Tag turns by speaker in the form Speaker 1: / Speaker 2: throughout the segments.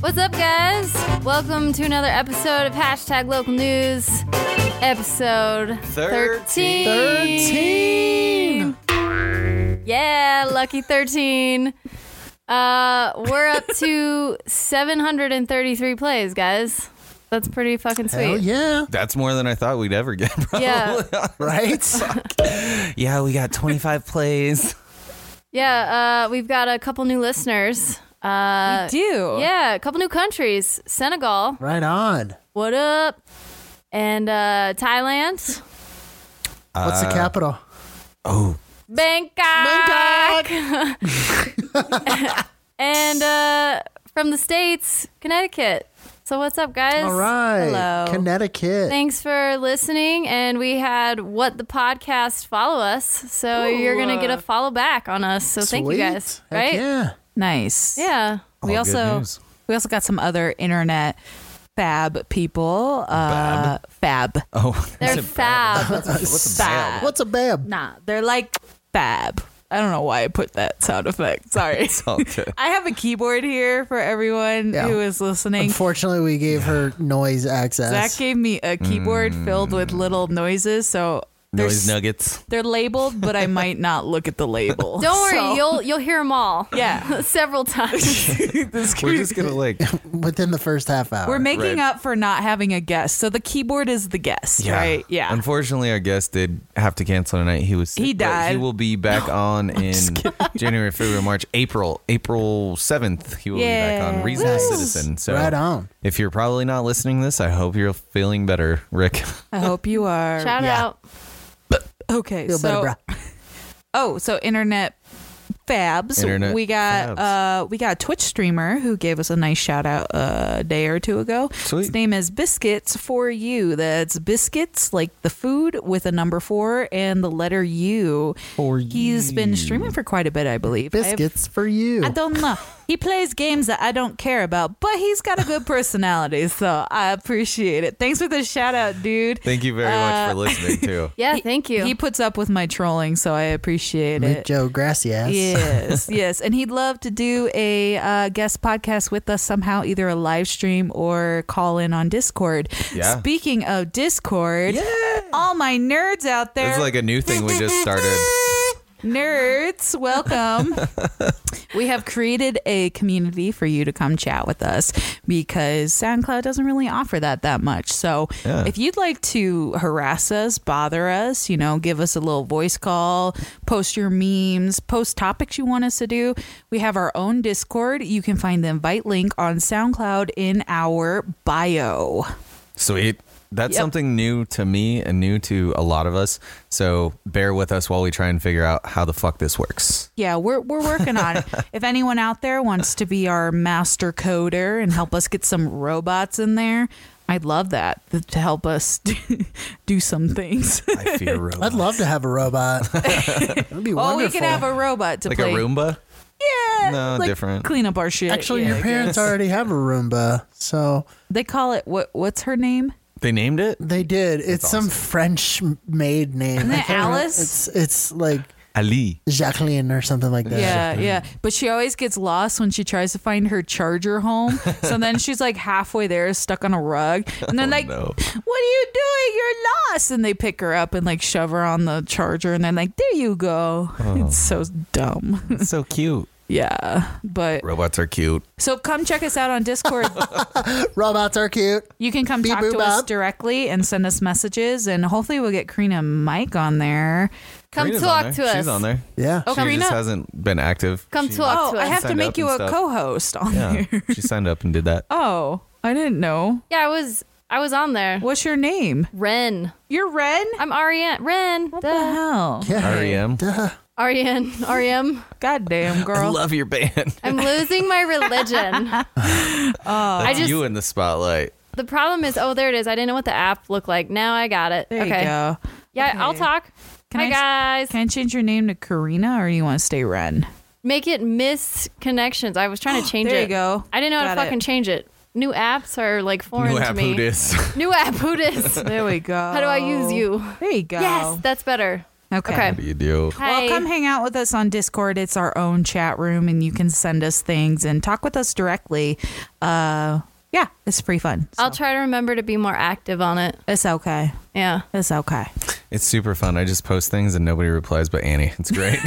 Speaker 1: What's up, guys? Welcome to another episode of Hashtag Local News, episode 13.
Speaker 2: 13.
Speaker 1: 13! Yeah, lucky 13. Uh, we're up to 733 plays, guys. That's pretty fucking sweet.
Speaker 2: Hell yeah.
Speaker 3: That's more than I thought we'd ever get. Bro.
Speaker 1: Yeah.
Speaker 2: Right?
Speaker 3: Yeah, we got 25 plays.
Speaker 1: Yeah, uh, we've got a couple new listeners. Uh,
Speaker 4: do.
Speaker 1: Yeah, a couple new countries. Senegal,
Speaker 2: right on.
Speaker 1: what up? And uh, Thailand,
Speaker 2: What's the capital?
Speaker 3: Oh,
Speaker 1: Bangkok. Bangkok. and uh, from the States, Connecticut. So what's up, guys?
Speaker 2: All right.
Speaker 4: Hello.
Speaker 2: Connecticut.
Speaker 1: Thanks for listening. And we had What the Podcast follow us. So you're going to get a follow back on us. So thank you
Speaker 2: Sweet.
Speaker 1: guys.
Speaker 2: Heck
Speaker 1: Right?
Speaker 2: Yeah.
Speaker 4: Nice.
Speaker 1: Yeah.
Speaker 4: We
Speaker 3: All good
Speaker 4: also
Speaker 3: news.
Speaker 4: we also got some other internet fab people. Uh fab.
Speaker 3: Oh,
Speaker 1: They're fab.
Speaker 3: what's a
Speaker 4: Uh,
Speaker 3: bab?
Speaker 2: What's a bab?
Speaker 4: Nah, they're like fab. I don't know why I put that sound effect. Sorry.
Speaker 3: It's all good.
Speaker 4: I have a keyboard here for everyone
Speaker 2: Yeah.
Speaker 4: who is listening.
Speaker 2: Unfortunately, we gave her noise access.
Speaker 4: Zach gave me a keyboard filled with little noises, so
Speaker 3: Mm.
Speaker 4: they're,
Speaker 3: Noise
Speaker 4: s-
Speaker 3: nuggets.
Speaker 4: they're labeled, but I might not look at the label.
Speaker 1: Don't worry,
Speaker 4: So-
Speaker 1: you'll you'll hear them all.
Speaker 4: Yeah.
Speaker 1: several times.
Speaker 4: This could-
Speaker 3: We're just gonna like.
Speaker 2: Within the first half hour.
Speaker 4: We're
Speaker 3: Right.
Speaker 4: making up for not having a guest. So the keyboard is the guest, right? Yeah.
Speaker 3: Unfortunately, our guest did have to cancel tonight. He was. sick,
Speaker 4: He
Speaker 3: but
Speaker 4: died.
Speaker 3: He will be back on in January, February, March, April, April seventh. He will be back
Speaker 4: Yeah.
Speaker 3: on Reasonable Citizen. So
Speaker 2: Right on.
Speaker 3: If you're probably not listening to this, I hope you're feeling better, Rick.
Speaker 4: I hope you are.
Speaker 1: Shout
Speaker 2: Yeah.
Speaker 1: out.
Speaker 4: Okay.
Speaker 2: Feel
Speaker 4: so
Speaker 2: better, bruh.
Speaker 4: oh, so internet fabs.
Speaker 3: Internet
Speaker 4: we got
Speaker 3: fabs.
Speaker 4: uh we got a Twitch streamer who gave us a nice shout out a day or two ago.
Speaker 3: Sweet.
Speaker 4: His name is Biscuits for You. That's biscuits like the food with a number 4 and the letter U.
Speaker 3: For
Speaker 4: He's been streaming for quite a bit, I believe. I have-
Speaker 2: Biscuits for you.
Speaker 4: I don't know. He plays games that I don't care about, but he's got a good personality, so I appreciate it. Thanks for the shout out, dude.
Speaker 3: Thank you very much for
Speaker 4: Uh,
Speaker 3: listening too.
Speaker 1: Yeah,
Speaker 4: He-
Speaker 1: thank you.
Speaker 4: He puts up with my trolling, so I appreciate
Speaker 2: Meet
Speaker 4: it.
Speaker 2: Joe Gracias.
Speaker 4: Yes, yes, and he'd love to do a uh, guest podcast with us somehow, either a live stream or call in on Discord.
Speaker 3: Yeah.
Speaker 4: Speaking of Discord, all my nerds out there,
Speaker 3: It's like a new thing we just started.
Speaker 4: Nerds, welcome. we have created a community for you to come chat with us because SoundCloud doesn't really offer that that much. So
Speaker 3: Yeah.
Speaker 4: if you'd like to harass us, bother us, you know, give us a little voice call, post your memes, post topics you want us to do, we have our own Discord. You can find the invite link on SoundCloud in our bio.
Speaker 3: Sweet. That's
Speaker 4: Yep.
Speaker 3: something new to me and new to a lot of us. So bear with us while we try and figure out how the fuck this works.
Speaker 4: Yeah, we're we're working on it. if anyone out there wants to be our master coder and help us get some robots in there, I'd love that th- to help us do, do some things.
Speaker 3: I fear robots.
Speaker 2: I'd love to have a robot. That'd be
Speaker 4: oh,
Speaker 2: wonderful.
Speaker 4: we could have a robot to
Speaker 3: like
Speaker 4: play.
Speaker 3: a Roomba.
Speaker 4: Yeah,
Speaker 3: No,
Speaker 4: like
Speaker 3: different.
Speaker 4: Clean up our shit.
Speaker 2: Actually,
Speaker 4: Yeah, I
Speaker 2: your parents
Speaker 4: guess.
Speaker 2: already have a Roomba, so
Speaker 4: They call it what? What's her name?
Speaker 3: They named it
Speaker 2: they did. it's some French maid name.
Speaker 4: Isn't
Speaker 2: I
Speaker 4: it
Speaker 2: can't remember.
Speaker 4: Alice?
Speaker 2: It's it's like
Speaker 3: Ali.
Speaker 2: Jacqueline or something like that.
Speaker 4: Yeah, yeah. But she always gets lost when she tries to find her charger home. So then she's like halfway there, stuck on a rug. And they're like,
Speaker 3: Oh, no.
Speaker 4: What are you doing? You're lost. And they pick her up and like shove her on the charger. And they're like, There you go.
Speaker 3: Oh.
Speaker 4: It's so dumb.
Speaker 3: so cute.
Speaker 4: yeah. But
Speaker 3: Robots are cute.
Speaker 4: so come check us out on Discord.
Speaker 2: Robots are cute.
Speaker 4: you can come
Speaker 2: Beep,
Speaker 4: talk to
Speaker 2: boop,
Speaker 4: us
Speaker 2: bop.
Speaker 4: directly and send us messages. And hopefully we'll get Karina and Mike on there.
Speaker 1: Come
Speaker 3: Karina's
Speaker 1: talk
Speaker 3: on
Speaker 1: to
Speaker 3: there.
Speaker 1: us.
Speaker 3: She's on there.
Speaker 2: Yeah.
Speaker 4: Oh,
Speaker 3: she
Speaker 4: Karina.
Speaker 3: just hasn't been active.
Speaker 1: Come
Speaker 3: She-
Speaker 1: talk
Speaker 4: Oh,
Speaker 1: to
Speaker 4: I
Speaker 1: us.
Speaker 4: have to
Speaker 3: Signed
Speaker 4: make
Speaker 3: up
Speaker 4: you
Speaker 3: and
Speaker 4: a
Speaker 3: stuff.
Speaker 4: co host on
Speaker 3: Yeah.
Speaker 4: there.
Speaker 3: she signed up and did that.
Speaker 4: Oh, I didn't know.
Speaker 1: Yeah, I was I was on there.
Speaker 4: What's your name?
Speaker 1: Ren.
Speaker 4: You're Ren?
Speaker 1: I'm Ariane. Ren.
Speaker 4: What the hell?
Speaker 2: Yeah.
Speaker 3: REM.
Speaker 2: Duh.
Speaker 1: Ariane. REM.
Speaker 4: Goddamn,
Speaker 3: I
Speaker 4: girl.
Speaker 3: love your band.
Speaker 1: I'm losing my religion. I
Speaker 3: That's
Speaker 1: just
Speaker 3: you in the spotlight.
Speaker 1: the problem is oh there it is. I didn't know what the app looked like. Now I got it.
Speaker 4: there
Speaker 1: okay.
Speaker 4: you go.
Speaker 1: Yeah, I'll
Speaker 4: Okay.
Speaker 1: talk.
Speaker 4: Can
Speaker 1: Hi
Speaker 4: I-
Speaker 1: guys.
Speaker 4: Can I change your name to Karina or you want to stay Ren?
Speaker 1: Make it miss connections. I was trying to change
Speaker 4: There
Speaker 1: it.
Speaker 4: you go.
Speaker 1: I didn't know how to
Speaker 4: Got it.
Speaker 1: fucking change it. New apps are like foreign
Speaker 3: New
Speaker 1: to
Speaker 3: app
Speaker 1: me.
Speaker 3: who dis.
Speaker 1: New app who dis.
Speaker 4: There we go.
Speaker 1: How do I use you?
Speaker 4: There you go.
Speaker 1: Yes, that's better.
Speaker 4: Okay.
Speaker 1: Okay.
Speaker 3: What do you do?
Speaker 1: Hi.
Speaker 4: Well, come hang out with us on Discord. It's our own chat room, and you can send us things and talk with us directly. Uh, yeah, it's pretty fun. So.
Speaker 1: I'll try to remember to be more active on it.
Speaker 4: It's okay.
Speaker 1: Yeah.
Speaker 4: It's okay.
Speaker 3: It's super fun. I just post things and nobody replies but Annie. It's great.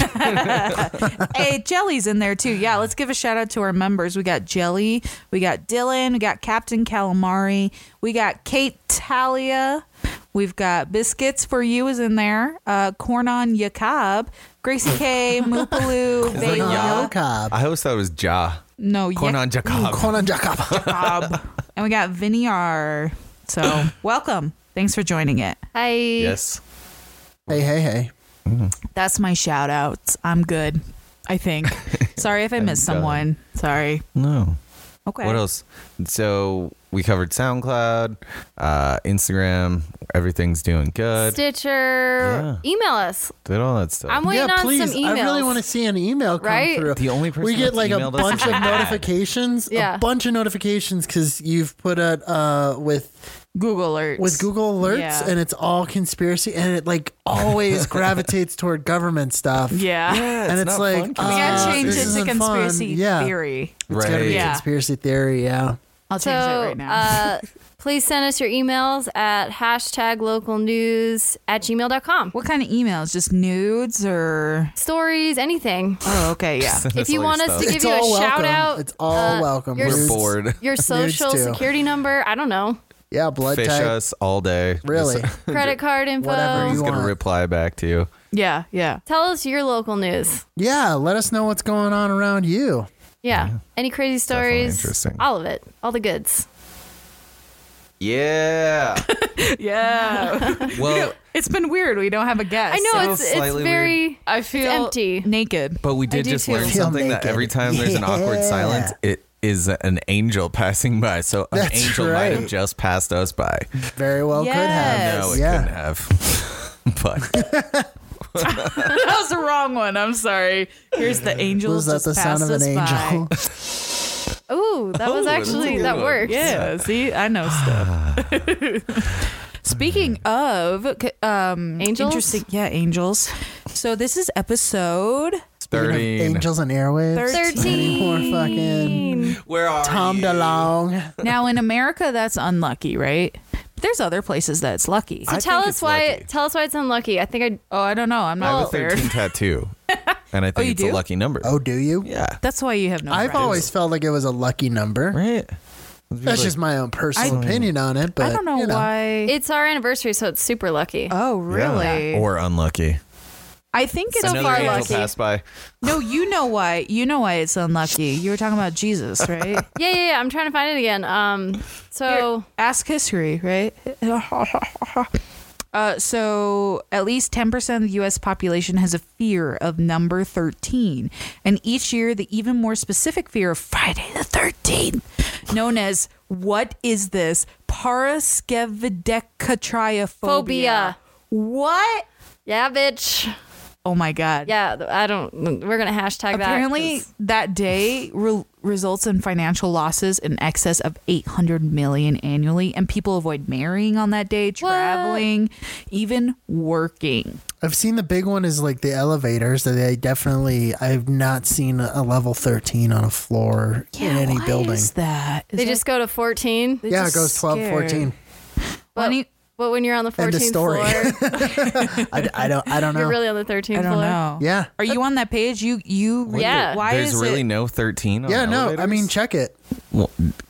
Speaker 4: hey, Jelly's in there too. Yeah, let's give a shout out to our members. We got Jelly, we got Dylan, we got Captain Calamari, we got Kate Talia, we've got Biscuits for You is in there, uh, Corn on Yakab, Gracie K, Moopaloo,
Speaker 3: that
Speaker 4: Vela.
Speaker 2: Jacob.
Speaker 3: I always thought it was Ja.
Speaker 4: No,
Speaker 3: Corn on Jacob.
Speaker 2: Conan Jacob.
Speaker 4: Yakab. and we got Vinny R. So, welcome. Thanks for joining it.
Speaker 1: Hi.
Speaker 3: Yes.
Speaker 2: Hey, hey, hey.
Speaker 4: That's my shout outs. I'm good, I think. Sorry if I missed
Speaker 3: I'm done.
Speaker 4: someone. Sorry.
Speaker 3: No.
Speaker 4: Okay.
Speaker 3: What else? So we covered SoundCloud, uh, Instagram. Everything's doing good.
Speaker 1: Stitcher. Email us.
Speaker 3: Did all that stuff.
Speaker 1: I'm waiting
Speaker 2: yeah,
Speaker 1: on
Speaker 2: please.
Speaker 1: some emails.
Speaker 2: I really want to see an email come
Speaker 1: Right?
Speaker 2: through.
Speaker 3: The only person
Speaker 2: we get
Speaker 3: that's
Speaker 2: like a
Speaker 3: emailed us
Speaker 2: bunch
Speaker 3: is
Speaker 2: of
Speaker 3: Brad.
Speaker 2: notifications.
Speaker 1: Yeah.
Speaker 2: A bunch of notifications because you've put out uh, with
Speaker 4: Google alerts.
Speaker 2: with Google alerts
Speaker 4: Yeah.
Speaker 2: and it's all conspiracy and it like always gravitates toward government stuff.
Speaker 4: Yeah.
Speaker 2: and it's,
Speaker 3: not
Speaker 2: like
Speaker 3: fun
Speaker 4: We gotta
Speaker 2: uh,
Speaker 4: change
Speaker 2: this
Speaker 4: it to
Speaker 2: isn't fun.
Speaker 4: conspiracy
Speaker 2: Yeah.
Speaker 4: theory.
Speaker 2: It's gotta be
Speaker 3: Right.
Speaker 4: Yeah.
Speaker 2: conspiracy theory. Yeah.
Speaker 4: I'll
Speaker 1: So,
Speaker 4: change it right now.
Speaker 1: uh, please send us your emails at hashtag local news at gmail.com.
Speaker 4: what kind of emails? Just nudes or?
Speaker 1: Stories, anything.
Speaker 4: Oh, okay, yeah.
Speaker 1: if
Speaker 3: That's
Speaker 1: you
Speaker 3: all
Speaker 1: want
Speaker 3: your stuff.
Speaker 1: us to give
Speaker 2: It's
Speaker 1: you a
Speaker 2: all
Speaker 1: shout
Speaker 2: welcome.
Speaker 1: out,
Speaker 2: It's all welcome.
Speaker 1: Your,
Speaker 2: We're
Speaker 1: s-
Speaker 3: We're bored.
Speaker 1: your social
Speaker 2: too.
Speaker 1: security number. I don't know.
Speaker 2: Yeah. Blood
Speaker 3: Fish
Speaker 2: type.
Speaker 3: us all day.
Speaker 2: Really.
Speaker 3: Just,
Speaker 1: Credit card info.
Speaker 2: Whatever
Speaker 3: he's
Speaker 2: you
Speaker 3: gonna
Speaker 2: want.
Speaker 3: reply back to you.
Speaker 4: Yeah, yeah.
Speaker 1: Tell us your local news.
Speaker 2: yeah. Let us know what's going on around you.
Speaker 1: Yeah. Any crazy
Speaker 3: Definitely
Speaker 1: stories?
Speaker 3: interesting.
Speaker 1: All of it. All the goods.
Speaker 3: Yeah.
Speaker 4: Yeah.
Speaker 3: well,
Speaker 4: it's been weird. We don't have a guest.
Speaker 1: I know
Speaker 3: so
Speaker 1: it's it's
Speaker 3: slightly
Speaker 1: very
Speaker 4: I feel
Speaker 1: empty.
Speaker 4: Naked.
Speaker 3: but we did
Speaker 1: do
Speaker 3: just
Speaker 1: too.
Speaker 3: learn
Speaker 2: Feel
Speaker 3: something that
Speaker 2: naked.
Speaker 3: every time there's an awkward
Speaker 2: Yeah.
Speaker 3: silence, it is an angel passing by. So an
Speaker 2: That's
Speaker 3: angel might have
Speaker 2: right.
Speaker 3: just passed us by.
Speaker 2: Very well could have.
Speaker 4: Yes.
Speaker 3: No, it
Speaker 2: yeah.
Speaker 3: couldn't have. but
Speaker 4: that was the wrong one. I'm sorry. Here's the angel.
Speaker 2: Was that
Speaker 4: just
Speaker 2: the sound
Speaker 4: passed
Speaker 2: of an
Speaker 4: us by.
Speaker 2: angel?
Speaker 1: Ooh, that
Speaker 3: Oh,
Speaker 1: was
Speaker 3: that's a
Speaker 1: actually
Speaker 3: good
Speaker 1: that
Speaker 3: one.
Speaker 1: worked.
Speaker 4: Yeah. See, I know stuff. Speaking of c- um,
Speaker 1: Angels?
Speaker 4: interesting. Yeah, angels. So this is episode.
Speaker 2: Speaking of
Speaker 3: 13.
Speaker 2: Angels and airwaves.
Speaker 1: Thirteen.
Speaker 2: Any more fucking
Speaker 3: Where are
Speaker 2: Tom
Speaker 3: you?
Speaker 2: DeLong.
Speaker 4: Now in America, that's unlucky, right? There's other places that's lucky.
Speaker 1: So
Speaker 3: I
Speaker 1: tell
Speaker 3: think
Speaker 1: us
Speaker 3: it's
Speaker 1: why
Speaker 3: lucky.
Speaker 1: tell us why it's unlucky. I think I
Speaker 4: Oh, I don't know. I'm
Speaker 3: I
Speaker 4: not
Speaker 3: have a
Speaker 4: prepared.
Speaker 3: 13 tattoo, and I think
Speaker 4: Oh, you
Speaker 3: it's
Speaker 4: do?
Speaker 3: a lucky number.
Speaker 2: Oh, do you?
Speaker 3: yeah,
Speaker 4: That's why you have no.
Speaker 2: I've
Speaker 4: friends.
Speaker 2: always felt like it was a lucky number.
Speaker 3: right.
Speaker 2: That's just my own personal opinion on it, but
Speaker 4: I don't know,
Speaker 2: you know.
Speaker 4: why.
Speaker 1: it's our anniversary, so it's super lucky.
Speaker 4: oh,
Speaker 3: Yeah.
Speaker 4: really?
Speaker 3: or unlucky.
Speaker 4: I think it's
Speaker 1: So
Speaker 3: Another
Speaker 1: far
Speaker 3: angel
Speaker 1: lucky.
Speaker 3: passed by.
Speaker 4: no. You know why? You know why it's unlucky. You were talking about Jesus, right?
Speaker 1: Yeah, yeah, yeah. I'm trying to find it again. Um so
Speaker 4: Ask history, right? Uh, so, at least 10% of the US population has a fear of number 13. And each year, the even more specific fear of Friday the 13th, known as what is this? Paraskevideccatriophobia.
Speaker 1: Phobia.
Speaker 4: What?
Speaker 1: yeah, bitch.
Speaker 4: Oh my God.
Speaker 1: Yeah, th- I don't we're gonna hashtag that.
Speaker 4: Apparently,
Speaker 1: 'cause-
Speaker 4: that day re- results in financial losses in excess of 800 million annually, and people avoid marrying on that day, traveling, even working.
Speaker 2: I've seen the big one is like the elevators that they definitely I've not seen a a level 13 on a floor in any
Speaker 4: why
Speaker 2: building.
Speaker 4: is that? Is
Speaker 1: they
Speaker 4: that-
Speaker 1: just go to fourteen.
Speaker 4: they're
Speaker 2: yeah, it
Speaker 4: just
Speaker 2: goes 12,
Speaker 4: scared.
Speaker 2: 14.
Speaker 1: But,
Speaker 4: Funny-
Speaker 1: but when you're on the
Speaker 2: End of
Speaker 1: fourteenth floor,
Speaker 2: story. I, I don't I don't know.
Speaker 1: you're really on the thirteenth
Speaker 4: I
Speaker 1: floor.
Speaker 4: don't know.
Speaker 2: Yeah.
Speaker 4: Are you on that page? You you
Speaker 1: Yeah.
Speaker 4: Why
Speaker 3: There's
Speaker 4: is
Speaker 3: really
Speaker 4: it?
Speaker 3: no 13. On
Speaker 2: yeah, no. I
Speaker 3: elevators?
Speaker 2: mean, check it.
Speaker 3: Well,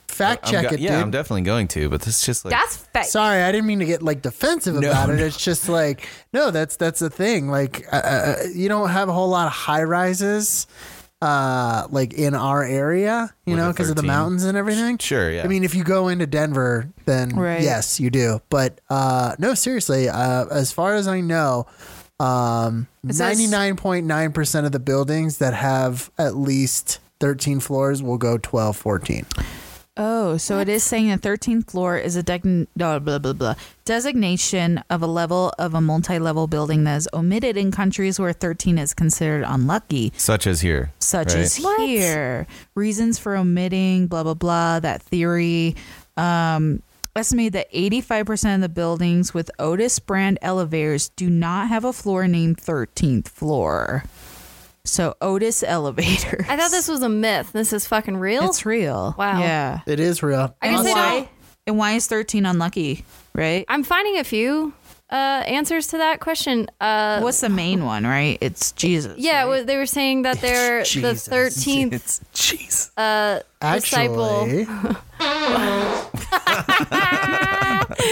Speaker 2: Fact
Speaker 3: I'm
Speaker 2: check
Speaker 3: go-
Speaker 2: it,
Speaker 3: yeah,
Speaker 2: dude.
Speaker 3: I'm definitely going to, but this is just like
Speaker 4: That's fake.
Speaker 2: Sorry, I didn't mean to get like defensive
Speaker 3: No,
Speaker 2: about it.
Speaker 3: no.
Speaker 2: It's just like no, that's that's the thing. Like uh, uh, you don't have a whole lot of high rises, uh, like in our area, you
Speaker 3: With
Speaker 2: know,
Speaker 3: a
Speaker 2: because of the
Speaker 3: 13.
Speaker 2: mountains and everything.
Speaker 3: Sure, yeah.
Speaker 2: I mean, if you go into Denver, then
Speaker 4: Right.
Speaker 2: yes, you do. But uh, no, seriously, uh, as far as I know, um,
Speaker 4: It says-
Speaker 2: ninety nine point nine percent of the buildings that have at least. 13 floors will go 12 14.
Speaker 4: Oh, so it is saying the thirteenth floor is a deg- blah, blah, blah, blah, designation of a level of a multi-level building that is omitted in countries where thirteen is considered unlucky,
Speaker 3: such as here.
Speaker 4: such
Speaker 3: right?
Speaker 4: as
Speaker 1: What?
Speaker 4: here. Reasons for omitting blah blah blah that theory. Um, estimated that eighty-five percent of the buildings with Otis brand elevators do not have a floor named thirteenth floor. So Otis elevators.
Speaker 1: I thought this was a myth. This is fucking real.
Speaker 4: It's real.
Speaker 1: Wow.
Speaker 4: Yeah.
Speaker 2: It is real.
Speaker 1: I guess
Speaker 4: and
Speaker 1: they
Speaker 4: why?
Speaker 1: don't.
Speaker 4: And why is thirteen unlucky? Right.
Speaker 1: I'm finding a few uh, answers to that question. Uh,
Speaker 4: What's the main one? Right. It's Jesus.
Speaker 1: yeah,
Speaker 4: right?
Speaker 1: well, they were saying that they're the
Speaker 2: Jesus.
Speaker 1: thirteenth
Speaker 3: It's jeez.
Speaker 1: uh, disciple.
Speaker 2: Actually,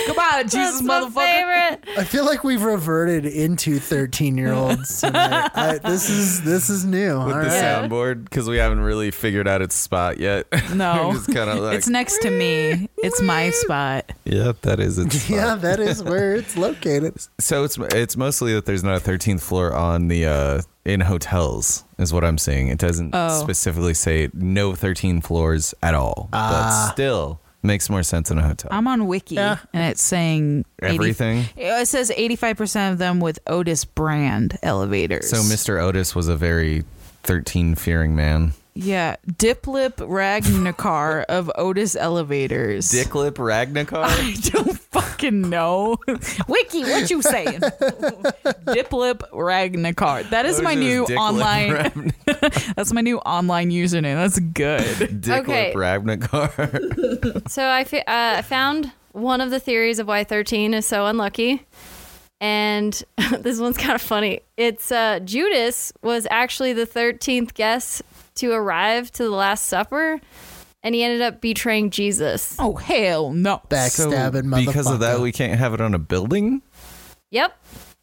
Speaker 4: Come on, Jesus,
Speaker 1: That's my
Speaker 4: motherfucker.
Speaker 1: favorite.
Speaker 2: I feel like we've reverted into 13 year olds. this is this is new. All
Speaker 3: With the
Speaker 2: right.
Speaker 3: soundboard because we haven't really figured out its spot yet.
Speaker 4: No.
Speaker 3: I'm just kind of like,
Speaker 4: it's next to me. It's my spot.
Speaker 3: yeah, that is its spot.
Speaker 2: Yeah, that is where it's located.
Speaker 3: So it's it's mostly that there's not a thirteenth floor on the uh, in hotels is what I'm seeing. It doesn't
Speaker 4: Oh.
Speaker 3: specifically say no thirteen floors at all,
Speaker 2: Ah.
Speaker 3: but still makes more sense in a hotel.
Speaker 4: I'm on Wiki,
Speaker 2: Yeah.
Speaker 4: and it's saying 80
Speaker 3: Everything.
Speaker 4: it says eighty-five percent of them with Otis brand elevators.
Speaker 3: so Mr. Otis was a very thirteen fearing man.
Speaker 4: yeah, Diplip Ragnikar of Otis elevators.
Speaker 3: Dicklip Ragnakar.
Speaker 4: I don't fucking know. Wiki, what you saying? Diplip Ragnakar. That is my new online. That's my new online username. That's good.
Speaker 3: Dicklip
Speaker 1: Okay.
Speaker 3: Ragnakar.
Speaker 1: So I fi- uh, I found one of the theories of why thirteen is so unlucky, and this one's kind of funny. It's uh, Judas was actually the thirteenth guest to arrive to the Last Supper, and he ended up betraying Jesus.
Speaker 4: Oh hell no.
Speaker 2: Backstabbing motherfucker.
Speaker 3: because of that, we can't have it on a building.
Speaker 1: Yep.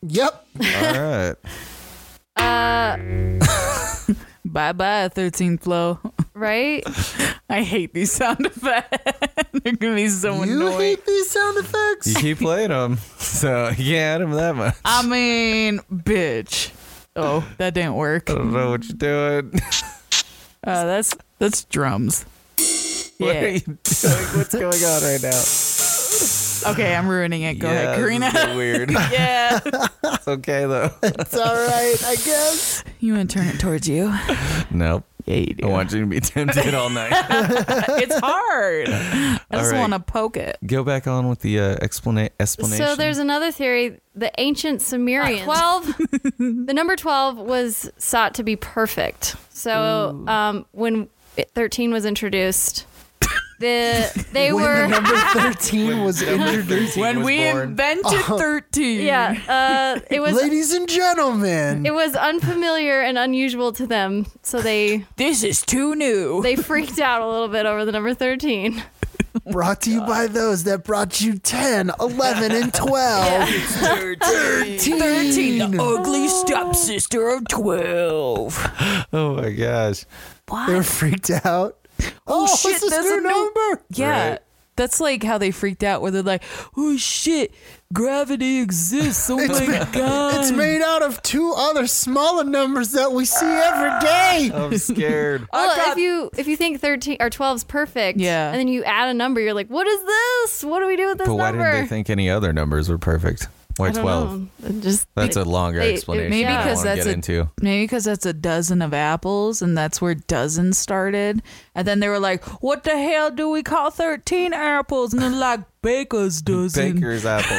Speaker 2: Yep.
Speaker 3: All right.
Speaker 1: Uh,
Speaker 4: Bye bye, 13th flow.
Speaker 1: Right.
Speaker 4: I hate these sound effects. They're gonna be so
Speaker 2: you
Speaker 4: annoying.
Speaker 2: hate these sound
Speaker 3: You
Speaker 2: effects?
Speaker 3: keep playing them, so you can't add them that much.
Speaker 4: I mean, bitch. Oh, that didn't work.
Speaker 3: I
Speaker 4: Uh,
Speaker 3: don't know what you're doing.
Speaker 4: that's that's drums.
Speaker 3: What are
Speaker 4: Yeah.
Speaker 3: you doing? What's going on right now?
Speaker 4: Okay, I'm ruining it. Go ahead,
Speaker 3: Karina.
Speaker 4: Karina.
Speaker 3: weird.
Speaker 4: Yeah.
Speaker 3: it's okay though.
Speaker 2: It's all right, I guess.
Speaker 4: You want to turn it towards you?
Speaker 3: Nope.
Speaker 4: Yeah, you
Speaker 3: I
Speaker 4: do.
Speaker 3: want you to be tempted all night.
Speaker 4: it's hard. I just
Speaker 3: right.
Speaker 4: want to poke it.
Speaker 3: Go back on with the uh, explana- explanation.
Speaker 1: So there's another theory: the
Speaker 2: Uh,
Speaker 1: ancient Sumerians. Twelve. the number twelve was sought to be perfect. So um, when it- thirteen was introduced, the they
Speaker 2: when the
Speaker 1: were
Speaker 2: number 13 was introduced.
Speaker 4: When we invented 13.
Speaker 1: yeah. Uh, it was
Speaker 2: Ladies and gentlemen,
Speaker 1: it was unfamiliar and unusual to them, so they
Speaker 4: This is too new.
Speaker 1: they freaked out a little bit over the number thirteen.
Speaker 2: brought to you by those that brought you 10, 11, and
Speaker 3: Oh,
Speaker 2: 12. 13.
Speaker 4: 13, the ugly stepsister of 12.
Speaker 3: oh my gosh.
Speaker 2: They were freaked out. Oh,
Speaker 4: shit,
Speaker 2: it's this
Speaker 4: there's
Speaker 2: new
Speaker 4: a new-
Speaker 2: number.
Speaker 4: Yeah.
Speaker 3: Right.
Speaker 4: That's like how they freaked out, where they're like, oh shit, gravity exists. Oh my god.
Speaker 2: It's made out of two other smaller numbers that we see every day.
Speaker 3: I'm scared.
Speaker 1: Well,
Speaker 4: got-
Speaker 1: if you if you think thirteen or twelve's perfect,
Speaker 4: Yeah.
Speaker 1: and then you add a number, you're like, what is this? What do we do with this
Speaker 3: but why
Speaker 1: number?
Speaker 3: didn't they think any other numbers were perfect? Why
Speaker 1: I don't
Speaker 3: 12?
Speaker 1: know. It Just
Speaker 3: That's a longer
Speaker 1: They- it-
Speaker 3: explanation.
Speaker 1: maybe
Speaker 3: I don't
Speaker 1: 'cause
Speaker 3: wanna
Speaker 4: that's
Speaker 3: get
Speaker 4: a-
Speaker 3: into.
Speaker 4: Maybe because that's a dozen of apples, and that's where dozen started. And then they were like, "What the hell do we call thirteen apples?" And they're like, "Baker's dozen."
Speaker 3: Baker's apple.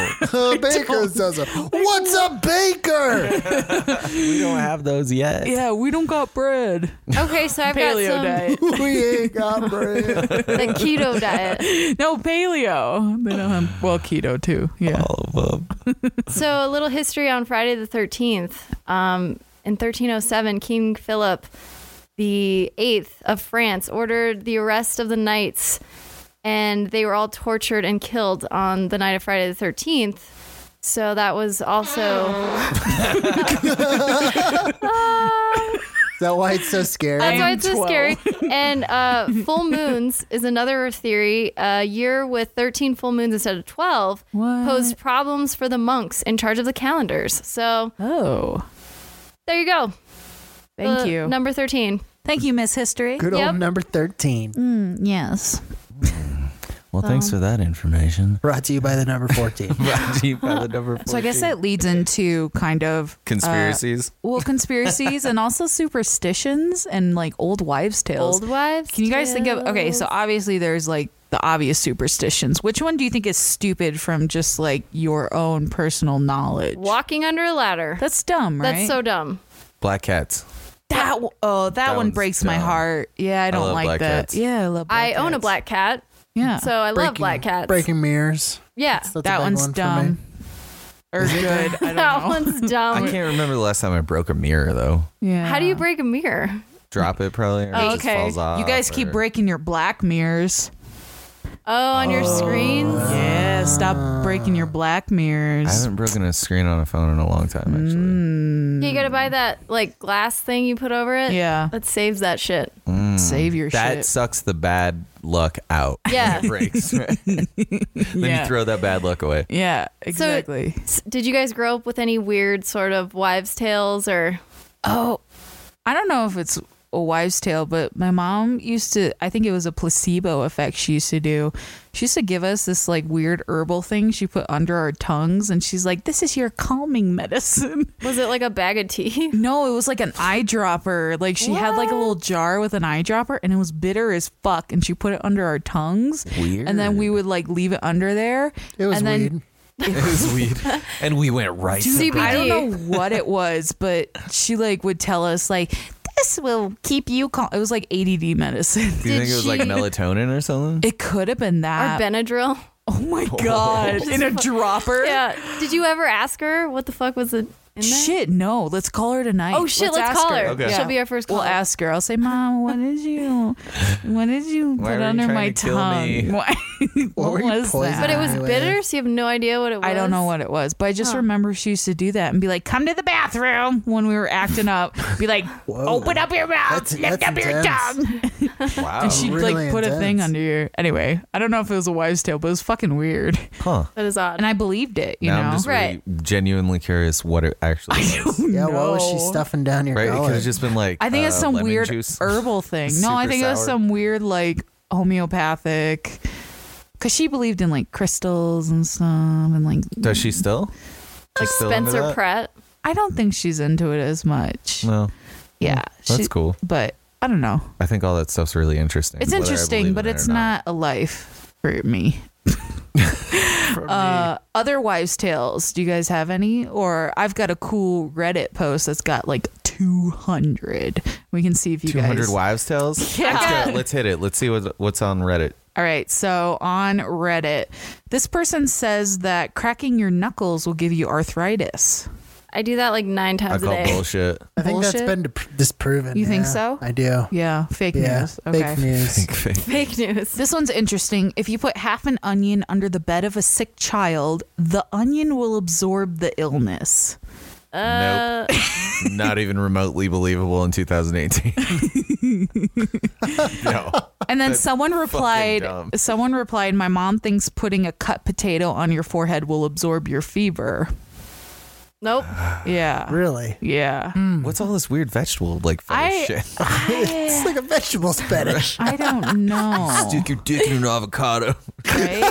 Speaker 2: A baker does it. What's a baker?
Speaker 3: we don't have those yet.
Speaker 4: Yeah, we don't got bread.
Speaker 1: Okay, so I've got
Speaker 4: paleo
Speaker 1: some
Speaker 4: diet.
Speaker 2: we ain't got bread.
Speaker 1: the keto diet.
Speaker 4: No paleo. They don't have well keto too. Yeah.
Speaker 3: All of them.
Speaker 1: So a little history on Friday the thirteenth. Um, in 1307, King Philip the Eighth of France ordered the arrest of the knights, and they were all tortured and killed on the night of Friday the thirteenth. So that was also
Speaker 2: Is that why it's so scary?
Speaker 1: That's why
Speaker 4: am
Speaker 1: it's so
Speaker 4: 12.
Speaker 1: scary. And uh, full moons is another theory. A year with 13 full moons instead of 12
Speaker 4: What?
Speaker 1: posed problems for the monks in charge of the calendars. So
Speaker 4: Oh, Uh,
Speaker 1: there you go.
Speaker 4: thank
Speaker 1: The
Speaker 4: you.
Speaker 1: Number 13.
Speaker 4: thank you, Miss History. Mm,
Speaker 2: Good
Speaker 1: Yep.
Speaker 2: old number 13.
Speaker 4: Yes.
Speaker 3: Well,
Speaker 1: Um.
Speaker 3: thanks for that information.
Speaker 2: Brought to you by the number 14.
Speaker 3: Brought to you by the number
Speaker 4: So I guess
Speaker 3: 14.
Speaker 1: uh,
Speaker 4: that leads into kind of uh,
Speaker 3: conspiracies.
Speaker 4: well, conspiracies and also superstitions and like old wives' tales.
Speaker 1: Old wives.
Speaker 4: Can you guys think of okay? So
Speaker 1: tales.
Speaker 4: obviously there's like the obvious superstitions. Which one do you think is stupid from just like your own personal knowledge?
Speaker 1: walking under a ladder.
Speaker 4: That's dumb, right?
Speaker 1: That's so dumb.
Speaker 3: Black cats.
Speaker 4: that. w- Oh, that,
Speaker 3: That
Speaker 4: one
Speaker 3: one's
Speaker 4: breaks my
Speaker 3: dumb.
Speaker 4: heart. Yeah, I don't
Speaker 3: love
Speaker 4: like
Speaker 3: black
Speaker 4: that.
Speaker 3: cats.
Speaker 4: Yeah, I love. Black
Speaker 1: I own a
Speaker 4: cats.
Speaker 1: black cat,
Speaker 4: Yeah,
Speaker 1: so I love
Speaker 2: Breaking-
Speaker 1: black cats.
Speaker 2: Breaking mirrors.
Speaker 1: Yeah,
Speaker 2: That's a
Speaker 4: that
Speaker 2: big
Speaker 4: one's
Speaker 2: one for me.
Speaker 4: dumb or good. I don't
Speaker 1: that
Speaker 4: know.
Speaker 1: one's
Speaker 3: I
Speaker 1: dumb.
Speaker 4: Um,
Speaker 3: can't remember the last time I broke a mirror though.
Speaker 4: yeah.
Speaker 1: How do you break a mirror?
Speaker 3: Drop it probably. Or
Speaker 1: Oh,
Speaker 3: it just
Speaker 1: okay.
Speaker 3: falls off,
Speaker 4: You guys keep
Speaker 3: or-
Speaker 4: breaking your black mirrors.
Speaker 1: Oh, on your
Speaker 4: Oh.
Speaker 1: screens.
Speaker 4: Yeah, stop breaking your black
Speaker 3: I
Speaker 4: mirrors.
Speaker 3: haven't broken a screen on a phone in a long time
Speaker 4: Mm,
Speaker 3: actually.
Speaker 1: You gotta buy that like glass thing you put over it.
Speaker 4: Yeah.
Speaker 1: that saves that shit.
Speaker 4: Save your
Speaker 3: Mm. That
Speaker 4: shit.
Speaker 3: sucks the bad luck out.
Speaker 1: Yeah.
Speaker 3: It breaks. right? Then
Speaker 4: Yeah.
Speaker 3: you throw that bad luck away.
Speaker 4: yeah, exactly.
Speaker 1: S- Did you guys grow up with any weird sort of wives' tales or?
Speaker 4: Oh, I don't know if it's a wives' tale, but my mom used to, I think it was a placebo effect she used to do. She used to give us this like weird herbal thing she put under our tongues, and she's like, This is your calming medicine.
Speaker 1: Was it like a bag of tea?
Speaker 4: No, it was like an eyedropper. Like she had like a little jar with an eyedropper, and it was bitter as fuck, and she put it under our tongues. And then we would like leave it under there.
Speaker 2: It was
Speaker 4: and then
Speaker 2: weed.
Speaker 3: it was weed. And we went right to
Speaker 1: Dude,
Speaker 4: I
Speaker 1: CBD.
Speaker 4: don't know what it was, but she like would tell us like this will keep you calm. It was like ADD medicine.
Speaker 3: Do you
Speaker 1: Did
Speaker 3: think it was like
Speaker 1: she-
Speaker 3: melatonin or something?
Speaker 4: It could have been
Speaker 1: Or
Speaker 4: that.
Speaker 1: Benadryl?
Speaker 4: oh my god! In a dropper.
Speaker 1: Yeah. Did you ever ask her what the fuck was it in there?
Speaker 4: Shit, no. Let's call her tonight.
Speaker 1: Oh shit! Let's,
Speaker 4: ask
Speaker 1: call her.
Speaker 3: Okay.
Speaker 1: She'll be our first
Speaker 4: We'll
Speaker 1: caller.
Speaker 4: ask her. I'll say, Mom, what did you, what did you
Speaker 3: Why
Speaker 4: put
Speaker 3: were you
Speaker 4: under
Speaker 3: trying
Speaker 4: my
Speaker 3: to kill
Speaker 4: tongue?
Speaker 3: me?
Speaker 4: Why-
Speaker 2: What were you
Speaker 4: was
Speaker 2: poisoning
Speaker 4: that?
Speaker 1: But it was
Speaker 2: Anyway.
Speaker 1: bitter, so you have no idea what it was.
Speaker 4: I don't know what it was, but I just remember she used to do that and be like, "Come to the bathroom" when we were acting up. Be like, "Open up your mouth,
Speaker 2: That's-
Speaker 4: lift
Speaker 2: that's
Speaker 4: up your
Speaker 2: intense.
Speaker 4: tongue."
Speaker 3: wow.
Speaker 4: And she'd
Speaker 2: Really
Speaker 4: like put a thing
Speaker 2: intense.
Speaker 4: under your. Anyway, I don't know if it was a wives' tale, but it was fucking weird.
Speaker 3: huh.
Speaker 1: That is odd.
Speaker 4: And I believed it, you
Speaker 3: now
Speaker 4: know?
Speaker 3: I'm just
Speaker 1: Right.
Speaker 3: really genuinely curious what it actually was.
Speaker 2: Yeah, what was she
Speaker 4: No.
Speaker 2: stuffing down your
Speaker 3: Right? It could
Speaker 2: gullet?
Speaker 3: have just been like
Speaker 4: I think it's
Speaker 3: uh,
Speaker 4: some
Speaker 3: lemon
Speaker 4: weird
Speaker 3: juice.
Speaker 4: herbal thing. No, I
Speaker 3: Super
Speaker 4: think it was
Speaker 3: sour.
Speaker 4: some weird, like, homeopathic. Because she believed in, like, crystals and stuff. And, like,
Speaker 3: Does she still? Like still into
Speaker 1: Spencer
Speaker 3: that?
Speaker 1: Pratt.
Speaker 4: I don't think she's into it as much.
Speaker 3: No.
Speaker 4: yeah.
Speaker 3: That's
Speaker 4: she-
Speaker 3: cool.
Speaker 4: But I don't know.
Speaker 3: I think all that stuff's really interesting.
Speaker 4: It's
Speaker 3: whether I
Speaker 4: interesting,
Speaker 3: believe
Speaker 4: but
Speaker 3: in it
Speaker 4: it's
Speaker 3: or
Speaker 4: not a life for me. uh, other wives' tales. Do you guys have any? Or I've got a cool Reddit post that's got like 200. We can see if you
Speaker 3: Two hundred
Speaker 4: guys.
Speaker 3: wives tales.
Speaker 4: Yeah.
Speaker 3: Let's, go. Let's hit it. Let's see what, what's on Reddit.
Speaker 4: All right. So on Reddit, this person says that cracking your knuckles will give you arthritis.
Speaker 1: I do that like nine
Speaker 3: I
Speaker 1: times a
Speaker 3: call
Speaker 1: day.
Speaker 3: bullshit.
Speaker 2: I think that's
Speaker 4: bullshit?
Speaker 2: been dip- disproven.
Speaker 4: You think
Speaker 2: yeah.
Speaker 4: so?
Speaker 2: I do.
Speaker 4: Yeah. Fake
Speaker 2: Yeah.
Speaker 4: news. Okay.
Speaker 2: Fake news.
Speaker 1: Fake news.
Speaker 4: This one's interesting. If you put half an onion under the bed of a sick child, the onion will absorb the illness.
Speaker 1: Uh,
Speaker 3: Not even remotely believable in 2018. no.
Speaker 4: And then someone replied,
Speaker 3: dumb.
Speaker 4: someone replied, my mom thinks putting a cut potato on your forehead will absorb your fever.
Speaker 1: Nope.
Speaker 4: Yeah.
Speaker 2: Really?
Speaker 4: Yeah.
Speaker 3: What's all this weird vegetable like fetish
Speaker 4: I-
Speaker 3: shit?
Speaker 2: It's
Speaker 4: I,
Speaker 2: like a vegetable fetish.
Speaker 4: I don't know.
Speaker 3: Stick your dick in an avocado.
Speaker 4: Right?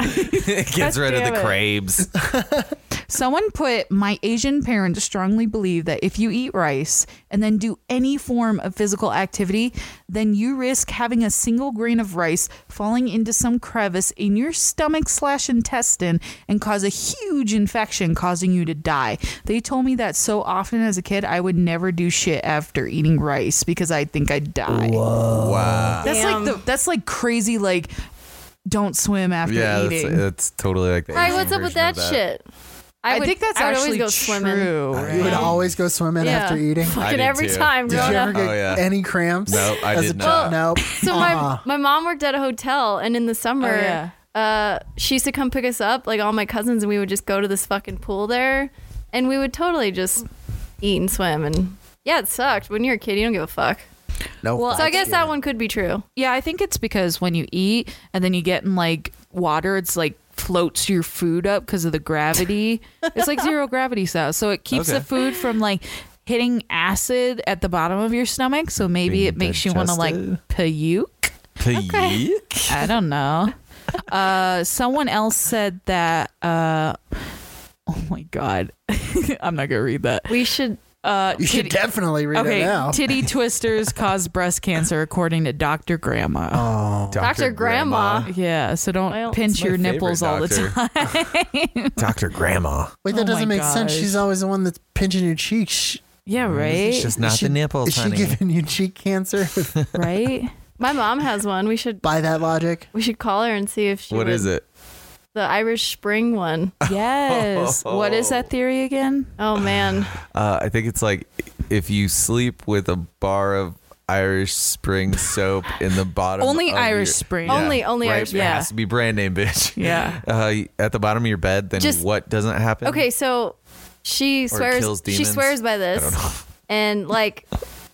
Speaker 3: it gets rid of
Speaker 1: damn
Speaker 3: the
Speaker 1: it.
Speaker 3: crabs.
Speaker 4: Someone put, my Asian parents strongly believe that if you eat rice and then do any form of physical activity, then you risk having a single grain of rice falling into some crevice in your stomach slash intestine and cause a huge infection, causing you to die. They told me that so often as a kid, I would never do shit after eating rice because I think I'd die.
Speaker 3: Wow.
Speaker 4: That's
Speaker 1: Damn.
Speaker 4: like the that's like crazy like don't swim after
Speaker 3: Yeah, that's,
Speaker 4: eating.
Speaker 3: that's totally like the
Speaker 1: Right,
Speaker 3: Asian
Speaker 1: what's up with
Speaker 3: version
Speaker 1: that,
Speaker 3: of that
Speaker 1: shit?
Speaker 4: I,
Speaker 1: would-
Speaker 4: think that's
Speaker 1: I would
Speaker 4: actually
Speaker 1: always go
Speaker 4: true.
Speaker 1: swimming.
Speaker 2: You would
Speaker 4: right?
Speaker 2: always go swimming
Speaker 1: Yeah.
Speaker 2: after eating. Did
Speaker 1: Fucking
Speaker 3: did
Speaker 1: every
Speaker 3: too.
Speaker 1: time
Speaker 3: Did
Speaker 1: growing
Speaker 2: you
Speaker 1: up.
Speaker 2: ever get
Speaker 3: Oh, yeah.
Speaker 2: any cramps?
Speaker 3: No, I
Speaker 2: as a
Speaker 3: did
Speaker 2: child?
Speaker 3: not.
Speaker 2: Nope.
Speaker 1: So my
Speaker 2: Uh-uh.
Speaker 1: my mom worked at a hotel, and in the summer,
Speaker 4: Uh-huh. Oh, yeah.
Speaker 1: uh, she used to come pick us up, like all my cousins, and we would just go to this fucking pool there, and we would totally just eat and swim, and yeah, it sucked. When you're a kid, you don't give a fuck.
Speaker 2: No.
Speaker 4: Well,
Speaker 1: So I
Speaker 2: fucks
Speaker 1: guess
Speaker 2: given.
Speaker 1: that one could be true.
Speaker 4: Yeah, I think it's because when you eat and then you get in like water, it's like floats your food up because of the gravity. it's like zero gravity style. So it keeps the
Speaker 3: Okay.
Speaker 4: food from like hitting acid at the bottom of your stomach. So maybe
Speaker 3: Being
Speaker 4: it makes you want to like
Speaker 3: digested.
Speaker 4: puke.
Speaker 3: Peek.
Speaker 4: I don't know. Uh, someone else said that. Uh, oh my god, I'm not gonna read that.
Speaker 1: We should.
Speaker 4: Uh,
Speaker 2: You should
Speaker 4: titty-
Speaker 2: definitely read
Speaker 4: okay,
Speaker 2: it now.
Speaker 4: titty twisters cause breast cancer, according to Dr. Grandma.
Speaker 2: oh.
Speaker 1: Dr. Grandma.
Speaker 4: Yeah, so don't
Speaker 1: Well,
Speaker 4: pinch
Speaker 3: my
Speaker 4: your
Speaker 3: favorite
Speaker 4: nipples all the
Speaker 3: doctor.
Speaker 4: time.
Speaker 3: Dr. Grandma.
Speaker 2: Wait, that
Speaker 4: Oh
Speaker 2: doesn't
Speaker 4: my
Speaker 2: make sense.
Speaker 4: gosh.
Speaker 2: She's always the one that's pinching your cheeks. Sh-
Speaker 4: Yeah, right.
Speaker 3: It's just not
Speaker 2: is she-
Speaker 3: the nipples,
Speaker 2: Is she
Speaker 3: honey.
Speaker 2: giving you cheek cancer?
Speaker 4: right.
Speaker 1: My mom has one. We should.
Speaker 2: By that logic,
Speaker 1: We should call her and see if she.
Speaker 3: What is it?
Speaker 1: The Irish Spring one.
Speaker 4: Yes. What is that theory again?
Speaker 1: Oh man.
Speaker 3: Uh, I think it's like if you sleep with a bar of Irish Spring soap in the bottom.
Speaker 4: Only
Speaker 3: of
Speaker 4: Irish
Speaker 3: your-
Speaker 4: Spring.
Speaker 1: Only- only
Speaker 3: right,
Speaker 1: Irish
Speaker 3: It
Speaker 4: Spring.
Speaker 3: has to be brand name, bitch.
Speaker 4: Yeah.
Speaker 3: Uh, at the bottom of your bed, then
Speaker 1: Just-
Speaker 3: what doesn't happen?
Speaker 1: Okay, so she
Speaker 3: kills
Speaker 1: swears. She
Speaker 3: demons.
Speaker 1: swears by
Speaker 3: I don't
Speaker 1: this,
Speaker 3: know.
Speaker 1: and like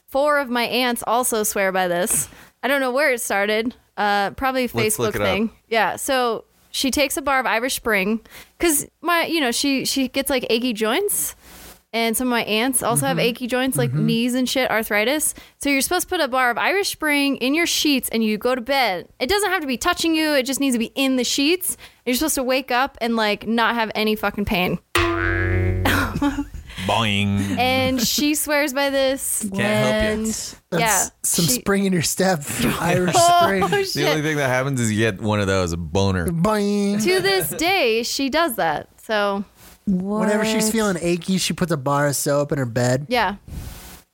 Speaker 1: four of my aunts also swear by this. I don't know where it started. Uh, probably a
Speaker 3: Let's look
Speaker 1: Facebook
Speaker 3: it up.
Speaker 1: thing. Yeah. So she takes a bar of Irish Spring because my, you know, she she gets like achy joints. And some of my aunts also
Speaker 3: Mm-hmm.
Speaker 1: have achy joints, like knees and shit, arthritis. So you're supposed to put a bar of Irish Spring in your sheets, and you go to bed. It doesn't have to be touching you; it just needs to be in the sheets. And you're supposed to wake up and like not have any fucking pain.
Speaker 3: Boing.
Speaker 1: And she swears by this.
Speaker 3: Can't help you.
Speaker 1: And
Speaker 2: that's
Speaker 1: yeah,
Speaker 2: some
Speaker 1: she-
Speaker 2: spring in your step from Irish
Speaker 1: Oh,
Speaker 2: spring.
Speaker 3: The only
Speaker 1: shit.
Speaker 3: thing that happens is you get one of those, a boner.
Speaker 2: Boing.
Speaker 1: to this day, she does that. So
Speaker 4: What?
Speaker 2: Whenever she's feeling achy, she puts a bar of soap in her bed.
Speaker 1: yeah,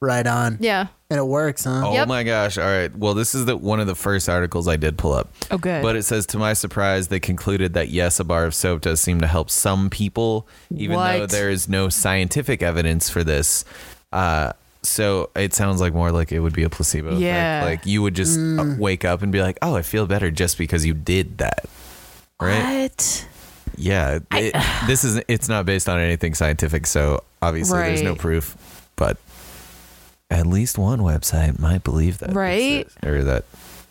Speaker 2: Right on.
Speaker 1: yeah.
Speaker 2: And it works, huh?
Speaker 3: Oh
Speaker 1: Yep.
Speaker 3: my gosh. All right. Well, this is the one of the first articles I did pull up.
Speaker 4: Oh, good.
Speaker 3: But it says, to my surprise, they concluded that yes, a bar of soap does seem to help some people, even though
Speaker 4: What?
Speaker 3: there is no scientific evidence for this. Uh, so it sounds like more like it would be a placebo effect.
Speaker 4: Yeah.
Speaker 3: Like you would just uh, wake up and be like, oh, I feel better just because you did that. Right?
Speaker 4: What?
Speaker 3: Yeah. it- this is, it's not based on anything scientific. So obviously there's no
Speaker 4: Right.
Speaker 3: proof, but at least one website might believe that. this
Speaker 4: Right?
Speaker 3: is- or that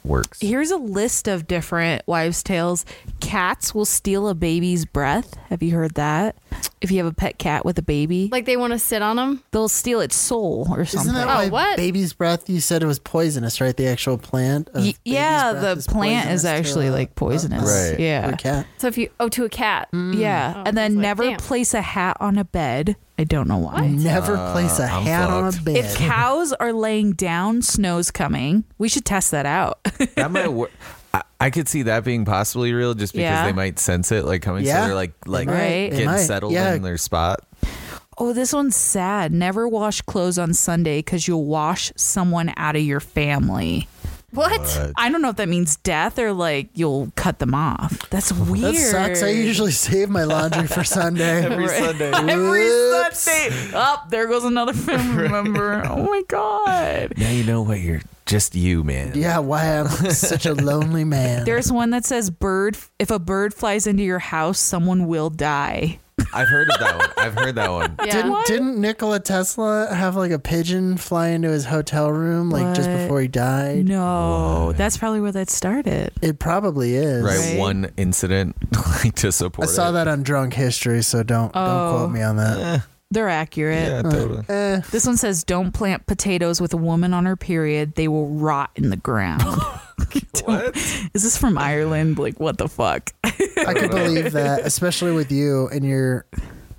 Speaker 3: works.
Speaker 4: Here's a list of different wives' tales. Cats will steal a baby's breath. Have you heard that? If you have a pet cat with a baby,
Speaker 1: Like they want to sit on them.
Speaker 4: they'll steal its soul or something.
Speaker 2: Isn't that
Speaker 1: Oh,
Speaker 2: why
Speaker 1: what?
Speaker 2: baby's breath? You said it was poisonous, right? The actual plant.
Speaker 1: Oh,
Speaker 2: of
Speaker 4: Y-
Speaker 2: baby's
Speaker 4: yeah,
Speaker 2: breath
Speaker 4: the plant
Speaker 2: poisonous
Speaker 4: is
Speaker 2: to
Speaker 4: actually
Speaker 2: a-
Speaker 4: like poisonous.
Speaker 3: Right.
Speaker 4: Yeah.
Speaker 2: to a cat.
Speaker 1: So if you oh to a cat,
Speaker 4: Yeah.
Speaker 1: Oh,
Speaker 4: and
Speaker 1: I was
Speaker 4: then
Speaker 1: like,
Speaker 4: never
Speaker 1: damn.
Speaker 4: place a hat on a bed. I don't know why.
Speaker 2: Never place a
Speaker 3: Uh, I'm
Speaker 2: hat on a
Speaker 3: fucked.
Speaker 2: bed.
Speaker 4: If cows are laying down, snow's coming. We should test that out.
Speaker 3: that might work. I, I could see that being possibly real, just because
Speaker 4: Yeah.
Speaker 3: they might sense it, like coming.
Speaker 2: Yeah.
Speaker 3: So they're like, like
Speaker 4: might. Right.
Speaker 2: They
Speaker 3: getting
Speaker 2: might.
Speaker 3: settled
Speaker 2: Yeah.
Speaker 3: in their spot.
Speaker 4: oh, this one's sad. Never wash clothes on Sunday because you'll wash someone out of your family.
Speaker 1: what?
Speaker 4: I don't know if that means death or like you'll cut them off. That's weird.
Speaker 2: that sucks. I usually save my laundry for Sunday.
Speaker 3: Every Sunday.
Speaker 4: Every
Speaker 2: Whoops.
Speaker 4: Sunday. Up there goes another family member. Oh my god.
Speaker 3: now you know what you're just you, man.
Speaker 2: Yeah, why I'm such a lonely man.
Speaker 4: There's one that says bird if a bird flies into your house, someone will die.
Speaker 3: I've heard of that one. I've heard that one.
Speaker 1: Yeah.
Speaker 2: Didn't didn't Nikola Tesla have like a pigeon fly into his hotel room like just
Speaker 4: What?
Speaker 2: before he died?
Speaker 4: No, that's probably where that started.
Speaker 2: It probably is.
Speaker 3: Right,
Speaker 4: Right.
Speaker 3: one incident like, to
Speaker 2: I
Speaker 3: support.
Speaker 2: saw
Speaker 3: it.
Speaker 2: that on Drunk History, so don't don't
Speaker 4: Oh.
Speaker 2: quote me on that.
Speaker 4: They're accurate.
Speaker 3: Yeah, totally.
Speaker 2: Eh,
Speaker 4: This one says don't plant potatoes with a woman on her period. They will rot in the ground.
Speaker 3: What?
Speaker 4: Is this from Ireland? Like what the fuck?
Speaker 2: I could believe that, especially with you and your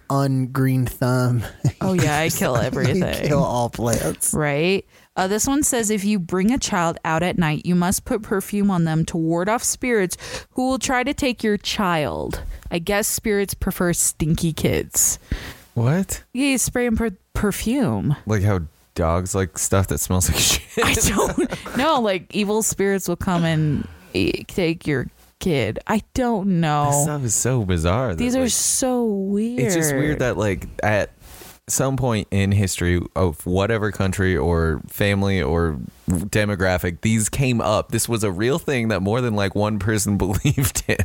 Speaker 2: ungreen thumb.
Speaker 4: Oh yeah, I kill
Speaker 2: You
Speaker 4: everything.
Speaker 2: kill all plants.
Speaker 4: Right? Uh, this one says if you bring a child out at night, you must put perfume on them to ward off spirits who will try to take your child. I guess spirits prefer stinky kids.
Speaker 3: What?
Speaker 4: Yeah, you spray them per- perfume.
Speaker 3: Like how dogs like stuff that smells like shit.
Speaker 4: I don't know. Like evil spirits will come and e- take your kid. I don't
Speaker 3: This
Speaker 4: know.
Speaker 3: stuff is so bizarre. that,
Speaker 4: Oh. These are
Speaker 3: like,
Speaker 4: so weird.
Speaker 3: It's just weird that like at some point in history of whatever country or family or demographic, these came up. This was a real thing that more than like one person believed in.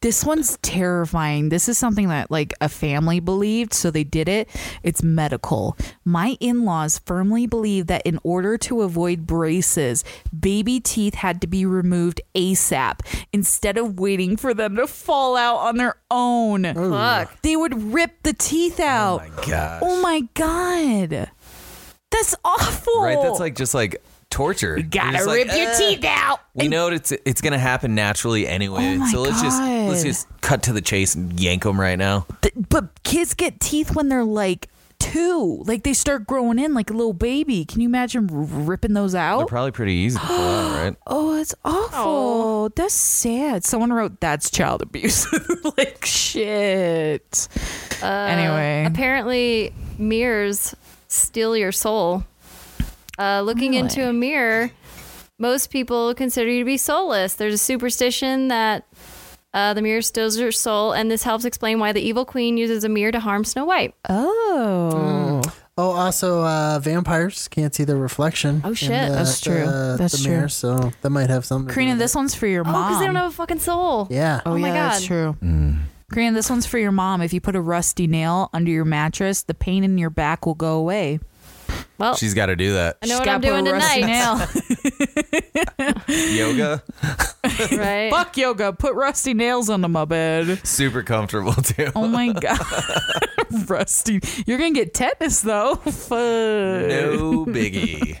Speaker 4: this one's terrifying. This is something that like a family believed, so they did it. It's medical. My in-laws firmly believe that in order to avoid braces, baby teeth had to be removed ASAP instead of waiting for them to fall out on their own.
Speaker 1: Fuck.
Speaker 4: They would rip the teeth out.
Speaker 3: Gosh.
Speaker 4: Oh my god. That's awful.
Speaker 3: Right? That's like just like torture. You're
Speaker 4: Oh. Gotta
Speaker 3: just like,
Speaker 4: rip your
Speaker 3: "Eh,
Speaker 4: teeth out.
Speaker 3: We know it's it's gonna happen naturally anyway.
Speaker 4: Oh my
Speaker 3: so let's just let's
Speaker 4: God.
Speaker 3: just cut to the chase and yank them right now.
Speaker 4: Th- but kids get teeth when they're like two. Like they start growing in like a little baby. Can you imagine r- ripping those
Speaker 3: They're
Speaker 4: out?
Speaker 3: probably pretty easy to pull out, right?
Speaker 4: oh, it's awful. That's sad. Someone wrote that's child abuse. like shit. anyway,
Speaker 1: Uh, Apparently, mirrors steal your soul. Uh, looking into a mirror, most people consider you to be soulless. There's a superstition that uh, the mirror steals your soul, and this helps explain why the evil queen uses a mirror to harm Snow White.
Speaker 4: oh,
Speaker 2: Oh, also uh, vampires can't see their reflection.
Speaker 1: Oh,
Speaker 2: in
Speaker 1: shit.
Speaker 2: the-
Speaker 4: That's
Speaker 2: the-
Speaker 4: true. That's
Speaker 2: the Mirror, so that might have something. to do
Speaker 4: Karina,
Speaker 2: with
Speaker 4: this one's for your
Speaker 1: Oh,
Speaker 4: mom.
Speaker 1: because they don't have a fucking soul.
Speaker 2: it. Yeah.
Speaker 1: Oh my
Speaker 4: yeah, that's
Speaker 1: God.
Speaker 4: true. Karina, this one's for your mom. If you put a rusty nail under your mattress, the pain in your back will go away.
Speaker 1: Well,
Speaker 3: She's got to do that.
Speaker 1: I know
Speaker 4: She's
Speaker 1: what
Speaker 4: gotta
Speaker 1: I'm
Speaker 4: put a
Speaker 1: doing
Speaker 4: rusty
Speaker 1: tonight,
Speaker 4: Nail.
Speaker 3: Yoga,
Speaker 1: right?
Speaker 4: Fuck yoga. Put rusty nails under my bed.
Speaker 3: super comfortable too.
Speaker 4: Oh my god, rusty! You're gonna get tetanus though. Fuck.
Speaker 3: No biggie.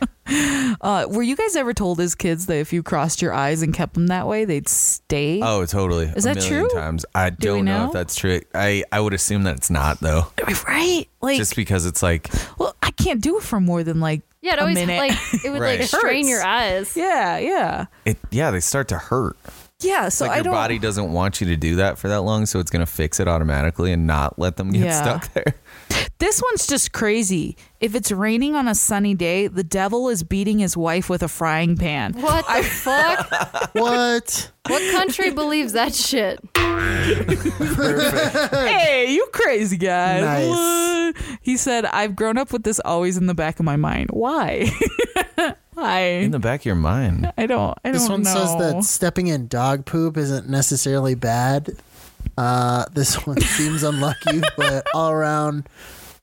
Speaker 4: Uh, were you guys ever told as kids that if you crossed your eyes and kept them that way, they'd stay?
Speaker 3: Oh, totally.
Speaker 4: Is
Speaker 3: a
Speaker 4: that
Speaker 3: million
Speaker 4: true?
Speaker 3: Times I
Speaker 4: Do we
Speaker 3: don't know?
Speaker 4: know?
Speaker 3: if that's true. I I would assume that it's not though,
Speaker 4: right. Like,
Speaker 3: just because it's like
Speaker 4: well, I can't do it for more than like
Speaker 1: Yeah, it
Speaker 4: a
Speaker 1: always
Speaker 4: minute.
Speaker 1: like it would
Speaker 3: Right.
Speaker 1: like strain
Speaker 4: Hurts.
Speaker 1: your eyes.
Speaker 4: yeah, yeah,
Speaker 3: it. Yeah, they start to hurt.
Speaker 4: yeah. So
Speaker 3: like
Speaker 4: I
Speaker 3: your
Speaker 4: don't.
Speaker 3: body doesn't want you to do that for that long, so it's gonna fix it automatically and not let them get
Speaker 4: Yeah.
Speaker 3: stuck there.
Speaker 4: This one's just crazy. If it's raining on a sunny day, the devil is beating his wife with a frying pan.
Speaker 1: What the fuck?
Speaker 2: What?
Speaker 1: What country believes that shit?
Speaker 4: hey, you crazy guy.
Speaker 2: Nice.
Speaker 4: What? He said, I've grown up with this always in the back of my mind. Why? Why?
Speaker 3: In the back of your mind.
Speaker 4: I don't I
Speaker 2: This one
Speaker 4: don't know.
Speaker 2: says that stepping in dog poop isn't necessarily bad. Uh, this one seems unlucky, but all around,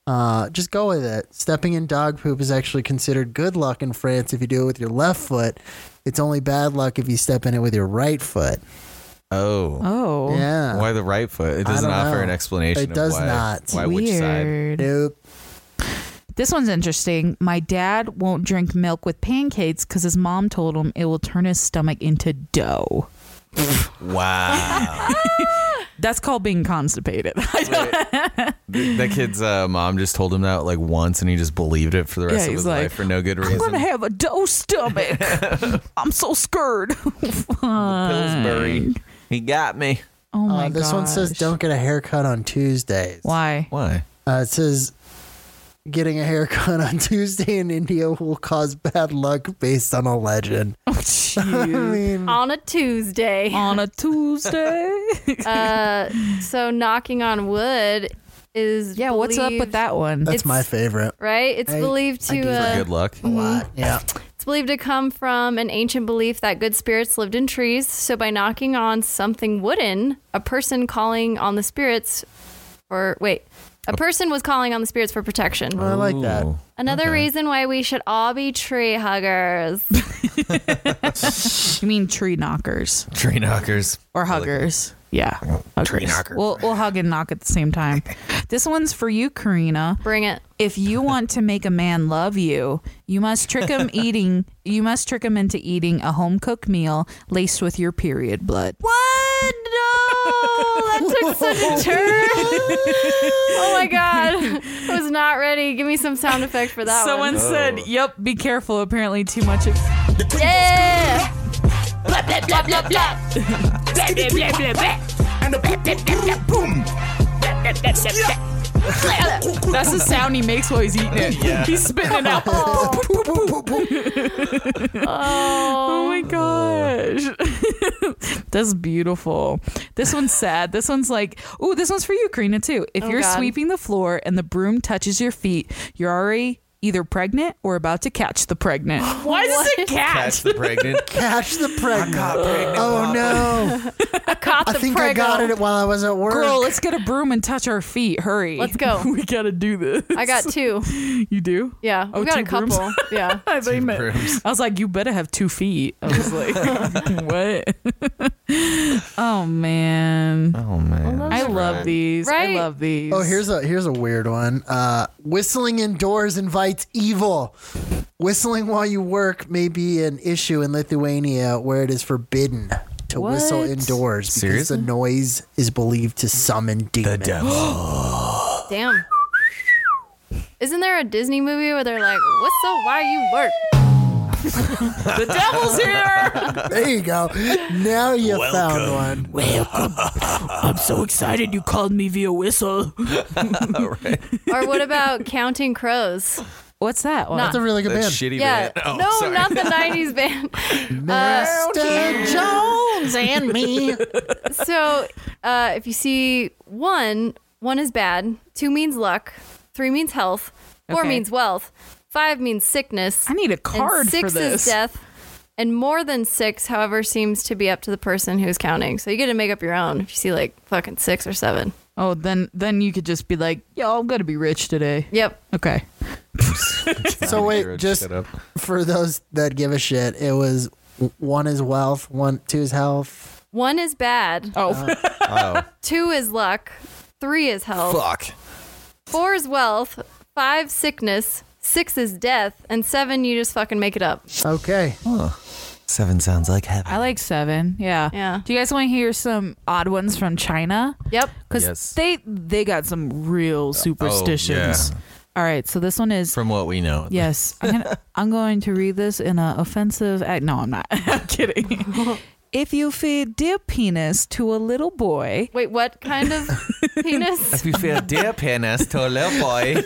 Speaker 2: uh, just go with it. Stepping in dog poop is actually considered good luck in France if you do it with your left foot. It's only bad luck if you step in it with your right foot.
Speaker 3: Oh.
Speaker 4: Oh.
Speaker 2: Yeah.
Speaker 3: Why the right foot? It
Speaker 2: I
Speaker 3: doesn't
Speaker 2: don't
Speaker 3: offer
Speaker 2: know.
Speaker 3: an explanation.
Speaker 2: It
Speaker 3: of
Speaker 2: does
Speaker 3: why-
Speaker 2: not.
Speaker 3: Why which side?
Speaker 4: Weird.
Speaker 2: Nope.
Speaker 4: This one's interesting. My dad won't drink milk with pancakes because his mom told him it will turn his stomach into dough.
Speaker 3: Wow.
Speaker 4: That's called being constipated.
Speaker 3: Th- that kid's uh, mom just told him that like once, and he just believed it for the rest
Speaker 4: Yeah,
Speaker 3: of
Speaker 4: he's
Speaker 3: his
Speaker 4: like,
Speaker 3: life for no good
Speaker 4: I'm
Speaker 3: reason.
Speaker 4: gonna have a dough stomach. I'm so scared.
Speaker 3: Pillsbury. He got me.
Speaker 4: Oh my
Speaker 2: Uh,
Speaker 4: god.
Speaker 2: this one says don't get a haircut on Tuesdays.
Speaker 4: Why?
Speaker 3: Why?
Speaker 2: Uh, it says getting a haircut on Tuesday in India will cause bad luck based on a legend.
Speaker 4: Oh,
Speaker 2: I
Speaker 4: jeez.
Speaker 2: mean,
Speaker 1: On a Tuesday.
Speaker 4: on a Tuesday.
Speaker 1: Uh, so knocking on wood is
Speaker 4: yeah, what's up with
Speaker 1: believed-
Speaker 4: that one?
Speaker 2: that's
Speaker 1: it's-
Speaker 2: my favorite.
Speaker 1: Right, it's
Speaker 2: I-
Speaker 1: believed
Speaker 2: I do
Speaker 1: to
Speaker 2: for
Speaker 1: uh,
Speaker 3: Good luck.
Speaker 2: A lot. Mm. Yeah.
Speaker 1: it's believed to come from an ancient belief that good spirits lived in trees. So by knocking on something wooden, a person calling on the spirits, or wait, a person was calling on the spirits for protection.
Speaker 2: I like that.
Speaker 3: Ooh.
Speaker 1: Another
Speaker 3: okay.
Speaker 1: reason why we should all be tree huggers.
Speaker 4: you mean tree knockers
Speaker 3: Tree knockers.
Speaker 4: or
Speaker 3: I like
Speaker 4: huggers? yeah.
Speaker 3: Tree
Speaker 4: huggers.
Speaker 3: knocker.
Speaker 4: We'll, we'll hug and knock at the same time. this one's for you, Karina.
Speaker 1: Bring it.
Speaker 4: If you want to make a man love you, you must trick him eating. You must trick him into eating a home cooked meal laced with your period blood.
Speaker 1: What? No, that took such a turn. oh my god, I was not ready. Give me some sound effect for that one.
Speaker 4: Someone
Speaker 3: Oh.
Speaker 4: said, "Yep, be careful." Apparently, too much. Of-
Speaker 1: Yeah.
Speaker 4: That's the sound he makes while he's eating it. He's spitting it out. Oh
Speaker 1: Oh.
Speaker 4: my gosh. That's beautiful. This one's sad. This one's like, ooh, this one's for you, Karina, too. If
Speaker 1: Oh,
Speaker 4: you're
Speaker 1: God.
Speaker 4: sweeping the floor and the broom touches your feet, you're already either pregnant or about to catch the pregnant. Why does it
Speaker 3: Catch
Speaker 4: catch?
Speaker 3: the pregnant.
Speaker 2: Catch the pregnant. oh no!
Speaker 1: Caught the
Speaker 2: I think I got it while I was at work.
Speaker 4: Girl, let's get a broom and touch our feet. Hurry.
Speaker 1: Let's go.
Speaker 4: we gotta do this.
Speaker 1: I got two.
Speaker 4: You do?
Speaker 1: Yeah, we
Speaker 4: Oh,
Speaker 1: got
Speaker 4: two
Speaker 1: a couple.
Speaker 4: brooms?
Speaker 1: Yeah.
Speaker 4: I, thought you meant-
Speaker 3: brooms.
Speaker 4: I was like, you better have two feet. I was like, what? oh man.
Speaker 3: Oh man.
Speaker 4: I love these.
Speaker 1: Right?
Speaker 4: I love these.
Speaker 2: oh, here's a here's a weird one. Uh, whistling indoors invites fights evil. Whistling while you work may be an issue in Lithuania where it is forbidden to whistle
Speaker 4: What?
Speaker 2: indoors because
Speaker 3: Seriously?
Speaker 2: the noise is believed to summon demons.
Speaker 1: Damn. Isn't there a Disney movie where they're like, whistle while you work?
Speaker 4: The devil's here.
Speaker 2: There you go. Now you found one.
Speaker 4: Welcome. I'm so excited you called me via whistle.
Speaker 1: Or what about Counting Crows?
Speaker 4: What's that?
Speaker 1: Not-
Speaker 2: That's a really good
Speaker 3: That
Speaker 2: band.
Speaker 3: shitty
Speaker 1: Yeah.
Speaker 3: band. Oh,
Speaker 1: no,
Speaker 3: sorry.
Speaker 1: not the 90s band.
Speaker 2: Mr. Jones and me.
Speaker 1: so uh, if you see one, one is bad, two means luck, three means health, four
Speaker 4: Okay.
Speaker 1: means wealth, five means sickness.
Speaker 4: I need a card
Speaker 1: and six
Speaker 4: for this.
Speaker 1: is death. And more than six, however, seems to be up to the person who's counting. So you get to make up your own if you see like fucking six or seven.
Speaker 4: Oh, then then you could just be like, yo, I'm gonna be rich today.
Speaker 1: Yep.
Speaker 4: Okay.
Speaker 2: So
Speaker 3: You're a
Speaker 2: wait, just
Speaker 3: shut up.
Speaker 2: for those that give a shit, it was one is wealth, one two is health.
Speaker 1: One is bad,
Speaker 4: Oh,
Speaker 3: Oh,
Speaker 1: two is luck, three is health,
Speaker 3: fuck.
Speaker 1: four is wealth, five sickness, six is death, and seven you just fucking make it up.
Speaker 2: Okay.
Speaker 3: Seven sounds like heaven.
Speaker 4: I like seven. Yeah.
Speaker 1: Yeah.
Speaker 4: Do you guys want to hear some odd ones from China?
Speaker 1: Yep.
Speaker 4: Because
Speaker 3: Yes. Oh,
Speaker 4: they they got some real superstitions.
Speaker 3: yeah.
Speaker 4: All right. So this one is
Speaker 3: From what we know.
Speaker 4: Yes. I'm, gonna, I'm going to read this in an offensive act. No, I'm not. I'm kidding. if you feed deer penis to a little boy,
Speaker 1: Wait, what kind of penis?
Speaker 3: If you feel dear penis to a little boy,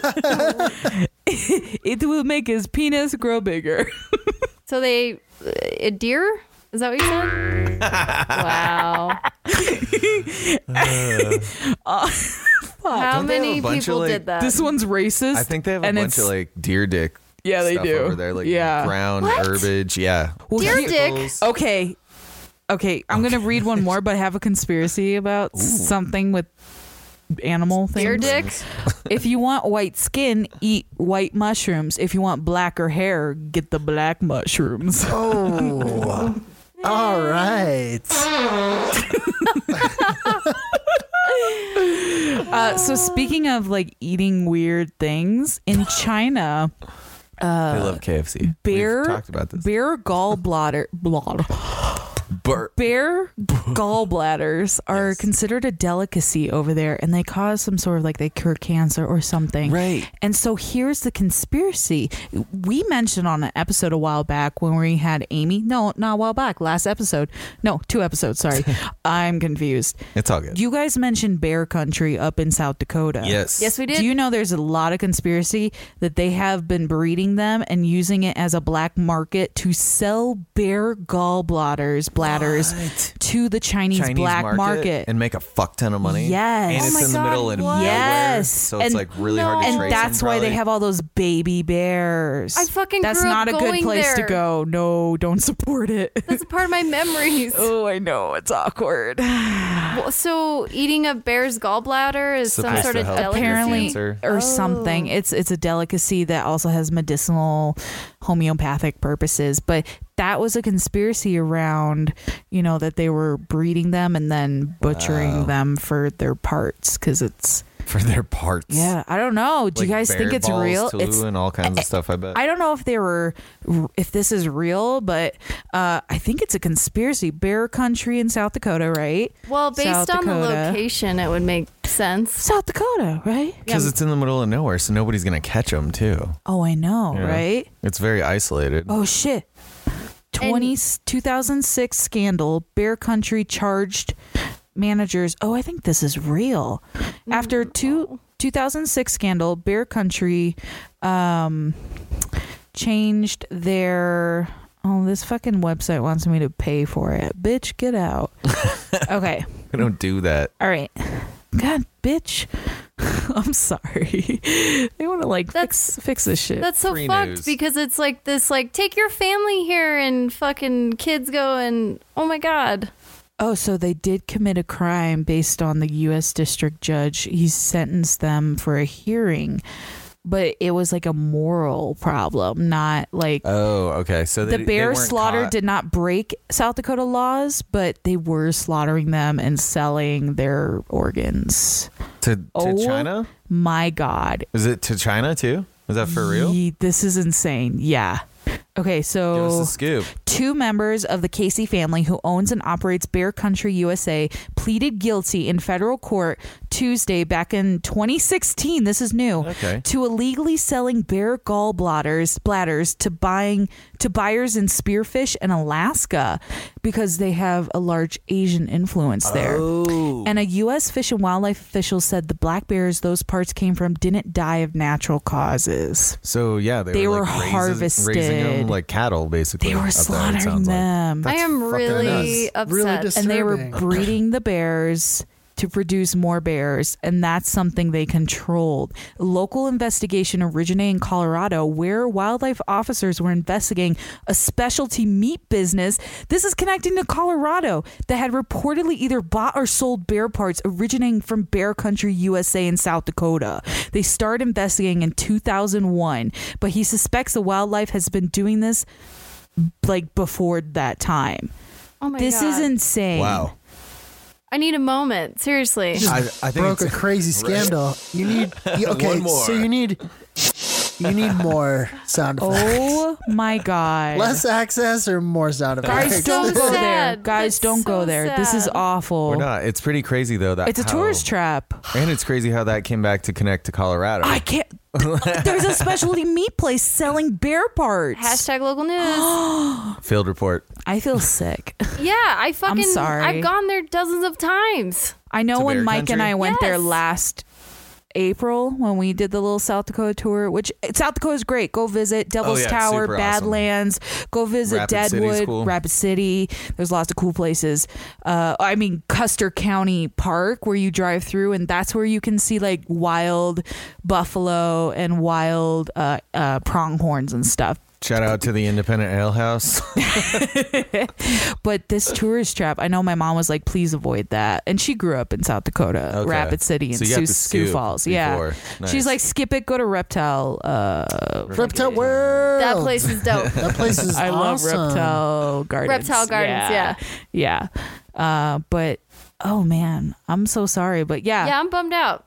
Speaker 4: it will make his penis grow bigger.
Speaker 1: So they uh, a deer? Is that what you said? wow. How
Speaker 3: Oh, Don't they have
Speaker 1: many
Speaker 3: a bunch
Speaker 1: people
Speaker 3: of, like-
Speaker 1: did that?
Speaker 4: Uh, this one's racist.
Speaker 3: I think they have a
Speaker 4: and
Speaker 3: bunch of
Speaker 4: it's-
Speaker 3: like deer dick.
Speaker 4: Yeah, they
Speaker 3: stuff
Speaker 4: do.
Speaker 3: Over there, like
Speaker 4: Yeah.
Speaker 3: ground
Speaker 1: What?
Speaker 3: herbage. Yeah.
Speaker 4: Well,
Speaker 1: Deer
Speaker 4: here-
Speaker 1: dick.
Speaker 3: Pickles.
Speaker 4: Okay. Okay, I'm gonna read one more, but I have a conspiracy about something with animal things.
Speaker 1: Deer dick?
Speaker 4: If you want white skin, eat white mushrooms. If you want blacker hair, get the black mushrooms.
Speaker 2: Oh. All right.
Speaker 4: Uh, so speaking of like eating weird things in China,
Speaker 3: they love KFC.
Speaker 4: bear
Speaker 3: We've talked about this.
Speaker 4: bear gallbladder blood
Speaker 3: Bur-
Speaker 4: bear gallbladders are considered a delicacy over there, and they cause some sort of like they cure cancer or something.
Speaker 3: Right.
Speaker 4: And so here's the conspiracy. We mentioned on an episode a while back when we had Amy. No, not a while back. Last episode. No, two episodes. Sorry, I'm confused.
Speaker 3: It's all good.
Speaker 4: You guys mentioned bear country up in South Dakota.
Speaker 3: yes.
Speaker 1: Yes, we did.
Speaker 4: Do you know there's a lot of conspiracy that they have been breeding them and using it as a black market to sell bear gallbladders, bladders
Speaker 3: What?
Speaker 4: to the Chinese, black market?
Speaker 3: and make a fuck ton of money.
Speaker 4: Yes.
Speaker 3: and
Speaker 4: Oh
Speaker 3: it's
Speaker 4: my
Speaker 3: in the
Speaker 1: God,
Speaker 3: middle and
Speaker 1: what?
Speaker 3: nowhere,
Speaker 4: Yes.
Speaker 3: so it's
Speaker 4: And-
Speaker 3: like really hard to
Speaker 1: No.
Speaker 4: and
Speaker 3: trace.
Speaker 4: that's
Speaker 3: them,
Speaker 4: why they
Speaker 3: probably.
Speaker 4: have all those baby bears.
Speaker 1: I fucking
Speaker 4: That's
Speaker 1: grew up
Speaker 4: not a good
Speaker 1: going
Speaker 4: place
Speaker 1: there.
Speaker 4: to go. No, don't support it.
Speaker 1: That's a part of my memories.
Speaker 4: oh, I know it's awkward.
Speaker 1: Well, so eating a bear's gallbladder is some
Speaker 3: Supposed
Speaker 1: sort
Speaker 3: to
Speaker 1: of
Speaker 3: help with
Speaker 1: delicacy.
Speaker 4: apparently
Speaker 3: cancer.
Speaker 4: or something it's it's a delicacy that also has medicinal homeopathic purposes but that was a conspiracy around you know that they were breeding them and then butchering
Speaker 3: Wow.
Speaker 4: them for their parts because it's
Speaker 3: for their parts.
Speaker 4: yeah i don't know do you
Speaker 3: Like
Speaker 4: guys think
Speaker 3: bear
Speaker 4: it's
Speaker 3: balls,
Speaker 4: real
Speaker 3: too,
Speaker 4: it's
Speaker 3: and all kinds of stuff. I bet.
Speaker 4: I don't know if they were, if this is real, but uh, I think it's a conspiracy. Bear country in South Dakota, right?
Speaker 1: Well, based
Speaker 4: South
Speaker 1: on the
Speaker 4: Dakota.
Speaker 1: location, it would make sense.
Speaker 4: South Dakota, right?
Speaker 3: because it's in the middle of nowhere, so nobody's gonna catch them too.
Speaker 4: Oh, I know,
Speaker 3: Yeah.
Speaker 4: right?
Speaker 3: It's very isolated.
Speaker 4: Oh shit. 20, 2006 scandal Bear Country charged managers. Oh, I think this is real. After two 2006 scandal Bear Country um changed their Oh, this fucking website wants me to pay for it. Bitch, get out. okay.
Speaker 3: We don't do that.
Speaker 4: All right. God, bitch. I'm sorry. they want to like fix, fix this shit.
Speaker 1: That's so
Speaker 3: Free
Speaker 1: fucked
Speaker 3: news.
Speaker 1: because it's like this like take your family here and fucking kids go and oh my god.
Speaker 4: Oh, so they did commit a crime based on the U.S. district judge. He sentenced them for a hearing, but it was like a moral problem, not like
Speaker 3: Oh, okay. So
Speaker 4: the
Speaker 3: they,
Speaker 4: bear
Speaker 3: they weren't
Speaker 4: slaughter
Speaker 3: caught.
Speaker 4: did not break South Dakota laws, but they were slaughtering them and selling their organs.
Speaker 3: to, to
Speaker 4: Oh.
Speaker 3: China.
Speaker 4: My God.
Speaker 3: Is it to China too? Was that for real?
Speaker 4: Ye- this is insane. Yeah. Okay, so
Speaker 3: Give us a scoop.
Speaker 4: Two members of the Casey family who owns and operates Bear Country USA pleaded guilty in federal court Tuesday back in 2016. This is new.
Speaker 3: Okay.
Speaker 4: To illegally selling bear gallbladders bladders to buying to buyers in Spearfish and Alaska because they have a large Asian influence there.
Speaker 3: Oh.
Speaker 4: And a U.S. Fish and Wildlife official said the black bears those parts came from didn't die of natural causes.
Speaker 3: So yeah, they,
Speaker 4: They
Speaker 3: were,
Speaker 4: were
Speaker 3: like, raising- raising them
Speaker 4: harvested.
Speaker 3: like cattle, basically.
Speaker 4: They were
Speaker 3: up there, it
Speaker 4: slaughtering
Speaker 3: sounds like.
Speaker 4: them.
Speaker 1: I am
Speaker 3: fucking
Speaker 1: really
Speaker 3: nuts.
Speaker 1: upset.
Speaker 2: Really dis-
Speaker 4: and they were
Speaker 2: disturbing.
Speaker 4: breeding the bears to produce more bears and that's something they controlled local investigation originated in colorado where wildlife officers were investigating a specialty meat business this is connecting to colorado that had reportedly either bought or sold bear parts originating from bear country usa in south dakota they started investigating in 2001 but he suspects the wildlife has been doing this like before that time
Speaker 1: oh my
Speaker 4: this
Speaker 1: God.
Speaker 4: is insane.
Speaker 3: Wow.
Speaker 1: I need a moment. Seriously.
Speaker 2: Just
Speaker 3: I- I think
Speaker 2: broke a
Speaker 3: it's-
Speaker 2: crazy scandal. You need you- okay.
Speaker 3: One more.
Speaker 2: So you need you need more sound effects.
Speaker 4: Oh my god.
Speaker 2: Less access or more sound effects.
Speaker 4: Guys, don't
Speaker 1: That's
Speaker 4: go
Speaker 1: so
Speaker 4: there.
Speaker 1: sad.
Speaker 4: Guys,
Speaker 1: That's
Speaker 4: don't go
Speaker 1: so
Speaker 4: there. This is
Speaker 1: sad.
Speaker 4: awful.
Speaker 3: We're not. It's pretty crazy though. That
Speaker 4: It's a
Speaker 3: how-
Speaker 4: tourist trap.
Speaker 3: and it's crazy how that came back to connect to Colorado.
Speaker 4: I can't. There's a specialty meat place selling bear parts.
Speaker 1: Hashtag local news.
Speaker 3: Field report.
Speaker 4: I feel sick.
Speaker 1: yeah, I fucking.
Speaker 4: sorry.
Speaker 1: I've gone there dozens of times.
Speaker 4: I know
Speaker 3: To
Speaker 4: when
Speaker 3: bear
Speaker 4: Mike and
Speaker 3: country?
Speaker 4: I went there
Speaker 1: Yes.
Speaker 4: last April when we did the little South Dakota tour, which South Dakota is great. Go visit
Speaker 3: Oh,
Speaker 4: Devil's
Speaker 3: yeah, it's
Speaker 4: Tower,
Speaker 3: super awesome.
Speaker 4: Badlands. Go visit
Speaker 3: Rapid City's
Speaker 4: Deadwood,
Speaker 3: cool.
Speaker 4: Rapid City. There's lots of cool places. Uh, I mean, Custer County Park where you drive through, and that's where you can see like wild buffalo and wild uh, uh, pronghorns and stuff.
Speaker 3: Shout out to the Independent Ale House.
Speaker 4: But
Speaker 3: Uh.
Speaker 4: this tourist trap, I know my mom was like, please avoid that. And she grew up in South Dakota,
Speaker 3: Okay.
Speaker 4: Rapid City, and
Speaker 3: So you got
Speaker 4: Sioux,
Speaker 3: the
Speaker 4: Sioux
Speaker 3: scoop
Speaker 4: Falls.
Speaker 3: before.
Speaker 4: Yeah.
Speaker 3: Nice.
Speaker 4: She's like, skip it, go to Reptile. Uh,
Speaker 2: Reptile World.
Speaker 1: That place is dope.
Speaker 2: That place is
Speaker 4: I love
Speaker 2: awesome.
Speaker 4: Reptile Gardens.
Speaker 1: Reptile Gardens,
Speaker 4: Yeah. Uh, but, oh man, I'm so sorry. But yeah.
Speaker 1: yeah, I'm bummed out.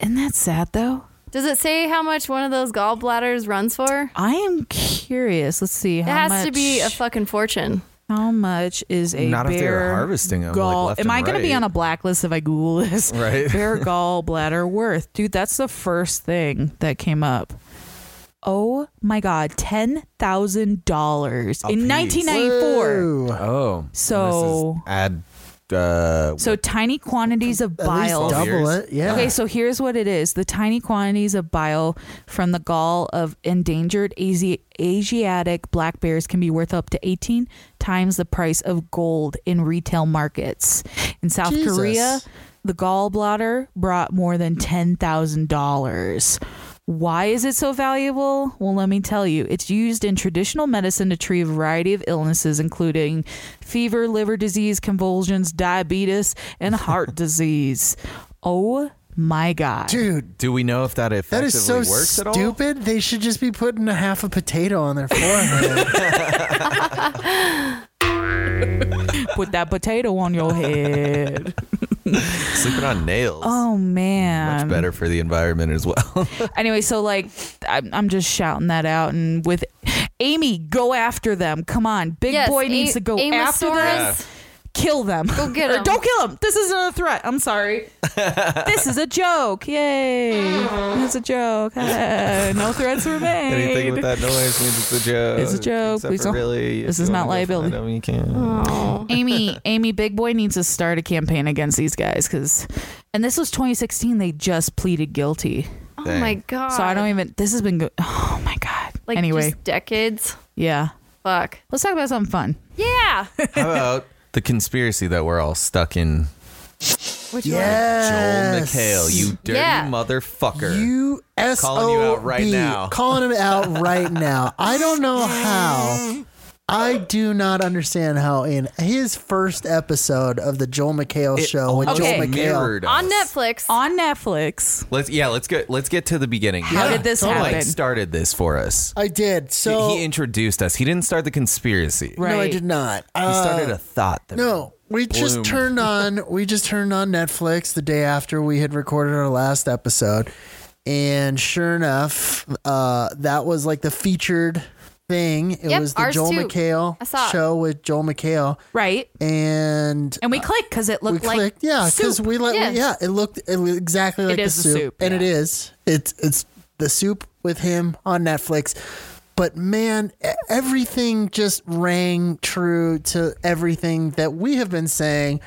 Speaker 4: Isn't that sad though?
Speaker 1: Does it say how much one of those gallbladders runs for?
Speaker 4: I am curious. Let's see.
Speaker 1: It
Speaker 4: How
Speaker 1: has
Speaker 4: much,
Speaker 1: to be a fucking fortune.
Speaker 4: How much is a
Speaker 3: Not
Speaker 4: bear
Speaker 3: if they were harvesting them.
Speaker 4: gall?
Speaker 3: Like left
Speaker 4: Am
Speaker 3: and
Speaker 4: I going to be
Speaker 3: right.
Speaker 4: on a blacklist if I Google this?
Speaker 3: Right.
Speaker 4: bear gall bladder worth, dude. That's the first thing that came up. Oh my god, ten thousand dollars
Speaker 3: A
Speaker 4: in
Speaker 3: piece.
Speaker 4: nineteen ninety four.
Speaker 2: Ooh.
Speaker 3: Oh. and this is
Speaker 4: So-
Speaker 3: add. Uh,
Speaker 4: So tiny quantities of
Speaker 2: At least
Speaker 4: bile.
Speaker 2: double
Speaker 3: Years.
Speaker 2: it. Yeah.
Speaker 4: Okay, so here's what it is: the tiny quantities of bile from the gall of endangered Asi- Asiatic black bears can be worth up to 18 times the price of gold in retail markets. In South
Speaker 2: Jesus.
Speaker 4: Korea, the gallbladder brought more than ten thousand dollars. Why is it so valuable? Well, let me tell you. It's used in traditional medicine to treat a variety of illnesses, including fever, liver disease, convulsions, diabetes, and heart disease. Oh my God.
Speaker 2: dude,
Speaker 3: do we know if that
Speaker 2: that
Speaker 3: effectively
Speaker 2: is so
Speaker 3: works at all?
Speaker 2: stupid. They should just be putting a half a potato on their forehead.
Speaker 4: Put that potato on your head.
Speaker 3: Sleeping on nails.
Speaker 4: Oh, man.
Speaker 3: Much better for the environment as well.
Speaker 4: anyway, so like I'm, I'm just shouting that out, and with Amy, go after them. Come on, big
Speaker 1: Yes,
Speaker 4: boy
Speaker 1: A-
Speaker 4: needs to go
Speaker 1: Amos
Speaker 4: after them.
Speaker 1: Soros.
Speaker 4: Kill them. Go
Speaker 1: get 'em.
Speaker 4: Don't kill them. This isn't a threat. I'm sorry. this is a joke. Yay! It's a joke. Ah, no threats were made.
Speaker 3: Anything with that noise means it's a joke.
Speaker 4: It's a joke.
Speaker 3: Except
Speaker 4: Please
Speaker 3: for
Speaker 4: don't-
Speaker 3: really, if
Speaker 4: this
Speaker 3: you
Speaker 4: is not
Speaker 3: wanna go find
Speaker 4: liability.
Speaker 3: them, you can.
Speaker 4: Amy, Amy, big boy needs to start a campaign against these guys because, and this was 2016. They just pleaded guilty,
Speaker 1: Oh
Speaker 3: Dang.
Speaker 1: my god.
Speaker 4: so I don't even. This has been. Go- oh my god.
Speaker 1: like
Speaker 4: anyway,
Speaker 1: just decades.
Speaker 4: yeah.
Speaker 1: Fuck.
Speaker 4: Let's talk about something fun.
Speaker 1: Yeah.
Speaker 3: How about the conspiracy that we're all stuck in?
Speaker 1: Which
Speaker 3: Joel
Speaker 2: yes.
Speaker 3: McHale, you dirty
Speaker 1: Yeah.
Speaker 3: motherfucker.
Speaker 2: You S
Speaker 3: Calling you out right now.
Speaker 2: Calling him out right now. I don't know how. I do not understand how in his first episode of the Joel McHale
Speaker 3: It
Speaker 2: show with
Speaker 3: almost
Speaker 4: Okay.
Speaker 2: Joel McHale.
Speaker 3: mirrored
Speaker 1: one? On
Speaker 3: us.
Speaker 1: Netflix.
Speaker 4: on Netflix.
Speaker 3: Let's yeah, let's go. Let's get to the beginning.
Speaker 4: How did this
Speaker 3: Mike
Speaker 4: happen?
Speaker 3: started this for us.
Speaker 2: I did. So
Speaker 3: he introduced us. He didn't start the conspiracy.
Speaker 4: Right.
Speaker 2: no, I did not.
Speaker 3: He
Speaker 2: Uh,
Speaker 3: started a thought. that-
Speaker 2: No, we just
Speaker 3: Bloom.
Speaker 2: turned on we just turned on Netflix the day after we had recorded our last episode. And sure enough, uh, that was like the featured thing. It
Speaker 1: Yep,
Speaker 2: was the
Speaker 1: ours
Speaker 2: Joel
Speaker 1: too. I saw
Speaker 2: McHale
Speaker 1: it.
Speaker 2: show with Joel McHale.
Speaker 4: right?
Speaker 2: And
Speaker 4: And we clicked because it
Speaker 2: we
Speaker 4: looked like
Speaker 2: clicked, yeah, because
Speaker 4: soup.
Speaker 2: we like,
Speaker 1: Yeah.
Speaker 2: yeah, it looked it looked exactly like
Speaker 4: is
Speaker 2: the
Speaker 4: the
Speaker 2: soup,
Speaker 4: soup,
Speaker 2: and it
Speaker 4: yeah.
Speaker 2: is. It's it's the soup with him on Netflix. But man, e- everything just rang true to everything that we have been saying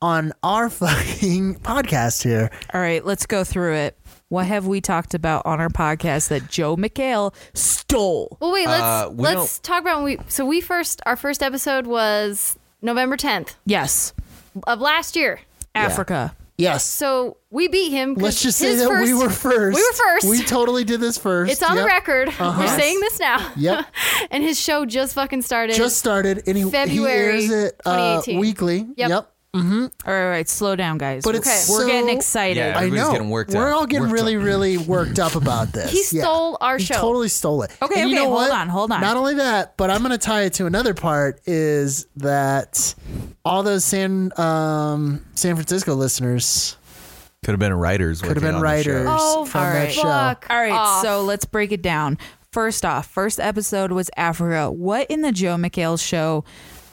Speaker 2: on our fucking podcast here.
Speaker 4: All right, let's go through it. What have we talked about on our podcast that Joe McHale stole?
Speaker 1: Well, wait. Let's
Speaker 3: Uh, we
Speaker 1: let's talk about when we. So we first our first episode was November tenth
Speaker 4: Yes,
Speaker 1: of last year.
Speaker 4: Africa.
Speaker 2: Yes,
Speaker 1: So we beat him. 'cause
Speaker 2: let's just say
Speaker 1: his
Speaker 2: that we
Speaker 1: first-
Speaker 2: were first.
Speaker 1: We were first.
Speaker 2: We totally did this first.
Speaker 1: it's on the
Speaker 2: Yep.
Speaker 1: record. We're
Speaker 2: Yes.
Speaker 1: saying this now.
Speaker 2: Yep.
Speaker 1: and his show just fucking started.
Speaker 2: Just started, and he, he
Speaker 1: February
Speaker 2: airs it uh,
Speaker 1: 2018.
Speaker 2: weekly.
Speaker 1: Yep.
Speaker 4: All right, all right, slow down, guys.
Speaker 2: But it's
Speaker 1: Okay.
Speaker 4: we're getting
Speaker 2: so-
Speaker 4: excited.
Speaker 3: Yeah.
Speaker 2: I
Speaker 3: Everybody's
Speaker 2: know.
Speaker 3: getting worked
Speaker 2: We're
Speaker 3: up.
Speaker 2: all getting
Speaker 3: Worked
Speaker 2: really,
Speaker 3: up.
Speaker 2: really worked up about this.
Speaker 1: He stole our
Speaker 2: He
Speaker 1: show.
Speaker 2: totally stole it.
Speaker 4: Okay,
Speaker 2: And you
Speaker 4: okay,
Speaker 2: know
Speaker 4: hold
Speaker 2: what?
Speaker 4: on, hold on.
Speaker 2: Not only that, but I'm going to tie it to another part is that all those San um, San Francisco listeners
Speaker 3: Could have been writers.
Speaker 2: could have been writers
Speaker 1: Oh,
Speaker 2: from that
Speaker 4: alright.
Speaker 2: show.
Speaker 1: fuck.
Speaker 4: All right,
Speaker 1: off.
Speaker 4: so let's break it down. First off, first episode was Africa. What in the Joe McHale show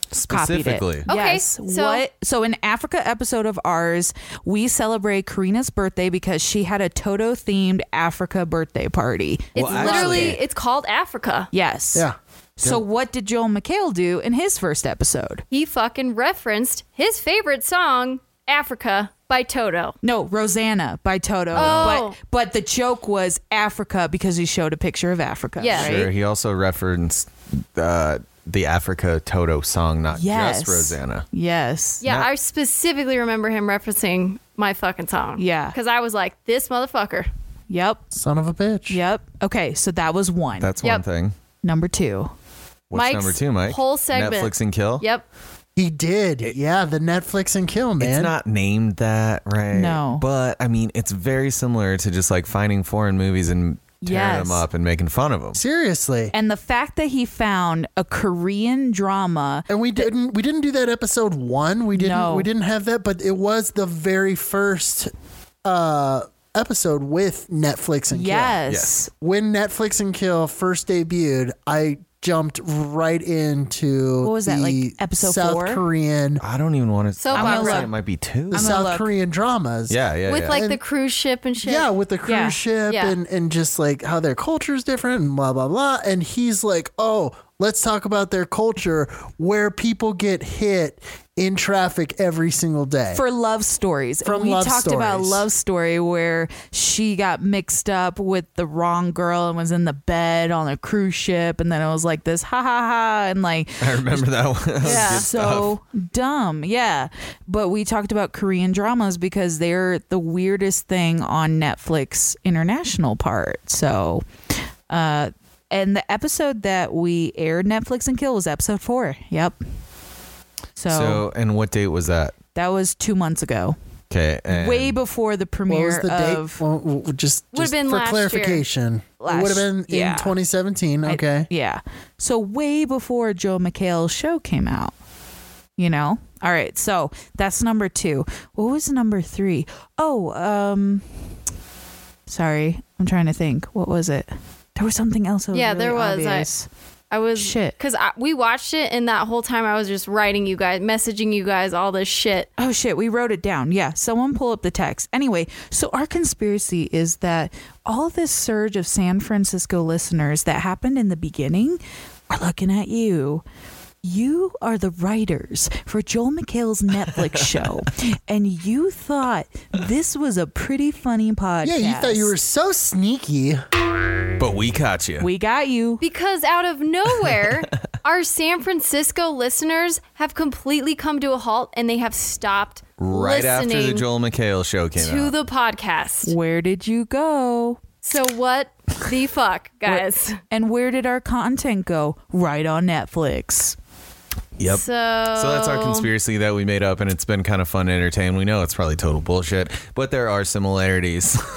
Speaker 4: copied it?
Speaker 3: Specifically.
Speaker 1: Okay,
Speaker 4: yes.
Speaker 1: so-
Speaker 4: what? So in Africa episode of ours, we celebrate Karina's birthday because she had a Toto themed Africa birthday party.
Speaker 1: It's
Speaker 3: Well, actually-
Speaker 1: literally it's called Africa.
Speaker 4: Yes.
Speaker 2: Yeah.
Speaker 4: So what did Joel McHale do in his first episode?
Speaker 1: He fucking referenced his favorite song, Africa by Toto.
Speaker 4: No, Rosanna by Toto.
Speaker 1: Oh.
Speaker 4: But but the joke was Africa because he showed a picture of Africa.
Speaker 1: Yeah.
Speaker 4: Right?
Speaker 3: Sure. He also referenced uh, the Africa Toto song, not
Speaker 4: Yes.
Speaker 3: just Rosanna.
Speaker 4: Yes.
Speaker 1: Yeah,
Speaker 3: Not-
Speaker 1: I specifically remember him referencing my fucking song.
Speaker 4: Yeah.
Speaker 1: Because I was like, this motherfucker.
Speaker 4: Yep.
Speaker 2: Son of a bitch.
Speaker 4: Yep. Okay, so that was one.
Speaker 3: That's
Speaker 1: Yep.
Speaker 3: one thing.
Speaker 4: Number two.
Speaker 3: What's
Speaker 1: Mike's
Speaker 3: number two, Mike?
Speaker 1: whole segment.
Speaker 3: Netflix and Kill?
Speaker 1: Yep.
Speaker 2: He did. yeah, the Netflix and Kill, man.
Speaker 3: It's not named that, right?
Speaker 4: No.
Speaker 3: But I mean, it's very similar to just like finding foreign movies and tearing
Speaker 4: Yes.
Speaker 3: them up and making fun of them.
Speaker 2: Seriously.
Speaker 4: And the fact that he found a Korean drama.
Speaker 2: And we didn't we didn't do that episode one. We didn't
Speaker 4: No.
Speaker 2: we didn't have that, but it was the very first uh episode with Netflix and Kill.
Speaker 4: Yes.
Speaker 3: Yes.
Speaker 2: when Netflix and Kill first debuted, I jumped right into
Speaker 4: What was that,
Speaker 2: the
Speaker 4: like, episode
Speaker 2: South
Speaker 4: four?
Speaker 2: Korean
Speaker 3: I don't even want to.
Speaker 1: Soap
Speaker 3: I'm gonna
Speaker 1: opera.
Speaker 3: say it might be two.
Speaker 2: the
Speaker 4: gonna
Speaker 2: South
Speaker 4: look.
Speaker 2: Korean dramas.
Speaker 3: yeah, yeah,
Speaker 1: With
Speaker 3: yeah.
Speaker 1: like
Speaker 2: And-
Speaker 1: the cruise ship and shit.
Speaker 2: Yeah, with the cruise
Speaker 4: Yeah.
Speaker 2: ship
Speaker 1: Yeah.
Speaker 2: and and just like how their culture is different and blah blah blah. And he's like, oh, let's talk about their culture where people get hit in traffic every single day.
Speaker 4: For love stories.
Speaker 2: From
Speaker 4: and we
Speaker 2: love
Speaker 4: talked about a
Speaker 2: stories.
Speaker 4: love story where she got mixed up with the wrong girl and was in the bed on a cruise ship. And then it was like this, ha ha ha. And like,
Speaker 3: I remember that one. That was
Speaker 1: Yeah.
Speaker 3: good stuff.
Speaker 4: so dumb. Yeah. But we talked about Korean dramas because they're the weirdest thing on Netflix international part. So, uh, and the episode that we aired Netflix and Kill was episode four. Yep. So,
Speaker 3: So, and what date was that?
Speaker 4: that was two months ago,
Speaker 3: Okay. and-
Speaker 4: way before the
Speaker 2: what
Speaker 4: premiere
Speaker 2: was the date?
Speaker 4: of
Speaker 2: Well, w- w- just
Speaker 1: Would've
Speaker 2: just
Speaker 1: been
Speaker 2: for
Speaker 1: last year.
Speaker 2: clarification.
Speaker 4: Last-
Speaker 2: it would have been
Speaker 4: yeah.
Speaker 2: in 2017.
Speaker 4: I-
Speaker 2: Okay.
Speaker 4: yeah. So way before Joe McHale's show came out. You know? All right. So that's number two. What was number three? Oh, um sorry. I'm trying to think. What was it? There was something else. That was
Speaker 1: Yeah,
Speaker 4: really
Speaker 1: there was. I-
Speaker 4: obvious.
Speaker 1: I was
Speaker 4: Shit.
Speaker 1: Because we watched it, and that whole time I was just writing you guys, messaging you guys all this shit.
Speaker 4: Oh shit, we wrote it down. Yeah, someone pull up the text. Anyway, so our conspiracy is that all this surge of San Francisco listeners that happened in the beginning are looking at you. You are the writers for Joel McHale's Netflix show, and you thought this was a pretty funny podcast.
Speaker 2: Yeah, you thought you were so sneaky.
Speaker 3: But we caught you.
Speaker 4: We got you.
Speaker 1: Because out of nowhere, our San Francisco listeners have completely come to a halt and they have stopped
Speaker 3: right
Speaker 1: listening
Speaker 3: after the Joel McHale show came
Speaker 1: to
Speaker 3: out.
Speaker 1: the podcast.
Speaker 4: Where did you go?
Speaker 1: So what the fuck, guys?
Speaker 4: And where did our content go? Right on Netflix.
Speaker 3: yep.
Speaker 1: So,
Speaker 3: So that's our conspiracy that we made up, and it's been kind of fun to entertain. We know it's probably total bullshit, but there are similarities.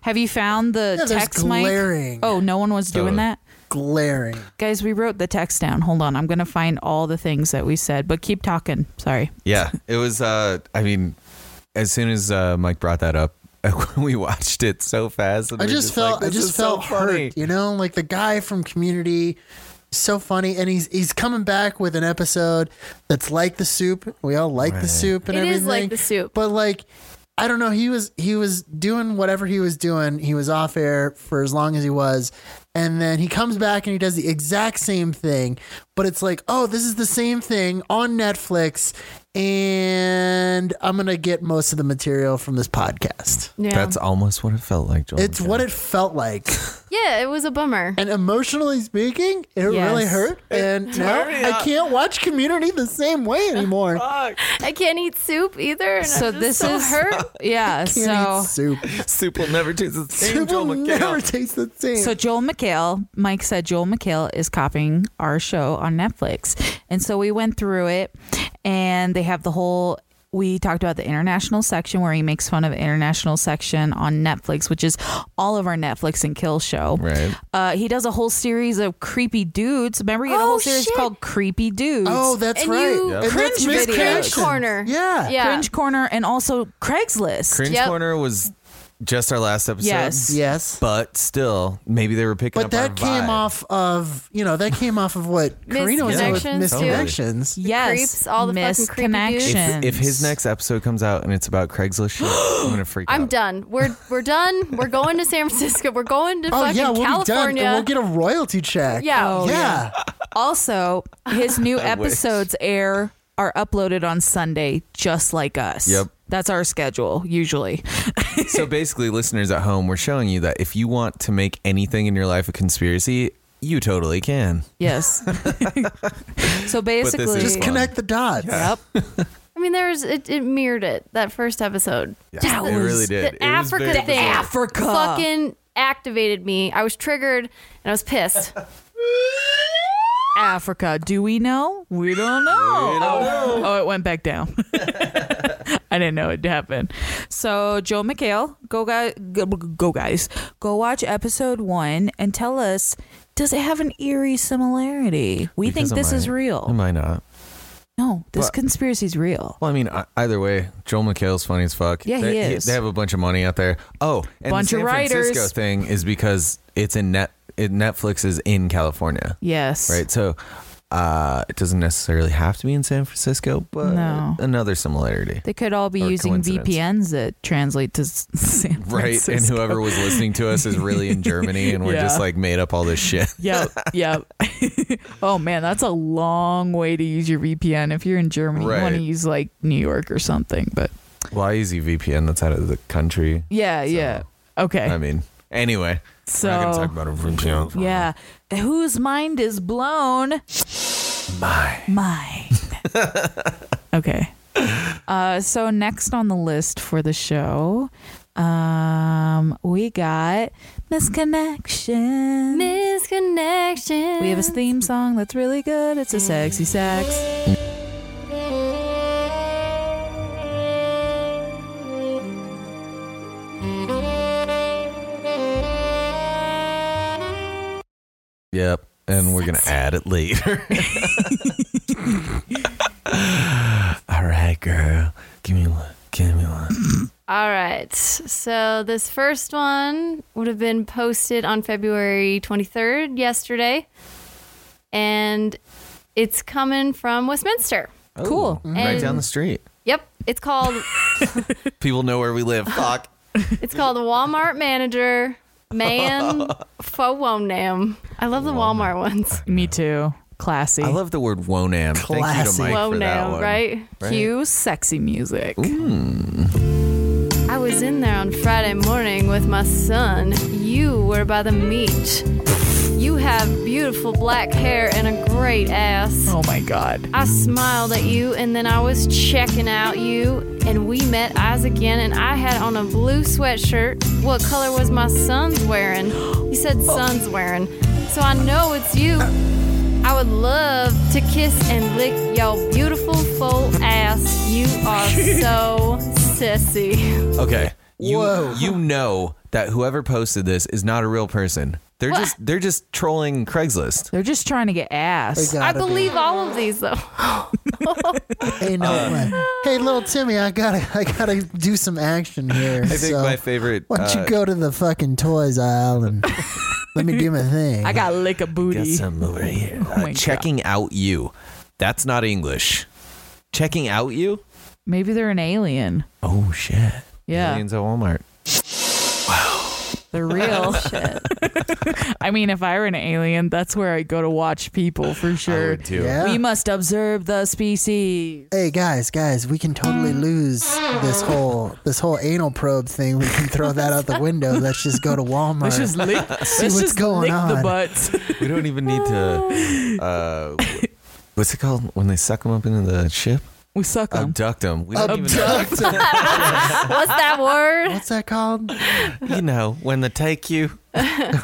Speaker 4: Have you found the
Speaker 2: Yeah, there's
Speaker 4: text, Mike?
Speaker 2: glaring.
Speaker 4: Oh, no one was
Speaker 3: Totally.
Speaker 4: doing that.
Speaker 2: Glaring.
Speaker 4: Guys, we wrote the text down. Hold on. I'm going to find all the things that we said, but keep talking. Sorry.
Speaker 3: yeah, it was. uh I mean, as soon as uh, Mike brought that up, we watched it so fast. and
Speaker 2: I
Speaker 3: we were
Speaker 2: just
Speaker 3: like,
Speaker 2: felt I
Speaker 3: "This
Speaker 2: just
Speaker 3: is so
Speaker 2: felt
Speaker 3: funny."
Speaker 2: hurt, you know, like the guy from Community, so funny, and he's he's coming back with an episode that's like the soup. We all like the
Speaker 3: Right.
Speaker 2: soup and
Speaker 1: It
Speaker 2: everything.
Speaker 1: is like the soup.
Speaker 2: but like I don't know, he was he was doing whatever he was doing. He was off air for as long as he was, and then he comes back and he does the exact same thing. But it's like, oh, this is the same thing on Netflix, and I'm gonna get most of the material from this podcast.
Speaker 1: Yeah.
Speaker 3: That's almost what it felt like, Joel.
Speaker 2: It's what it felt like.
Speaker 1: yeah, it was a bummer.
Speaker 2: And emotionally speaking, it
Speaker 4: Yes.
Speaker 2: really hurt. And now
Speaker 3: me
Speaker 2: I
Speaker 3: up.
Speaker 2: can't watch Community the same way anymore.
Speaker 1: I can't eat soup either. And
Speaker 4: So
Speaker 1: I'm just
Speaker 4: this
Speaker 1: so
Speaker 4: is
Speaker 1: hurt.
Speaker 4: yeah.
Speaker 2: Can't
Speaker 4: So
Speaker 2: eat soup.
Speaker 3: Soup will never taste the same.
Speaker 2: Soup will
Speaker 3: Joel McHale.
Speaker 2: never taste the same.
Speaker 4: So Joel McHale, Mike said Joel McHale is copying our show on Netflix. And so we went through it and they have the whole we talked about the international section where he makes fun of international section on Netflix, which is all of our Netflix and Kill show.
Speaker 3: Right.
Speaker 4: Uh, he does a whole series of creepy dudes. Remember, he had a
Speaker 1: Oh,
Speaker 4: whole series
Speaker 1: shit.
Speaker 4: called Creepy Dudes.
Speaker 2: oh, that's
Speaker 1: and
Speaker 2: right.
Speaker 1: you-
Speaker 3: Yep.
Speaker 2: And that's
Speaker 4: Cringe
Speaker 2: Miss
Speaker 4: videos.
Speaker 1: Cringe
Speaker 2: Cranston.
Speaker 1: corner.
Speaker 2: Yeah.
Speaker 1: Yeah.
Speaker 4: Cringe Corner and also Craigslist.
Speaker 3: Cringe
Speaker 1: Yep.
Speaker 3: Corner was just our last episode.
Speaker 4: Yes.
Speaker 2: Yes.
Speaker 3: But still, maybe they were picking
Speaker 2: But
Speaker 3: up
Speaker 2: that
Speaker 3: our vibe.
Speaker 2: came off of, you know, that came off of what Karina was doing with
Speaker 1: Misconnections,
Speaker 3: too.
Speaker 2: Misconnections.
Speaker 4: yes,
Speaker 1: creeps, all the fucking creepy dudes.
Speaker 4: misconnections.
Speaker 3: If his next episode comes out and it's about Craigslist shit, I'm gonna freak out.
Speaker 1: I'm done. We're we're done. We're going to San Francisco. We're going to
Speaker 2: Oh,
Speaker 1: fucking
Speaker 2: yeah, we'll be done.
Speaker 1: California.
Speaker 2: And we'll get a royalty check.
Speaker 1: yeah.
Speaker 4: Oh,
Speaker 2: yeah.
Speaker 4: Also, his new
Speaker 3: I wish.
Speaker 4: episodes air are uploaded on Sunday, just like us.
Speaker 3: Yep.
Speaker 4: That's our schedule usually.
Speaker 3: so basically, listeners at home, we're showing you that if you want to make anything in your life a conspiracy, you totally can.
Speaker 4: Yes. so basically,
Speaker 3: is
Speaker 2: Just connect the dots.
Speaker 4: yep.
Speaker 1: I mean, there's it, it mirrored it that first episode.
Speaker 4: That
Speaker 3: it really
Speaker 4: was
Speaker 3: did.
Speaker 1: The
Speaker 3: It was
Speaker 1: Africa
Speaker 3: very
Speaker 1: thing.
Speaker 3: bizarre.
Speaker 4: Africa.
Speaker 1: Fucking activated me. I was triggered and I was pissed.
Speaker 4: Africa. Do we know? We don't know. oh, oh, it went back down. I didn't know it happened. So Joe McHale, go guys, go, go guys, go watch episode one and tell us. Does it have an eerie similarity? We
Speaker 3: Because Oh
Speaker 4: think this
Speaker 3: am
Speaker 4: is
Speaker 3: I-
Speaker 4: real.
Speaker 3: Am I not?
Speaker 4: No, this
Speaker 3: But-
Speaker 4: conspiracy is real.
Speaker 3: Well, I mean, I- either way, Joel McHale's funny as fuck.
Speaker 4: Yeah, he
Speaker 3: they,
Speaker 4: is.
Speaker 3: They have a bunch of money out there. Oh, and
Speaker 4: Bunch
Speaker 3: the San
Speaker 4: of writers.
Speaker 3: Francisco thing is because it's in net. It, Netflix is in California,
Speaker 4: Yes.
Speaker 3: right? So uh, it doesn't necessarily have to be in San Francisco, but
Speaker 4: No.
Speaker 3: another similarity.
Speaker 4: They could all be
Speaker 3: Or
Speaker 4: using
Speaker 3: coincidence.
Speaker 4: VPNs that translate to s- San
Speaker 3: Right,
Speaker 4: Francisco.
Speaker 3: and whoever was listening to us is really in Germany, and we're
Speaker 4: Yeah.
Speaker 3: just like made up all this shit.
Speaker 4: Yep, yep. oh man, that's a long way to use your VPN if you're in Germany. You want
Speaker 3: Right.
Speaker 4: to use like New York or something, but
Speaker 3: Well, I use VPN that's out of the country.
Speaker 4: yeah,
Speaker 3: So,
Speaker 4: yeah. Okay.
Speaker 3: I mean, anyway,
Speaker 4: so
Speaker 3: we're not gonna talk about a VPN. for
Speaker 4: yeah, whose mind is blown?
Speaker 3: my
Speaker 4: Mine. okay. Uh, so next on the list for the show, um, we got misconnection.
Speaker 1: Misconnection.
Speaker 4: We have a theme song that's really good. It's a sexy sax.
Speaker 3: Yep. And we're going to add it later. All right, girl. Give me one. Give me one.
Speaker 1: All right. So this first one would have been posted on February 23rd, yesterday. And it's coming from Westminster.
Speaker 4: Cool.
Speaker 3: right
Speaker 1: And-
Speaker 3: down the street.
Speaker 1: Yep. It's called
Speaker 3: People know where we live. Fuck.
Speaker 1: it's called the Walmart Manager Man Nam. I love the Walmart ones.
Speaker 4: Me too. Classy.
Speaker 3: I love the word wonam.
Speaker 2: Classy.
Speaker 3: Thank you to Mike for that
Speaker 1: Wonam,
Speaker 3: one.
Speaker 1: right?
Speaker 3: Right.
Speaker 4: Cue sexy music.
Speaker 1: I was in there on Friday morning with my son. You were by the meat. You have beautiful black hair and a great ass.
Speaker 4: Oh my god.
Speaker 1: I smiled at you and then I was checking out you and we met eyes again and I had on a blue sweatshirt. What color was my son's wearing? He
Speaker 2: Oh.
Speaker 1: said son's wearing. So I know it's you. I would love to kiss and lick your beautiful full ass. You are so sissy.
Speaker 3: Okay. You,
Speaker 2: Whoa.
Speaker 3: you know that whoever posted this is not a real person. They're
Speaker 1: What?
Speaker 3: just they're just trolling Craigslist.
Speaker 4: They're just trying to get ass.
Speaker 2: They
Speaker 1: I
Speaker 2: gotta be.
Speaker 1: believe all of these though.
Speaker 2: Hey, no way. Hey, little Timmy, I gotta, I gotta do some action here.
Speaker 3: I think
Speaker 2: so
Speaker 3: my favorite. uh,
Speaker 2: why don't you go to the fucking toys aisle and let me do my thing?
Speaker 4: I got lick a booty.
Speaker 3: Got some over here. Uh,
Speaker 4: my
Speaker 3: checking out you. That's not English. Checking out you.
Speaker 4: Maybe they're an alien.
Speaker 3: Oh shit.
Speaker 4: Yeah,
Speaker 3: Aliens at Walmart.
Speaker 4: they're real. I mean, if I were an alien, that's where I'd go to watch people for
Speaker 3: I
Speaker 4: sure.
Speaker 3: would too.
Speaker 2: Yeah.
Speaker 4: We must observe the species.
Speaker 2: Hey guys, guys, we can totally lose this whole this whole anal probe thing. We can throw that out the window. Let's just go to Walmart.
Speaker 4: Let's just lick.
Speaker 2: what's
Speaker 4: let's just
Speaker 2: going
Speaker 4: lick the
Speaker 2: on.
Speaker 4: butts.
Speaker 3: We don't even need to. Uh, what's it called when they suck them up into the ship?
Speaker 4: We suck them.
Speaker 3: Abduct them. We don't even know.
Speaker 2: Abduct 'em.
Speaker 1: What's that word?
Speaker 2: What's that called?
Speaker 3: You know when they take you.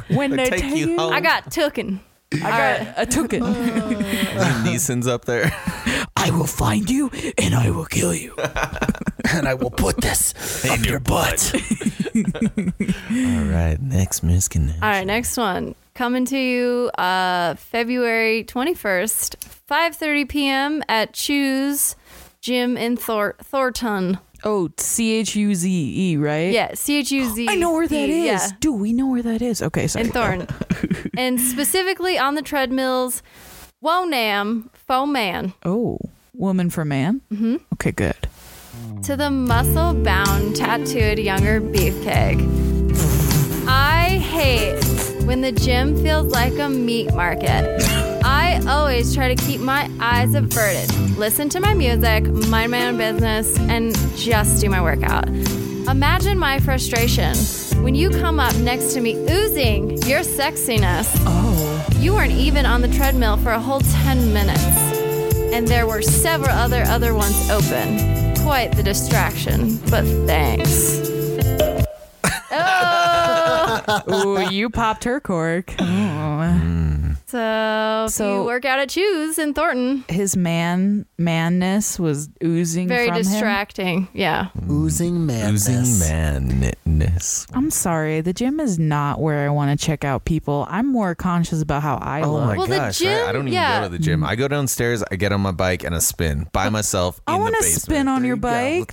Speaker 4: when they
Speaker 3: take
Speaker 4: take
Speaker 3: you
Speaker 4: you,
Speaker 3: home.
Speaker 1: I got tooken.
Speaker 4: I got a token.
Speaker 3: Neeson's up there.
Speaker 4: I will find you and I will kill you.
Speaker 2: And I will put this up your butt.
Speaker 3: All right, next misconnection.
Speaker 1: All right, next one coming to you uh, February twenty first, five thirty p.m. at Choose Gym in Thor- Thornton.
Speaker 4: Oh, C H U Z E, right?
Speaker 1: Yeah, C H U Z.
Speaker 4: I know where that is.
Speaker 1: Yeah.
Speaker 4: Dude, we know where that is. Okay, sorry.
Speaker 1: and Thorn. and specifically on the treadmills, Wonam, Foe Man,
Speaker 4: Oh, woman for man? Mm-hmm. Okay, good.
Speaker 1: to the muscle bound tattooed younger beefcake. I hate when the gym feels like a meat market. I always try to keep my eyes averted, listen to my music, mind my own business, and just do my workout. Imagine my frustration when you come up next to me oozing your sexiness.
Speaker 4: Oh.
Speaker 1: You weren't even on the treadmill for a whole 10 minutes. And there were several other other ones open. Quite the distraction, but thanks.
Speaker 4: Ooh, you popped her cork. Oh.
Speaker 1: So, so
Speaker 4: So-
Speaker 1: you work out at Choose in Thornton.
Speaker 4: His man manness was oozing
Speaker 1: Very
Speaker 4: from him.
Speaker 1: distracting. Yeah.
Speaker 2: Oozing madness.
Speaker 3: Losing madness.
Speaker 4: I'm sorry, the gym is not where I want to check out people. I'm more conscious about how I
Speaker 3: Oh
Speaker 4: look.
Speaker 3: my
Speaker 1: Well, the
Speaker 3: gosh!
Speaker 1: gym-
Speaker 3: right? I don't even
Speaker 1: yeah.
Speaker 3: go to the gym. I go downstairs. I get on my bike and I spin by myself.
Speaker 4: I
Speaker 3: want to
Speaker 4: spin on your bike.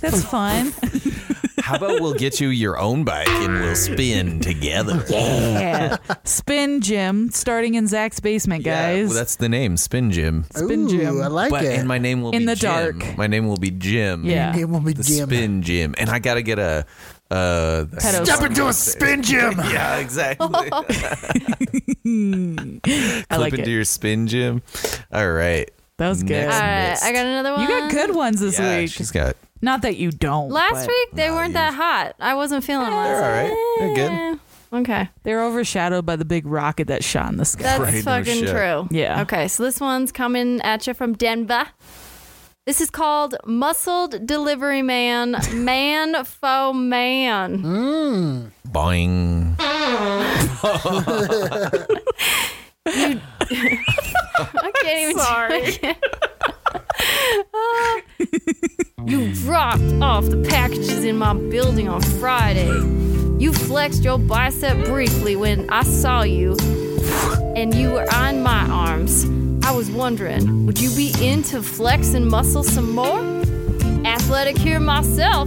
Speaker 4: That's fun.
Speaker 3: How about we'll get you your own bike and we'll spin together?
Speaker 4: yeah. Spin gym starting in Zach's basement,
Speaker 3: Yeah,
Speaker 4: guys.
Speaker 3: well, that's the name, Spin Gym.
Speaker 4: Spin gym.
Speaker 2: Ooh, I like
Speaker 3: But
Speaker 2: it.
Speaker 3: and my name will
Speaker 4: In
Speaker 3: be
Speaker 4: the
Speaker 3: Jim.
Speaker 4: dark.
Speaker 3: My name will be Jim.
Speaker 4: Yeah.
Speaker 2: it will be
Speaker 3: the
Speaker 2: gym.
Speaker 3: Spin Gym, and I gotta get a. Uh,
Speaker 4: Pedo-
Speaker 2: Step into a spin gym.
Speaker 3: yeah, exactly.
Speaker 4: I
Speaker 3: Clip
Speaker 4: like
Speaker 3: into
Speaker 4: it.
Speaker 3: your spin gym. All right.
Speaker 4: That was good.
Speaker 1: All
Speaker 3: Next.
Speaker 4: Uh,
Speaker 1: right.
Speaker 3: missed.
Speaker 1: I got another one.
Speaker 4: you got good ones this
Speaker 3: yeah,
Speaker 4: week.
Speaker 3: she's got.
Speaker 4: Not that you don't.
Speaker 1: Last
Speaker 4: but
Speaker 1: week, they weren't that hot. I wasn't feeling one.
Speaker 3: They're all right. They're good.
Speaker 1: Okay.
Speaker 4: They're overshadowed by the big rocket that shot in the sky.
Speaker 1: That's
Speaker 3: Right, no
Speaker 1: fucking
Speaker 3: shit.
Speaker 1: true.
Speaker 4: Yeah.
Speaker 1: Okay, so this one's coming at you from Denver. This is called Muscled Delivery Man, Man Foe Man.
Speaker 3: Boing.
Speaker 1: I can't even. Sorry. Ah. you dropped off the packages in my building on Friday. You flexed your bicep briefly when I saw you, and you were on my arms. I was wondering, would you be into flexing muscle some more? athletic here myself.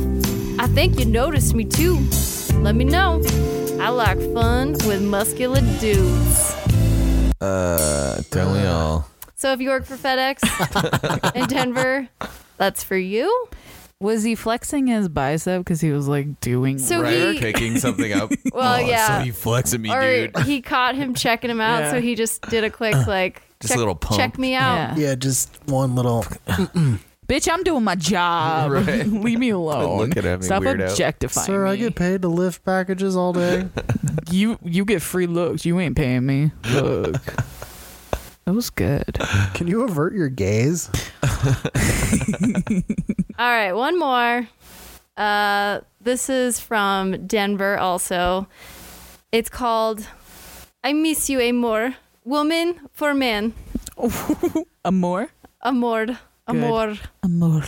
Speaker 1: I think you noticed me too. Let me know. I like fun with muscular dudes.
Speaker 3: Uh, tell me all.
Speaker 1: So if you work for FedEx in Denver, that's for you.
Speaker 4: Was he flexing his bicep because he was like doing?
Speaker 1: So
Speaker 3: Right, or
Speaker 1: he,
Speaker 3: picking something up.
Speaker 1: Well,
Speaker 3: oh,
Speaker 1: yeah.
Speaker 3: So you flexing me,
Speaker 1: or
Speaker 3: dude.
Speaker 1: he caught him checking him out,
Speaker 4: Yeah.
Speaker 1: so he just did a quick like,
Speaker 3: Just a
Speaker 1: check,
Speaker 3: little pump.
Speaker 1: check me out.
Speaker 4: Yeah.
Speaker 2: Yeah, just one little.
Speaker 4: Bitch, I'm doing my job.
Speaker 3: Right.
Speaker 4: Leave me alone.
Speaker 3: Look at him,
Speaker 4: Stop
Speaker 3: weirdo.
Speaker 4: objectifying
Speaker 2: Sir,
Speaker 4: me.
Speaker 2: I get paid to lift packages all day.
Speaker 4: you you get free looks. You ain't paying me. Look. That was good.
Speaker 2: Can you avert your gaze?
Speaker 1: All right, one more. Uh, this is from Denver also. It's called I Miss You Amor. Woman for Man.
Speaker 4: Amor?
Speaker 1: Amor. Amor.
Speaker 4: Amor.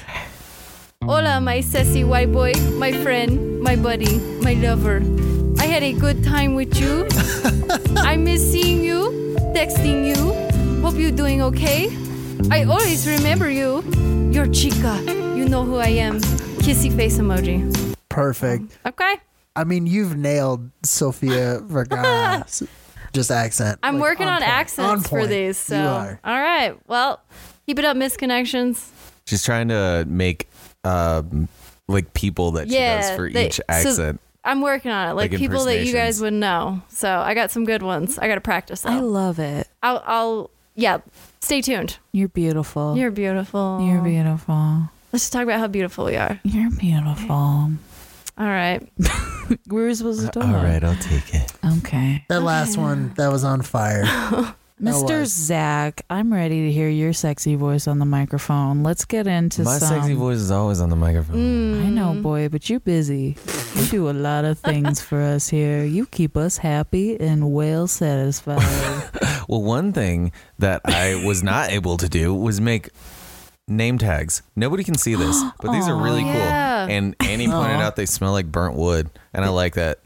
Speaker 1: Hola, my sassy white boy, my friend, my buddy, my lover. I had a good time with you. I miss seeing you, texting you. Hope you're doing okay. I always remember you. Your chica. You know who I am. Kissy face emoji.
Speaker 2: Perfect.
Speaker 1: Okay.
Speaker 2: I mean, you've nailed Sofia Vergara's just accent.
Speaker 1: I'm
Speaker 2: Like,
Speaker 1: working on,
Speaker 2: point. On
Speaker 1: accents for
Speaker 2: point.
Speaker 1: these. So,
Speaker 2: You are.
Speaker 1: all right. Well, keep it up, misconnections.
Speaker 3: She's trying to make um like people that
Speaker 1: yeah.
Speaker 3: she does for
Speaker 1: they-
Speaker 3: each
Speaker 1: so
Speaker 3: accent.
Speaker 1: I'm working on it. Like,
Speaker 3: Like
Speaker 1: people that you
Speaker 3: impersonations.
Speaker 1: guys would know. So, I got some good ones. I got to practice.
Speaker 4: I
Speaker 1: I'll,
Speaker 4: love it.
Speaker 1: I'll, I'll, yeah. Stay tuned.
Speaker 4: You're beautiful.
Speaker 1: Oh. You're beautiful.
Speaker 4: You're beautiful.
Speaker 1: Let's just talk about how beautiful we are.
Speaker 4: You're beautiful.
Speaker 1: All right.
Speaker 4: Where is was the door?
Speaker 3: All right, I'll take it.
Speaker 4: Okay.
Speaker 2: That last one, that was on fire.
Speaker 4: Mr.
Speaker 2: was.
Speaker 4: Zach, I'm ready to hear your sexy voice on the microphone. Let's get into
Speaker 3: My
Speaker 4: some.
Speaker 3: sexy voice is always on the
Speaker 1: Mm.
Speaker 3: microphone.
Speaker 4: I know, boy, but you're busy. You do a lot of things for us here. You keep us happy and well satisfied.
Speaker 3: Well, one thing that I was not able to do was make name tags. Nobody can see this, but these are really
Speaker 1: Aw.
Speaker 3: cool.
Speaker 1: Yeah.
Speaker 3: And Annie pointed out they smell like burnt wood, and I like that.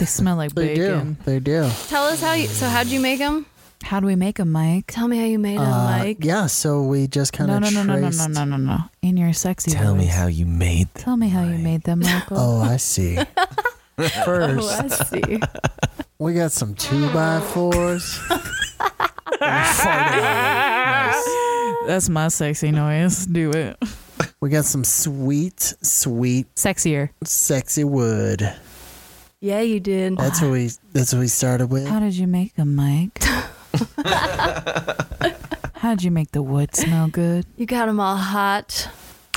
Speaker 4: they smell like
Speaker 2: They do.
Speaker 4: bacon.
Speaker 2: They do.
Speaker 1: Tell us how you. So how'd you make them?
Speaker 4: How do we make a mic?
Speaker 1: Tell me how you made them,
Speaker 2: Uh,
Speaker 1: Mike.
Speaker 2: yeah, so we just kind
Speaker 4: No,
Speaker 2: of
Speaker 4: no, no, no, no,
Speaker 2: traced.
Speaker 4: no, no, no, no. In your sexy
Speaker 3: Tell me
Speaker 4: voice.
Speaker 3: how you made that.
Speaker 4: Tell me how you made them, Michael.
Speaker 2: Oh, I see.
Speaker 1: Oh,
Speaker 2: First,
Speaker 1: I see.
Speaker 2: we got some two by fours.
Speaker 4: That's my sexy noise. Do it.
Speaker 2: We got some sweet, sweet,
Speaker 4: Sexier.
Speaker 2: sexy wood.
Speaker 1: yeah, you did.
Speaker 2: That's what we. That's what we started with.
Speaker 4: How did you make them, Mike? How'd you make the wood smell good?
Speaker 1: You got them all hot.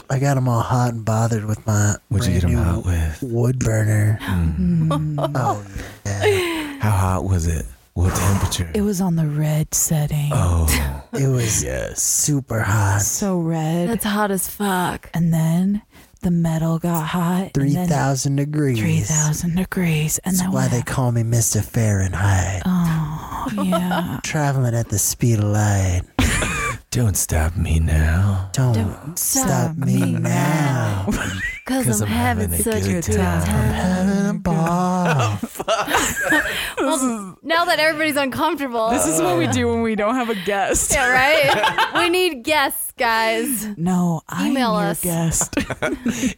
Speaker 2: I got them all hot and bothered with my
Speaker 3: What'd you get
Speaker 2: brand
Speaker 3: 'em
Speaker 2: new
Speaker 3: hot with? Mm.
Speaker 2: wood burner.
Speaker 1: Mm.
Speaker 2: Oh yeah,
Speaker 3: How hot was it? What temperature?
Speaker 4: It was on the red setting.
Speaker 3: oh,
Speaker 2: it was
Speaker 3: yes.
Speaker 2: super hot.
Speaker 4: So red.
Speaker 1: That's hot as fuck.
Speaker 4: and then the metal got hot.
Speaker 2: Three thousand degrees.
Speaker 4: Three thousand degrees. And
Speaker 2: That's
Speaker 4: then
Speaker 2: why
Speaker 4: what
Speaker 2: they call me Mister Fahrenheit.
Speaker 4: happened? yeah.
Speaker 2: Traveling at the speed of light.
Speaker 3: Don't stop me now.
Speaker 2: Don't,
Speaker 1: Don't
Speaker 2: stop me now.
Speaker 1: Cause, I'm, having, such a good time.
Speaker 2: Having a ball.
Speaker 1: Well, now that everybody's uncomfortable.
Speaker 4: This is what we do when we don't have a guest.
Speaker 1: yeah, right. we need guests, guys.
Speaker 4: No, I'm
Speaker 1: Email
Speaker 4: your
Speaker 1: us.
Speaker 4: guest.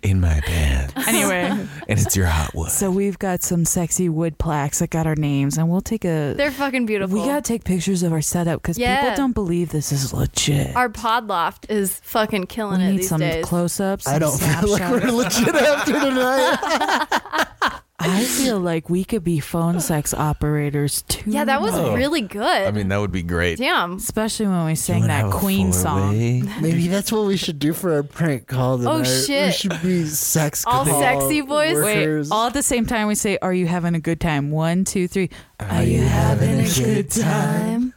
Speaker 3: In my bed.
Speaker 4: anyway,
Speaker 3: And it's your hot wood.
Speaker 4: so we've got some sexy wood plaques that got our names, and we'll take a
Speaker 1: They're fucking beautiful.
Speaker 4: We gotta take pictures of our setup because
Speaker 1: Yeah.
Speaker 4: people don't believe this is legit.
Speaker 1: Our pod loft is fucking killing
Speaker 4: we
Speaker 1: it
Speaker 4: need
Speaker 1: these
Speaker 4: some
Speaker 1: days.
Speaker 4: close-ups.
Speaker 2: I don't
Speaker 4: some
Speaker 2: feel like
Speaker 4: snapshots.
Speaker 2: we're legit after tonight.
Speaker 4: I feel like we could be phone sex operators too.
Speaker 1: yeah, that was
Speaker 3: Oh.
Speaker 1: really good.
Speaker 3: I mean, that would be great.
Speaker 1: damn.
Speaker 4: especially when we sang
Speaker 3: Wanna
Speaker 4: that
Speaker 3: have a
Speaker 4: Queen song.
Speaker 3: four-way?
Speaker 2: Maybe that's what we should do for our prank call tonight. We
Speaker 1: Oh, shit.
Speaker 2: should be sex
Speaker 1: All
Speaker 2: call
Speaker 1: sexy boys? Wait,
Speaker 4: Wait,
Speaker 2: workers.
Speaker 4: all at the same time we say, "Are you having a good time?" One, two, three. Are,
Speaker 2: you having a good
Speaker 1: time.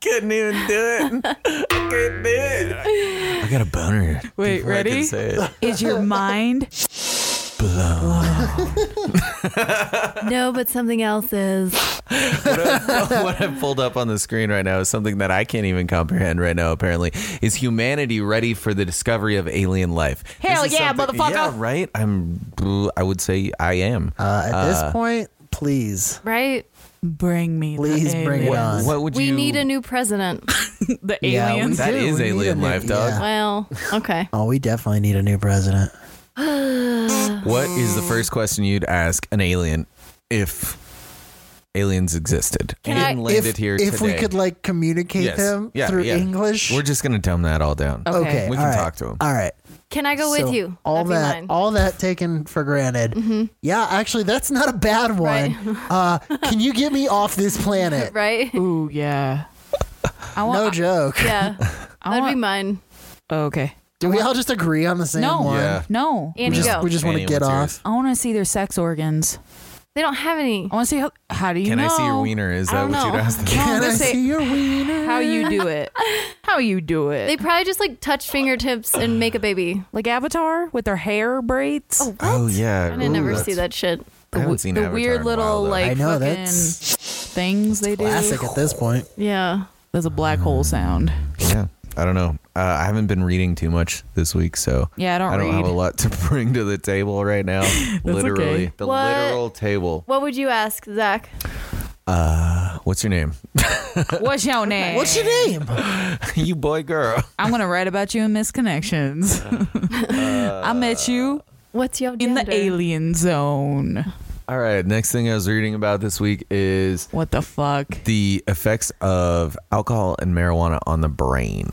Speaker 3: couldn't even do it. I couldn't do it. I got a boner.
Speaker 4: Wait,
Speaker 3: before I
Speaker 4: ready?
Speaker 3: could say it.
Speaker 4: Is your mind?
Speaker 1: No, but something else is.
Speaker 3: what I've pulled up on the screen right now is something that I can't even comprehend right now, apparently. Is humanity ready for the discovery of alien life?
Speaker 4: Hell
Speaker 3: This is
Speaker 4: yeah,
Speaker 3: something-
Speaker 4: motherfucker.
Speaker 3: Yeah, right? I'm, I would say I am.
Speaker 2: Uh, at this point, please.
Speaker 1: Right?
Speaker 4: Bring me.
Speaker 2: Please
Speaker 4: the
Speaker 2: bring it
Speaker 4: aliens.
Speaker 2: on.
Speaker 3: What would
Speaker 1: We
Speaker 3: you
Speaker 1: need a new president.
Speaker 4: The
Speaker 2: Yeah, we
Speaker 4: aliens.
Speaker 3: That
Speaker 2: do.
Speaker 3: is
Speaker 2: We need
Speaker 3: alien
Speaker 2: a new-
Speaker 3: life, dog.
Speaker 2: yeah.
Speaker 1: Well, okay.
Speaker 2: Oh, we definitely need a new president.
Speaker 3: What is the first question you'd ask an alien if aliens existed?
Speaker 1: Can I-
Speaker 3: alien landed
Speaker 2: if,
Speaker 3: here
Speaker 2: if
Speaker 3: today.
Speaker 2: we could like communicate
Speaker 3: Yes.
Speaker 2: them
Speaker 3: Yeah,
Speaker 2: through
Speaker 3: yeah.
Speaker 2: English. Oh,
Speaker 3: We're just gonna dumb that all down.
Speaker 4: Okay.
Speaker 2: okay.
Speaker 3: We can
Speaker 2: all right,
Speaker 3: talk to him.
Speaker 2: All right.
Speaker 1: Can I go
Speaker 2: So
Speaker 1: with you?
Speaker 2: All
Speaker 1: That'd be
Speaker 2: that,
Speaker 1: mine. Mm-hmm.
Speaker 2: all that taken for granted. Yeah, actually, that's not a bad one.
Speaker 1: Right.
Speaker 2: Uh, can you get me off this planet?
Speaker 1: right?
Speaker 4: Ooh yeah. I want.
Speaker 2: No joke.
Speaker 1: Yeah.
Speaker 4: I
Speaker 1: That'd
Speaker 4: want- Oh,
Speaker 1: be mine.
Speaker 4: okay.
Speaker 2: Do we all just agree on the same
Speaker 4: No.
Speaker 2: one?
Speaker 3: Yeah.
Speaker 4: No.
Speaker 1: Annie,
Speaker 2: Just-
Speaker 1: go.
Speaker 2: we just want to
Speaker 3: Annie,
Speaker 2: get
Speaker 3: what's
Speaker 2: off.
Speaker 4: I want to see their sex organs.
Speaker 1: they don't have any.
Speaker 4: I want to see how. How do you
Speaker 3: Can
Speaker 4: know?
Speaker 3: I see your wiener? Is
Speaker 4: I
Speaker 3: that
Speaker 4: don't
Speaker 3: what you'd
Speaker 4: know.
Speaker 3: ask them?
Speaker 4: Can
Speaker 2: Can
Speaker 4: I'm
Speaker 2: I
Speaker 4: gonna say-
Speaker 2: see your wiener?
Speaker 4: How you do it? How you do it?
Speaker 1: They probably just like touch fingertips and make a baby.
Speaker 4: like Avatar with their hair braids.
Speaker 1: Oh, what?
Speaker 3: Oh yeah.
Speaker 1: I didn't ever see that shit.
Speaker 3: I haven't seen
Speaker 4: the
Speaker 3: Avatar
Speaker 4: weird
Speaker 3: in a while,
Speaker 4: little
Speaker 3: though.
Speaker 4: like
Speaker 2: I know,
Speaker 4: fucking
Speaker 2: that's-
Speaker 4: things they do.
Speaker 2: Classic at this point.
Speaker 1: Yeah.
Speaker 4: There's a black hole sound.
Speaker 3: Yeah. I don't know. Uh, I haven't been reading too much this week, so
Speaker 4: Yeah, I don't read.
Speaker 3: have a lot to bring to the table right now. literally,
Speaker 4: okay.
Speaker 3: the
Speaker 1: What?
Speaker 3: literal table. Uh,
Speaker 1: What would you ask, Zach?
Speaker 3: What's your name?
Speaker 4: What's your name?
Speaker 2: What's your name?
Speaker 3: you boy, girl.
Speaker 4: I'm gonna write about you in Misconnections. I met you
Speaker 1: What's your
Speaker 4: in
Speaker 1: gender?
Speaker 4: the alien zone.
Speaker 3: All right. Next thing I was reading about this week is
Speaker 4: What the fuck
Speaker 3: the effects of alcohol and marijuana on the brain.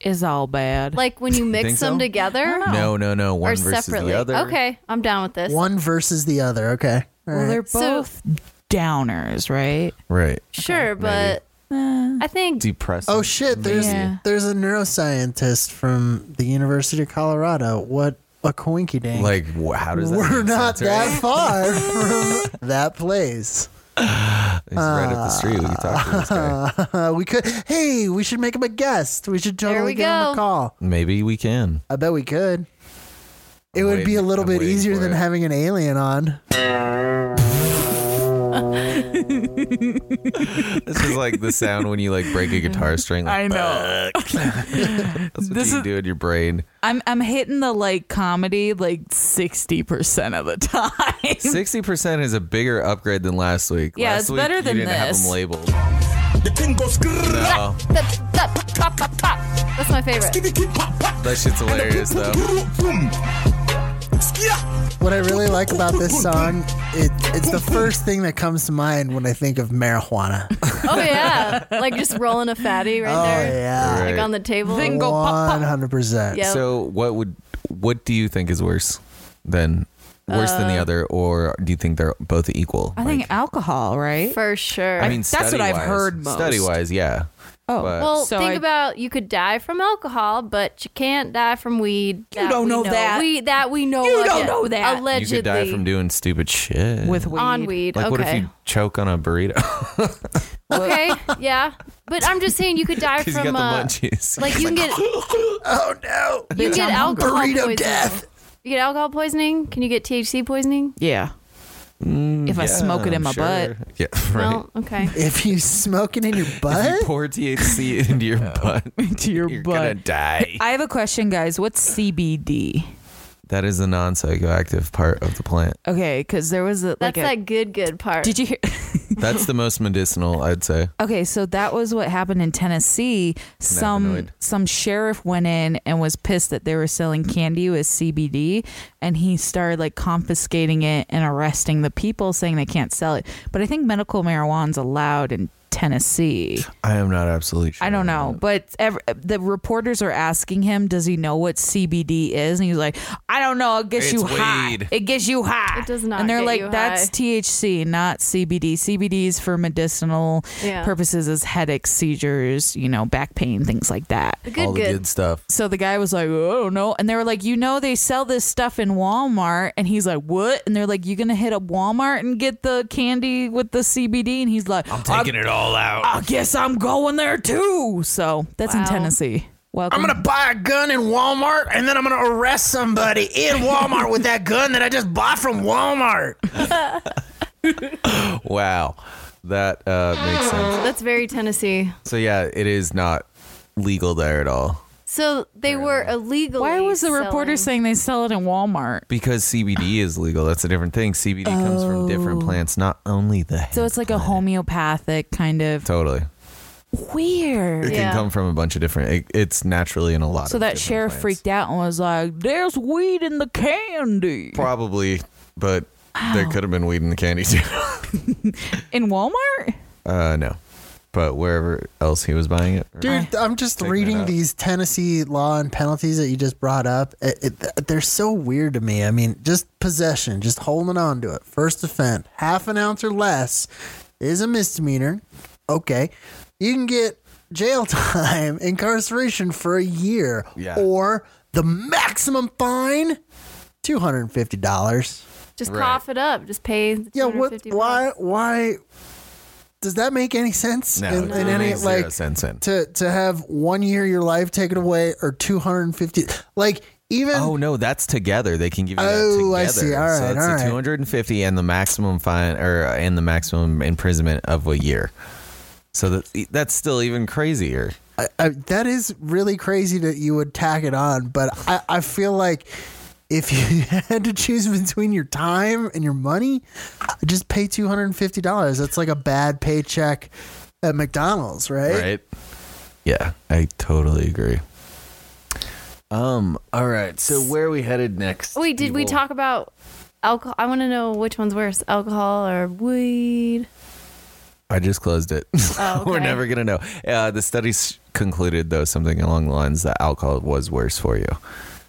Speaker 4: is all bad?
Speaker 1: Like when you mix
Speaker 3: think
Speaker 1: them
Speaker 3: so?
Speaker 1: together
Speaker 4: No,
Speaker 3: No, no, no. One
Speaker 1: or
Speaker 3: versus
Speaker 1: separately?
Speaker 3: the other.
Speaker 1: Okay, I'm down with this.
Speaker 2: One versus the other. Okay. All
Speaker 4: well,
Speaker 2: right.
Speaker 4: they're
Speaker 1: So-
Speaker 4: both downers, right?
Speaker 3: Right.
Speaker 1: Sure,
Speaker 3: maybe.
Speaker 1: but
Speaker 4: Uh,
Speaker 1: I think
Speaker 3: Depressing.
Speaker 2: Oh shit! There's
Speaker 4: Yeah.
Speaker 2: there's a neuroscientist from the University of Colorado. What a coinky dang!
Speaker 3: Like, wh- how does that?
Speaker 2: we're
Speaker 3: make
Speaker 2: not
Speaker 3: sense, right?
Speaker 2: that far from that place.
Speaker 3: He's right up the street. We could talk to this guy.
Speaker 2: Uh, we could. Hey, we should make him a guest. We should
Speaker 1: There
Speaker 2: totally
Speaker 1: we
Speaker 2: give him
Speaker 1: go.
Speaker 2: a call.
Speaker 3: Maybe we can.
Speaker 2: I bet we could. It
Speaker 3: I'm
Speaker 2: would be
Speaker 3: waiting-
Speaker 2: a little
Speaker 3: I'm
Speaker 2: bit
Speaker 3: waiting
Speaker 2: easier
Speaker 3: for
Speaker 2: than
Speaker 3: it.
Speaker 2: having an alien on.
Speaker 3: This is like the sound when you like break a guitar string. Like,
Speaker 4: I know.
Speaker 3: That's what
Speaker 4: This
Speaker 3: you
Speaker 4: is-
Speaker 3: do in your brain.
Speaker 4: I'm I'm hitting the like comedy like sixty percent of the time.
Speaker 3: Sixty percent is a bigger upgrade than last week.
Speaker 4: Yeah,
Speaker 3: last
Speaker 4: it's
Speaker 3: week,
Speaker 4: better
Speaker 3: you
Speaker 4: than
Speaker 3: didn't have
Speaker 4: this.
Speaker 3: them labeled.
Speaker 5: The pin goes grrr.
Speaker 3: No,
Speaker 1: that's my favorite.
Speaker 5: Skitty kid pop pop.
Speaker 3: that shit's hilarious though.
Speaker 5: Vroom. Skia.
Speaker 2: What I really like about this song, it, it's the first thing that comes to mind when I think of marijuana.
Speaker 1: Oh yeah, like just rolling a fatty right
Speaker 2: Oh
Speaker 1: there,
Speaker 2: yeah,
Speaker 1: like
Speaker 3: Right.
Speaker 1: on the table.
Speaker 4: Then go pop, pop.
Speaker 2: one hundred percent.
Speaker 1: Yeah.
Speaker 3: So what would what do you think is worse than worse than the other, or do you think they're both equal?
Speaker 4: Uh, I think alcohol, right?
Speaker 1: for sure.
Speaker 3: I mean,
Speaker 4: That's what I've
Speaker 3: study-wise-
Speaker 4: heard most.
Speaker 3: Study-wise, yeah. but-
Speaker 4: oh,
Speaker 1: well,
Speaker 4: so
Speaker 1: think
Speaker 4: I-
Speaker 1: about you could die from alcohol, but you can't die from weed.
Speaker 4: You
Speaker 1: That
Speaker 4: don't
Speaker 1: we
Speaker 4: know that.
Speaker 1: We that we know.
Speaker 4: You don't
Speaker 1: of.
Speaker 4: know that.
Speaker 1: Allegedly,
Speaker 3: You could die from doing stupid shit
Speaker 4: with weed.
Speaker 1: on weed.
Speaker 3: Like,
Speaker 1: okay.
Speaker 3: what if you choke on a burrito
Speaker 1: Okay, yeah, but I'm just saying you could die
Speaker 3: because you
Speaker 1: from
Speaker 3: got the
Speaker 1: uh,
Speaker 3: munchies?
Speaker 1: like you can get
Speaker 2: Oh no!
Speaker 1: you can
Speaker 4: Bitch,
Speaker 1: get
Speaker 4: I'm hungry.
Speaker 1: alcohol
Speaker 2: Burrito
Speaker 1: poisoning.
Speaker 2: death.
Speaker 1: You get alcohol poisoning. Can you get THC poisoning?
Speaker 4: Yeah. if I smoke it in my butt.
Speaker 3: Yeah, right.
Speaker 1: No. Okay.
Speaker 2: If you smoking in your
Speaker 3: If you
Speaker 2: butt,
Speaker 3: pour THC into your butt,
Speaker 4: Into your
Speaker 3: you're
Speaker 4: butt.
Speaker 3: gonna die.
Speaker 4: I have a question, guys. What's CBD?
Speaker 3: That is the non-psychoactive part of the plant.
Speaker 4: Okay, because there was a,
Speaker 1: That's
Speaker 4: like a.
Speaker 1: that good good part.
Speaker 4: did you hear?
Speaker 3: That's the most medicinal, I'd say.
Speaker 4: Okay, so that was what happened in Tennessee. Some
Speaker 3: Cannabinoid.
Speaker 4: some sheriff went in and was pissed that they were selling candy with CBD, and he started like confiscating it and arresting the people, saying they can't sell it. But I think medical marijuana's allowed in Tennessee.
Speaker 3: I am not absolutely sure.
Speaker 4: I don't
Speaker 3: on
Speaker 4: know,
Speaker 3: that.
Speaker 4: but ev the reporters are asking him, does he know what CBD is? And he's like, I don't know. It gets
Speaker 3: It's
Speaker 4: you high.
Speaker 3: weed."
Speaker 4: It gets you high.
Speaker 1: It does not
Speaker 4: And they're
Speaker 1: get
Speaker 4: like,
Speaker 1: you
Speaker 4: that's
Speaker 1: high."
Speaker 4: THC, not CBD. CBD is for medicinal
Speaker 1: Yeah.
Speaker 4: purposes, as headaches, seizures, you know, back pain, things like that.
Speaker 1: the good
Speaker 3: all the
Speaker 1: good.
Speaker 3: good stuff.
Speaker 4: So the guy was like, "Oh no," and they were like, "You know, they sell this stuff in Walmart," and he's like, "What?" And they're like, "You gonna hit up Walmart and get the candy with the CBD?" And he's like, "I'm
Speaker 3: it all out.
Speaker 4: I guess I'm going there too. So that's in
Speaker 1: Wow.
Speaker 4: Tennessee. Welcome.
Speaker 2: buy a gun in Walmart and then I'm gonna arrest somebody in Walmart with that gun that I just bought from Walmart.
Speaker 3: Wow, that uh, makes sense.
Speaker 1: That's very Tennessee.
Speaker 3: So yeah, it is not legal there at all
Speaker 1: So they were illegal.
Speaker 4: Why was the reporter
Speaker 1: selling.
Speaker 4: saying they sell it in Walmart?
Speaker 3: because CBD is legal. That's a different thing. CBD comes from different plants, not only the.
Speaker 4: Oh. So it's like a homeopathic kind of
Speaker 3: Totally,
Speaker 4: weird.
Speaker 3: it
Speaker 1: Yeah.
Speaker 3: can come from a bunch of different. It, it's naturally in a lot.
Speaker 4: So
Speaker 3: of
Speaker 4: that
Speaker 3: different
Speaker 4: sheriff
Speaker 3: plants.
Speaker 4: freaked out and was like, "There's weed in the candy
Speaker 3: Probably, but there could have been weed in the candy too.
Speaker 4: in Walmart."
Speaker 3: Uh, no, but wherever else he was buying it.
Speaker 2: Dude, I'm just
Speaker 3: Taking it
Speaker 2: reading
Speaker 3: out.
Speaker 2: these Tennessee law and penalties that you just brought up. It, it, th- they're so weird to me. I mean, just possession, just holding on to it. First offense, half an ounce or less is a misdemeanor. Okay. You can get jail time, incarceration for a year,
Speaker 3: Yeah.
Speaker 2: or the maximum fine. Two hundred and fifty dollars.
Speaker 1: Just
Speaker 3: Right.
Speaker 1: cough it up. Just pay. The
Speaker 2: Yeah, what?
Speaker 1: 250
Speaker 2: Why? Why? Does that make any sense?
Speaker 3: No,
Speaker 2: in,
Speaker 3: it
Speaker 2: in
Speaker 3: doesn't
Speaker 2: any
Speaker 3: make zero
Speaker 2: like
Speaker 3: sense in.
Speaker 2: to to have one year of your life taken away or 250 like even
Speaker 3: Oh no, that's together. They can give you that
Speaker 2: Oh,
Speaker 3: together.
Speaker 2: I see. All
Speaker 3: so
Speaker 2: right,
Speaker 3: it's
Speaker 2: all
Speaker 3: the
Speaker 2: right.
Speaker 3: 250 and the maximum fine or uh, and the maximum imprisonment of a year. So that that's still e, even crazier.
Speaker 2: I, I, that is really crazy that you would tack it on, but I, I feel like if you had to choose between your time and your money, just pay two hundred and fifty dollars. That's like a bad paycheck at McDonald's, right?
Speaker 3: right? Yeah, I totally agree. Um. All right. So where are we headed next?
Speaker 1: Wait, did we
Speaker 3: Evil?
Speaker 1: talk about alcohol? I want to know which one's worse, alcohol or weed.
Speaker 3: I just closed it.
Speaker 1: Oh,
Speaker 3: We're
Speaker 1: okay.
Speaker 3: never gonna know. Uh, the studies concluded, though, something along the lines that alcohol was worse for you.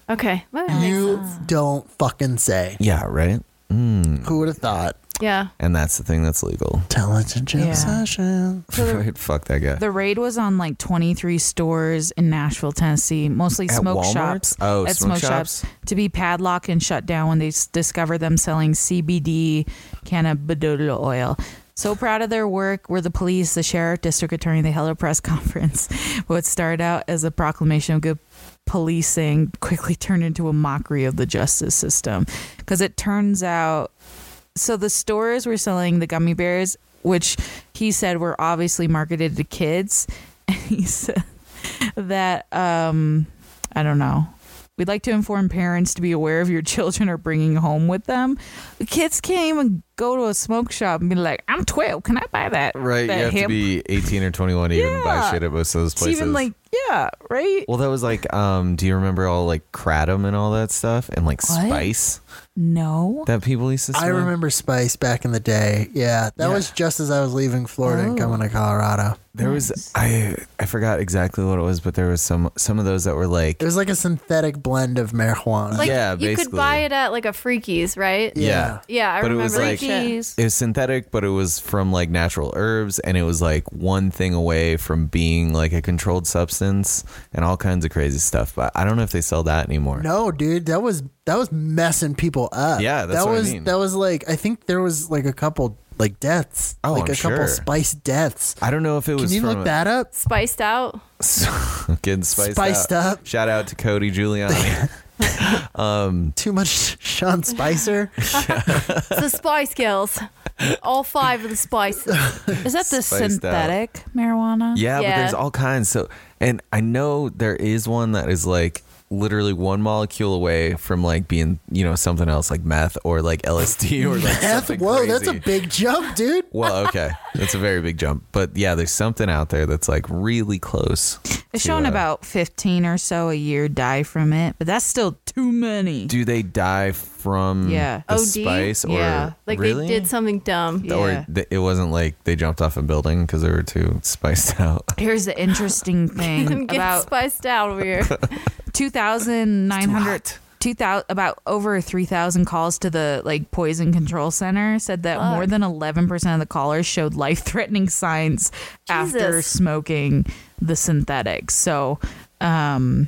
Speaker 1: Okay. Well, that makes
Speaker 2: You
Speaker 1: sense.
Speaker 2: don't fucking say.
Speaker 3: Yeah. Right. Hmm.
Speaker 2: Who would have thought?
Speaker 1: Yeah.
Speaker 3: And that's the thing that's legal.
Speaker 2: Intelligent
Speaker 4: Yeah.
Speaker 2: obsession.
Speaker 3: right. Fuck that guy.
Speaker 4: The raid was on like 23 stores in Nashville, Tennessee, mostly
Speaker 3: At
Speaker 4: smoke
Speaker 3: Walmart?
Speaker 4: shops.
Speaker 3: Oh,
Speaker 4: at
Speaker 3: smoke
Speaker 4: smoke shops. to be padlocked and shut down when they s- discover them selling CBD cannabidiol oil. So proud of their work were the police, the sheriff, district attorney. They held a press conference. what started out as a proclamation of good policing quickly turned into a mockery of the justice system because it turns out so the stores were selling the gummy bears, which he said were obviously marketed to kids. And he said that um, I don't know. We'd like to inform parents to be aware of your children are bringing home with them. Kids can't even go to a smoke shop and be like, "I'm 12, can I buy that?"
Speaker 3: Right.
Speaker 4: that
Speaker 3: you have to
Speaker 4: hemp?"
Speaker 3: be 18 or 21 to even buy
Speaker 4: Yeah.
Speaker 3: shit at most of those
Speaker 4: It's
Speaker 3: places.
Speaker 4: even like, yeah, right.
Speaker 3: well, that was like, um, do you remember all like kratom and all that stuff and like
Speaker 4: What?
Speaker 3: spice
Speaker 4: no,
Speaker 3: that people used to smoke?
Speaker 2: I remember Spice back in the day. Yeah, that
Speaker 3: Yeah.
Speaker 2: was just as I was leaving Florida and
Speaker 4: Oh.
Speaker 2: coming to Colorado.
Speaker 3: There was I I forgot exactly what it was, but there was some some of those that were like
Speaker 2: It was like a synthetic blend of marijuana.
Speaker 1: Like
Speaker 3: Yeah,
Speaker 1: you could
Speaker 3: basically.
Speaker 1: buy it at like a freakies, right?
Speaker 3: yeah.
Speaker 2: yeah.
Speaker 1: Yeah, I
Speaker 3: But it
Speaker 1: remember
Speaker 3: was like-
Speaker 1: Freakies.
Speaker 3: It was synthetic, but it was from like natural herbs, and it was like one thing away from being like a controlled substance and all kinds of crazy stuff. But I don't know if they sell that anymore.
Speaker 2: No, dude, that was that was messing people up.
Speaker 3: Yeah, that's
Speaker 2: that
Speaker 3: what I
Speaker 2: was
Speaker 3: mean.
Speaker 2: that was like I think there was like a couple like deaths,
Speaker 3: Oh,
Speaker 2: like
Speaker 3: I'm
Speaker 2: a couple
Speaker 3: sure.
Speaker 2: spice deaths.
Speaker 3: I don't know if it
Speaker 2: Can
Speaker 3: was
Speaker 2: you
Speaker 3: from
Speaker 2: look that up?
Speaker 1: Spiced out.
Speaker 3: getting spiced,
Speaker 2: Spiced
Speaker 3: out.
Speaker 2: up.
Speaker 3: Shout out to Cody Giuliani.
Speaker 2: Too much Sean Spicer.
Speaker 1: It's the Spice Girls. All five of the spices.
Speaker 4: is that the
Speaker 3: Spiced out.
Speaker 4: synthetic marijuana?
Speaker 3: yeah, but
Speaker 1: Yeah.
Speaker 3: there's all kinds. So, and I know there is one that is like literally one molecule away from like being you know something else like meth or like LSD or like
Speaker 2: That's,
Speaker 3: something
Speaker 2: whoa, that's a
Speaker 3: crazy.
Speaker 2: big jump, dude.
Speaker 3: Well, okay. That's a very big jump. But yeah, there's something out there that's like really close.
Speaker 4: It's
Speaker 3: to,
Speaker 4: shown
Speaker 3: uh,
Speaker 4: about 15 or so a year die from it, but that's still too many.
Speaker 3: Do they die from
Speaker 4: Yeah.
Speaker 3: the
Speaker 1: OD?
Speaker 3: spice or
Speaker 1: yeah. Like
Speaker 3: really?
Speaker 1: they did something dumb.
Speaker 4: Yeah.
Speaker 3: Or th- it wasn't like they jumped off a building because they were too spiced out.
Speaker 4: Here's the interesting
Speaker 1: I'm
Speaker 4: thing
Speaker 1: getting
Speaker 4: about
Speaker 1: spiced out over here.
Speaker 4: 2,900, 2000, about over 3,000 calls to the like poison control center said that
Speaker 1: Fuck.
Speaker 4: more than 11% of the callers showed life threatening signs after
Speaker 1: Jesus.
Speaker 4: smoking the synthetic. So, um,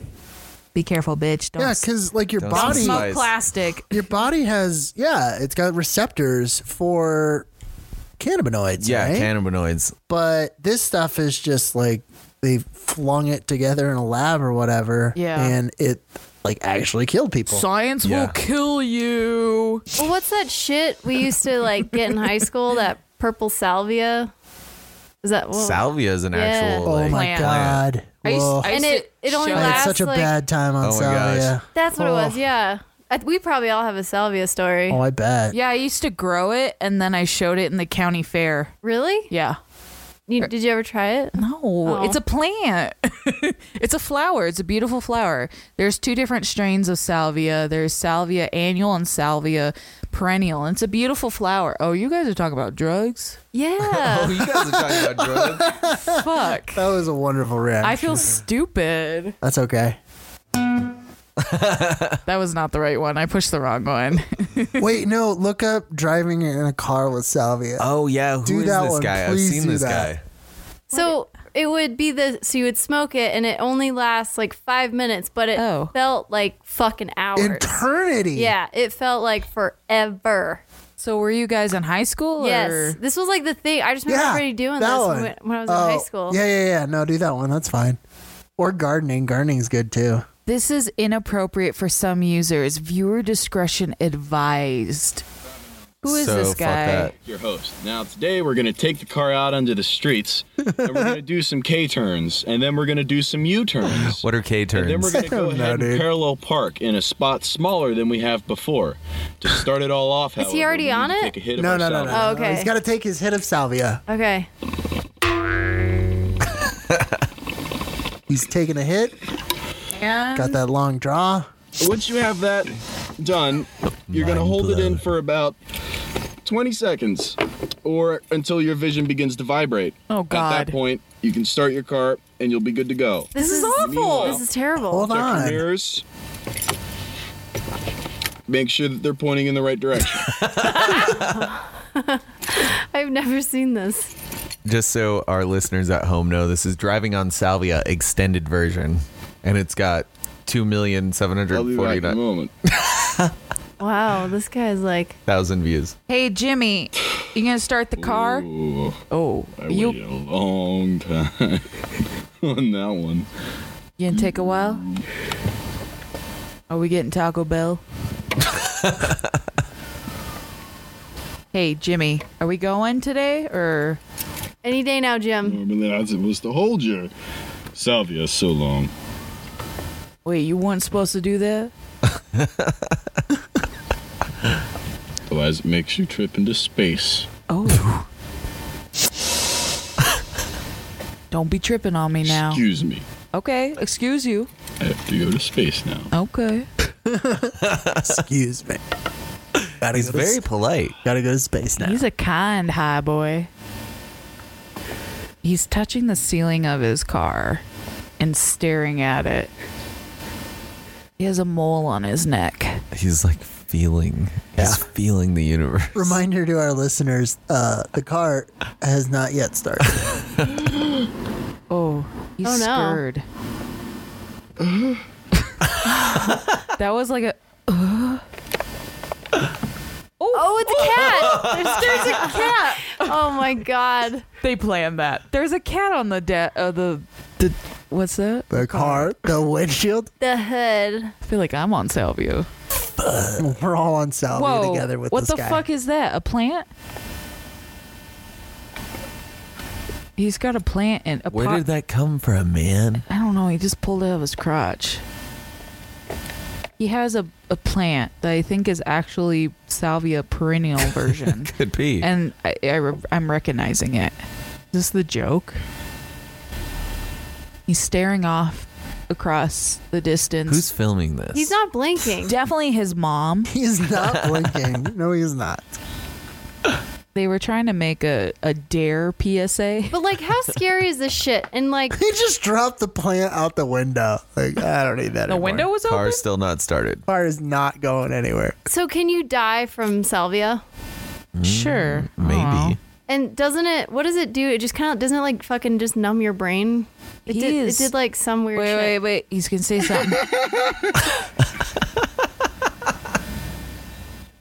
Speaker 4: be careful, bitch. Don't,
Speaker 2: Yeah,
Speaker 4: s-
Speaker 2: because like your
Speaker 3: Don't
Speaker 4: don't
Speaker 2: body,
Speaker 4: smoke
Speaker 3: Spice.
Speaker 4: plastic.
Speaker 2: your body has yeah, it's got receptors for cannabinoids.
Speaker 3: yeah,
Speaker 2: right?
Speaker 3: cannabinoids.
Speaker 2: but this stuff is just like they flung it together in a lab or whatever.
Speaker 4: Yeah.
Speaker 2: And it like actually killed people.
Speaker 4: Science
Speaker 3: Yeah.
Speaker 4: will kill you.
Speaker 1: well, what's that shit we used to like get in high school? That purple salvia. Is that what?
Speaker 3: Salvia is an
Speaker 1: Yeah.
Speaker 3: actual
Speaker 2: oh
Speaker 3: like,
Speaker 2: my
Speaker 4: plant.
Speaker 2: God.
Speaker 4: I used-
Speaker 2: Whoa.
Speaker 4: I
Speaker 1: and
Speaker 4: used
Speaker 1: it
Speaker 4: to-
Speaker 1: it only
Speaker 2: I had
Speaker 1: lasts
Speaker 2: such a
Speaker 1: like,
Speaker 2: bad time on
Speaker 3: Oh my gosh.
Speaker 2: salvia.
Speaker 1: That's what it was.
Speaker 2: Oh.
Speaker 1: Yeah. I, we probably all have a salvia story.
Speaker 2: Oh, I bet.
Speaker 4: Yeah, I used to grow it and then I showed it in the county fair.
Speaker 1: Really?
Speaker 4: Yeah.
Speaker 1: You, did you ever try
Speaker 2: Oh,
Speaker 1: it?
Speaker 4: No, it's a plant. it's a flower. It's a beautiful flower. There's two different strains of salvia. There's salvia annual and salvia perennial. And it's a beautiful flower. Oh, you guys are talking about drugs?
Speaker 3: Oh,
Speaker 1: Yeah.
Speaker 3: you guys are talking about drugs.
Speaker 4: Fuck.
Speaker 2: That was a wonderful reaction.
Speaker 4: I feel stupid.
Speaker 2: That's okay.
Speaker 4: That was not the right one. I pushed the wrong one.
Speaker 2: Wait, no, look up driving in a car with salvia.
Speaker 3: Oh yeah, who is
Speaker 2: Do that
Speaker 3: this
Speaker 2: one.
Speaker 3: guy?
Speaker 2: Please
Speaker 3: I've seen
Speaker 2: do
Speaker 3: this
Speaker 2: that.
Speaker 3: guy.
Speaker 1: so it would be the so you would smoke it and it only lasts like five minutes, but it
Speaker 4: Oh.
Speaker 1: felt like fucking hours.
Speaker 2: Eternity.
Speaker 1: yeah, it felt like forever.
Speaker 4: so, were you guys in high school?
Speaker 1: Yes,
Speaker 4: Or?
Speaker 1: this was like the thing. I just remember
Speaker 2: Yeah.
Speaker 1: everybody doing
Speaker 2: that
Speaker 1: this
Speaker 2: one.
Speaker 1: When, when I was in
Speaker 2: Oh,
Speaker 1: high school.
Speaker 2: Yeah, yeah, yeah. No, do that one. That's fine. Or gardening. Gardening's good too.
Speaker 4: This is inappropriate for some users. Viewer discretion advised. Who is
Speaker 3: so
Speaker 4: this
Speaker 3: fuck
Speaker 4: guy?
Speaker 3: that.
Speaker 6: your host. Now, today we're going to take the car out onto the streets and we're going to do some K turns and then we're going to do some U turns.
Speaker 3: What are K turns?
Speaker 6: And then we're going to go ahead
Speaker 2: dude.
Speaker 6: and parallel park in a spot smaller than we have before. To start it all off,
Speaker 1: Is he
Speaker 6: however,
Speaker 1: already
Speaker 6: we need
Speaker 1: on
Speaker 6: to
Speaker 1: it?
Speaker 6: Take a hit of
Speaker 2: No,
Speaker 6: our
Speaker 2: no, no,
Speaker 6: salad.
Speaker 2: no.
Speaker 1: Oh,
Speaker 2: no.
Speaker 1: okay.
Speaker 2: He's got to take his hit of salvia.
Speaker 1: Okay.
Speaker 2: He's taking a hit.
Speaker 4: And
Speaker 2: Got that long draw.
Speaker 6: Once you have that done, you're going to hold it in for about 20 seconds or until your vision begins to vibrate.
Speaker 4: Oh,
Speaker 6: At
Speaker 4: God.
Speaker 6: that point, you can start your car and you'll be good to go.
Speaker 1: This,
Speaker 4: is awful.
Speaker 1: This is terrible.
Speaker 2: Hold
Speaker 6: Check your
Speaker 2: on.
Speaker 6: mirrors. Make sure that they're pointing in the right direction.
Speaker 1: I've never seen this.
Speaker 3: Just so our listeners at home know, this is driving on Salvia extended version, and it's got two million seven
Speaker 6: I'll
Speaker 3: hundred
Speaker 6: be back in a
Speaker 3: forty-nine
Speaker 6: moment.
Speaker 1: Wow, this guy's like
Speaker 3: thousand views.
Speaker 4: hey, Jimmy, you gonna start the car?
Speaker 6: Ooh,
Speaker 4: Oh,
Speaker 6: I
Speaker 4: you
Speaker 6: waited a long time on that one.
Speaker 4: you gonna take a while? Are we getting Taco Bell? hey, Jimmy, are we going today or?
Speaker 1: any day now, Jim.
Speaker 6: But then I was supposed to hold your salvia so long.
Speaker 4: Wait, you weren't supposed to do that?
Speaker 6: Otherwise, it makes you trip into space.
Speaker 4: Oh. Don't be tripping on me now.
Speaker 6: Excuse me.
Speaker 4: Okay, excuse you.
Speaker 6: I have to go to space now.
Speaker 4: Okay.
Speaker 2: Excuse me. Gotta
Speaker 3: He's
Speaker 2: go to
Speaker 3: very
Speaker 2: s-
Speaker 3: polite.
Speaker 2: gotta go to space now.
Speaker 4: He's a kind high boy. He's touching the ceiling of his car and staring at it. He has a mole on his neck.
Speaker 3: He's like feeling. He's
Speaker 2: Yeah.
Speaker 3: feeling the universe.
Speaker 2: Reminder to our listeners: uh, the car has not yet started.
Speaker 4: Oh, he's
Speaker 1: Oh, no.
Speaker 4: stirred. that was like a.
Speaker 1: Oh, it's a cat. There's, there's a cat. Oh my god.
Speaker 4: They planned that. There's a cat on the de- uh, the the what's that?
Speaker 2: The car, the windshield.
Speaker 1: The hood.
Speaker 4: I feel like I'm on Salvia.
Speaker 2: We're all on salvia together with
Speaker 4: what
Speaker 2: this
Speaker 4: the
Speaker 2: guy.
Speaker 4: fuck is that? A plant? He's got a plant and a
Speaker 3: Where
Speaker 4: pot-
Speaker 3: did that come from, man?
Speaker 4: I don't know. He just pulled it out of his crotch. He has a, a plant that I think is actually salvia perennial version,
Speaker 3: Could be.
Speaker 4: and I, I re- I'm recognizing it. Is this the joke? He's staring off across the distance.
Speaker 3: Who's filming this?
Speaker 1: He's not blinking.
Speaker 4: definitely his mom?
Speaker 2: He's not blinking. No, he's not.
Speaker 4: They were trying to make a, a dare PSA.
Speaker 1: But like, how scary is this shit? And like,
Speaker 2: He just dropped the plant out the window. Like I don't need that.
Speaker 4: The
Speaker 2: anymore.
Speaker 4: window was
Speaker 3: Car
Speaker 4: open.
Speaker 3: still not started.
Speaker 2: Car is not going anywhere.
Speaker 1: so can you die from salvia?
Speaker 2: Mm,
Speaker 4: Sure.
Speaker 3: Maybe.
Speaker 4: Aw.
Speaker 1: And doesn't it? What does it do? It just kind of doesn't it like fucking just numb your brain? It
Speaker 4: He
Speaker 1: did.
Speaker 4: is-
Speaker 1: It did like some weird
Speaker 4: Wait,
Speaker 1: shit.
Speaker 4: wait, wait. He's gonna say something.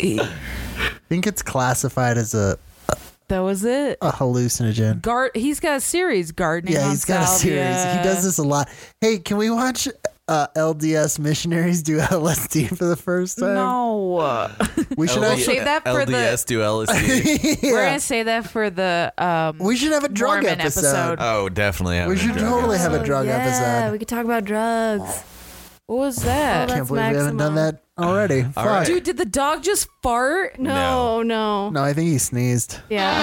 Speaker 2: I think it's classified as a,
Speaker 4: Eh, that was it.
Speaker 2: a hallucinogen.
Speaker 4: Gar- he's got a series gardening.
Speaker 2: Yeah,
Speaker 4: on
Speaker 2: he's got a
Speaker 4: salvia.
Speaker 2: series. He does this a lot. Hey, can we watch uh, LDS missionaries do LSD for the first time?
Speaker 4: No,
Speaker 2: We should
Speaker 3: LD-
Speaker 2: actually.
Speaker 4: save that for the-
Speaker 3: LDS do LSD.
Speaker 4: we're gonna say that for the um.
Speaker 2: We should have a drug
Speaker 4: Mormon
Speaker 2: episode.
Speaker 4: episode.
Speaker 3: oh, definitely.
Speaker 2: We
Speaker 3: having a
Speaker 2: should
Speaker 3: drug
Speaker 2: totally have
Speaker 1: Oh,
Speaker 2: a drug
Speaker 1: yeah, we
Speaker 2: episode.
Speaker 1: could talk about drugs.
Speaker 4: What was that,
Speaker 1: Oh,
Speaker 2: Can't
Speaker 1: That's
Speaker 2: believe we haven't done
Speaker 1: Maximo.
Speaker 2: that already. Fuck.
Speaker 3: right.
Speaker 4: dude? Did the dog just fart?
Speaker 1: No, no,
Speaker 2: No, I think he sneezed.
Speaker 1: Yeah.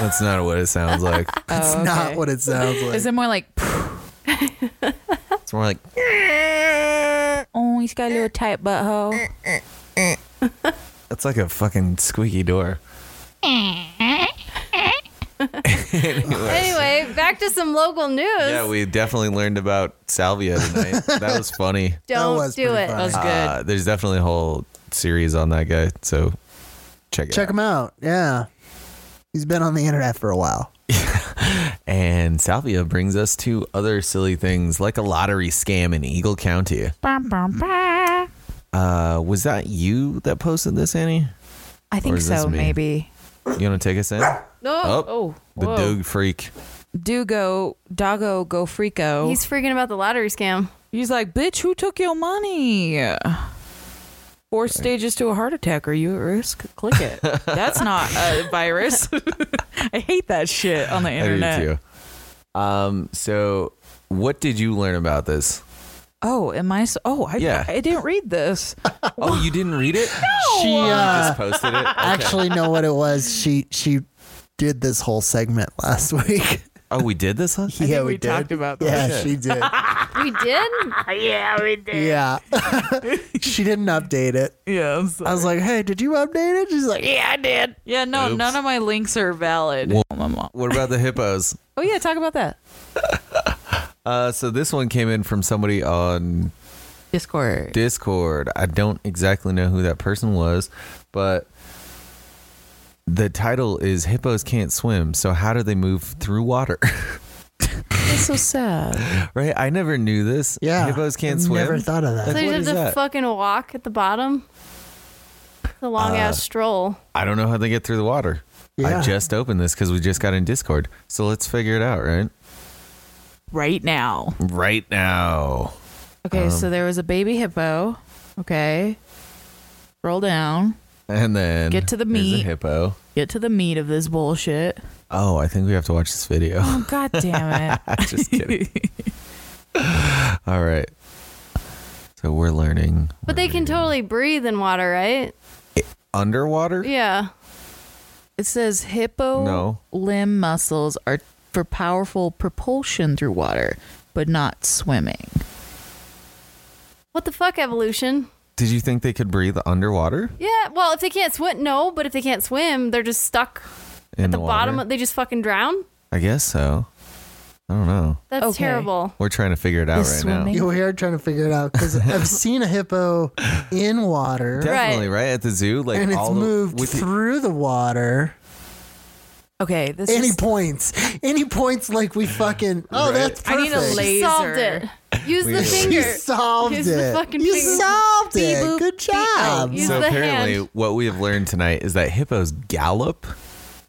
Speaker 3: That's not what it sounds like.
Speaker 2: That's
Speaker 4: Oh,
Speaker 2: not
Speaker 4: okay.
Speaker 2: what it sounds like.
Speaker 4: Is it more like?
Speaker 3: It's more like
Speaker 4: Oh, he's got a little tight butthole.
Speaker 3: that's like a fucking squeaky door. anyway,
Speaker 1: Anyway, back to some local news.
Speaker 3: yeah, we definitely learned about salvia tonight. that was funny.
Speaker 1: Don't
Speaker 2: That was
Speaker 1: do
Speaker 2: pretty
Speaker 1: it.
Speaker 2: funny.
Speaker 4: That was good.
Speaker 3: Uh, there's definitely a whole series on that guy. So check it.
Speaker 2: Check
Speaker 3: out.
Speaker 2: him out. Yeah. He's been on the internet for a while.
Speaker 3: And salvia brings us to other silly things like a lottery scam in Eagle County.
Speaker 4: Bum, bum, bah.
Speaker 3: Uh, was that you that posted this, Annie?
Speaker 4: I think
Speaker 3: is this
Speaker 4: so.
Speaker 3: me?
Speaker 4: Maybe.
Speaker 3: You want to take us in?
Speaker 1: No.
Speaker 3: Oh,
Speaker 4: Oh,
Speaker 3: the
Speaker 4: whoa.
Speaker 3: Doug freak.
Speaker 4: Do go, doggo, go freako.
Speaker 1: He's freaking about the lottery scam.
Speaker 4: He's like, bitch, who took your money? four stages to a heart attack. Are you at risk? Click it. That's not a virus. I hate that shit on the
Speaker 3: I do
Speaker 4: internet.
Speaker 3: too. Um, so what did you learn about this?
Speaker 4: Oh, am I? So- oh, I,
Speaker 3: Yeah.
Speaker 4: I didn't read this.
Speaker 3: Oh, you didn't read it?
Speaker 4: Oh,
Speaker 2: She uh,
Speaker 3: Just posted it.
Speaker 2: actually know what it was. She she did this whole segment last week.
Speaker 3: Oh, we did this, huh?
Speaker 2: yeah,
Speaker 4: we talked about that.
Speaker 2: Yeah, she did.
Speaker 1: We did?
Speaker 2: yeah, she didn't update it.
Speaker 4: Yeah. I'm
Speaker 2: I
Speaker 4: sorry.
Speaker 2: was like, "Hey, did you update it?" She's like, "Yeah, I did."
Speaker 4: Yeah. No,
Speaker 3: Oops.
Speaker 4: none of my links are valid.
Speaker 3: Well-
Speaker 4: Oh, my mom.
Speaker 3: What about the hippos?
Speaker 4: Oh yeah, talk about that.
Speaker 3: Uh, so this one came in from somebody on
Speaker 4: Discord.
Speaker 3: Discord. I don't exactly know who that person was, but the title is Hippos Can't Swim, so how do they move through water?
Speaker 4: That's so sad.
Speaker 3: right? I never knew this.
Speaker 2: Yeah,
Speaker 3: Hippos can't
Speaker 2: I
Speaker 3: swim.
Speaker 2: Never thought of that.
Speaker 1: So you
Speaker 3: what
Speaker 1: have
Speaker 3: is
Speaker 1: to
Speaker 3: that?
Speaker 1: fucking walk at the bottom. The long
Speaker 3: Uh,
Speaker 1: ass stroll.
Speaker 3: I don't know how they get through the water.
Speaker 2: Yeah.
Speaker 3: I just opened this because we just got in Discord. So let's figure it out, right?
Speaker 4: Right now.
Speaker 3: Right now.
Speaker 4: Okay,
Speaker 3: Um,
Speaker 4: so there was a baby hippo. Okay. Roll down.
Speaker 3: And then
Speaker 4: Get to the
Speaker 3: there's
Speaker 4: meat.
Speaker 3: A hippo.
Speaker 4: Get to the meat of this bullshit.
Speaker 3: Oh, I think we have to watch this video.
Speaker 4: Oh god damn it.
Speaker 3: just kidding. All right. So we're learning.
Speaker 1: But they can totally breathe in water, right?
Speaker 3: Underwater?
Speaker 1: Yeah.
Speaker 4: It says hippo
Speaker 3: No.
Speaker 4: limb muscles are for powerful propulsion through water, but not swimming.
Speaker 1: What the fuck, evolution?
Speaker 3: Did you think they could breathe underwater?
Speaker 1: Yeah, well, if they can't swim, no, but if they can't swim, they're just stuck
Speaker 3: In
Speaker 1: at the,
Speaker 3: water?
Speaker 1: bottom. Of, they just fucking drown.
Speaker 3: I guess so. I don't know.
Speaker 1: That's
Speaker 4: Okay.
Speaker 1: terrible.
Speaker 3: We're trying to figure it out
Speaker 4: Is
Speaker 3: right
Speaker 4: swimming-
Speaker 3: now.
Speaker 2: You are trying to figure it out because I've seen a hippo in water
Speaker 3: Definitely, right? At the zoo, like
Speaker 2: and it's
Speaker 3: all the-
Speaker 2: moved
Speaker 3: with the-
Speaker 2: through the water.
Speaker 4: Okay, this
Speaker 2: Any
Speaker 4: is
Speaker 2: points? Any points? Like we fucking. Oh,
Speaker 3: Right.
Speaker 2: that's
Speaker 4: I
Speaker 2: perfect.
Speaker 4: need a lady.
Speaker 1: She solved it.
Speaker 4: Laser.
Speaker 1: Use the
Speaker 3: Laser.
Speaker 2: You
Speaker 1: finger.
Speaker 2: solved
Speaker 1: Use
Speaker 2: it.
Speaker 1: the fucking
Speaker 2: you
Speaker 1: finger.
Speaker 2: solved
Speaker 1: Beep
Speaker 2: it.
Speaker 1: boop,
Speaker 2: Good
Speaker 1: beep boop.
Speaker 2: job.
Speaker 1: Use
Speaker 3: so
Speaker 1: the
Speaker 3: apparently,
Speaker 1: hand.
Speaker 3: what we have learned tonight is that hippos gallop.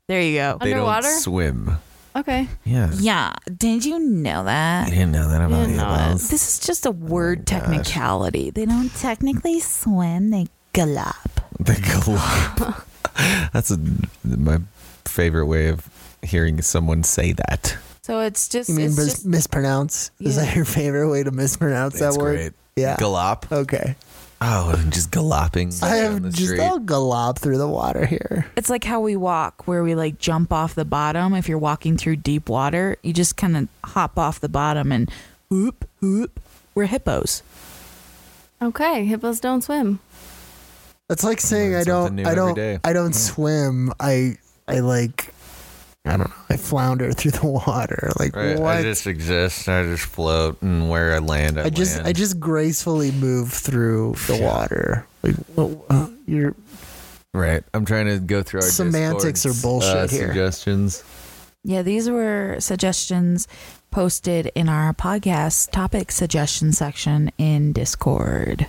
Speaker 4: There you go. Um,
Speaker 3: They
Speaker 1: Underwater?
Speaker 3: don't swim.
Speaker 1: Okay.
Speaker 3: Yeah.
Speaker 4: Yeah, did you know
Speaker 3: I
Speaker 4: that?
Speaker 3: didn't know that about E hippos.
Speaker 4: This is just a
Speaker 3: Oh,
Speaker 4: word technicality. They don't technically swim, they gallop.
Speaker 3: They gallop. That's a, my favorite way of hearing someone say that.
Speaker 4: So it's just
Speaker 2: You mean
Speaker 4: it's
Speaker 2: mis-
Speaker 4: just
Speaker 2: mispronounce? Is that your favorite way to mispronounce
Speaker 3: That's
Speaker 2: that word?
Speaker 3: great.
Speaker 2: Yeah.
Speaker 3: Gallop.
Speaker 2: okay.
Speaker 3: Oh, and just galloping. down the
Speaker 2: I have just
Speaker 3: street.
Speaker 2: I'll galob through the water here.
Speaker 4: it's like how we walk where we like jump off the bottom if you're walking through deep water you just kind of hop off the bottom and whoop whoop we're hippos
Speaker 1: Okay. Hippos don't swim.
Speaker 2: That's like saying
Speaker 3: Learn
Speaker 2: I
Speaker 3: something
Speaker 2: don't
Speaker 3: new
Speaker 2: I
Speaker 3: every
Speaker 2: don't
Speaker 3: day.
Speaker 2: I don't swim. I I like I don't know. I flounder through the water. Like
Speaker 3: Right,
Speaker 2: what?
Speaker 3: I just exist. I just float, and where I land, I,
Speaker 2: I just
Speaker 3: land.
Speaker 2: I just gracefully move through the
Speaker 3: Yeah.
Speaker 2: water. Like well, uh, you're
Speaker 3: right. I'm trying to go through our
Speaker 2: Semantics
Speaker 3: Discord's,
Speaker 2: are bullshit
Speaker 3: uh,
Speaker 2: here.
Speaker 3: Suggestions.
Speaker 4: yeah these were suggestions posted in our podcast topic suggestion section in discord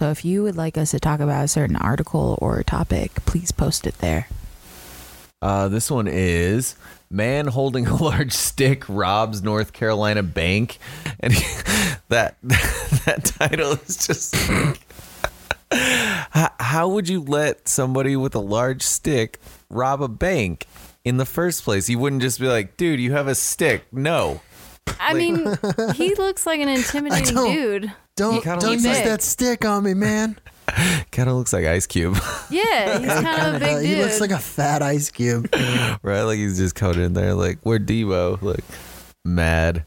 Speaker 4: so if you would like us to talk about a certain article or a topic please post it there
Speaker 3: Uh, this one is man holding a large stick robs North Carolina bank, and he- that that title is just. Like, how, how would you let somebody with a large stick rob a bank in the first place? You wouldn't just be like, dude, you have a stick. No.
Speaker 1: I mean, he looks like an intimidating
Speaker 2: don't-
Speaker 1: dude.
Speaker 2: don't
Speaker 3: kinda
Speaker 2: don't
Speaker 3: look
Speaker 2: use
Speaker 1: like-
Speaker 2: that stick on me, man.
Speaker 3: Kind of looks like Ice Cube,
Speaker 1: Yeah, he's kind of a
Speaker 2: Uh,
Speaker 1: big
Speaker 2: he
Speaker 1: dude.
Speaker 2: looks like a fat ice cube.
Speaker 3: right? Like he's just coming in there, like we're Debo, like mad.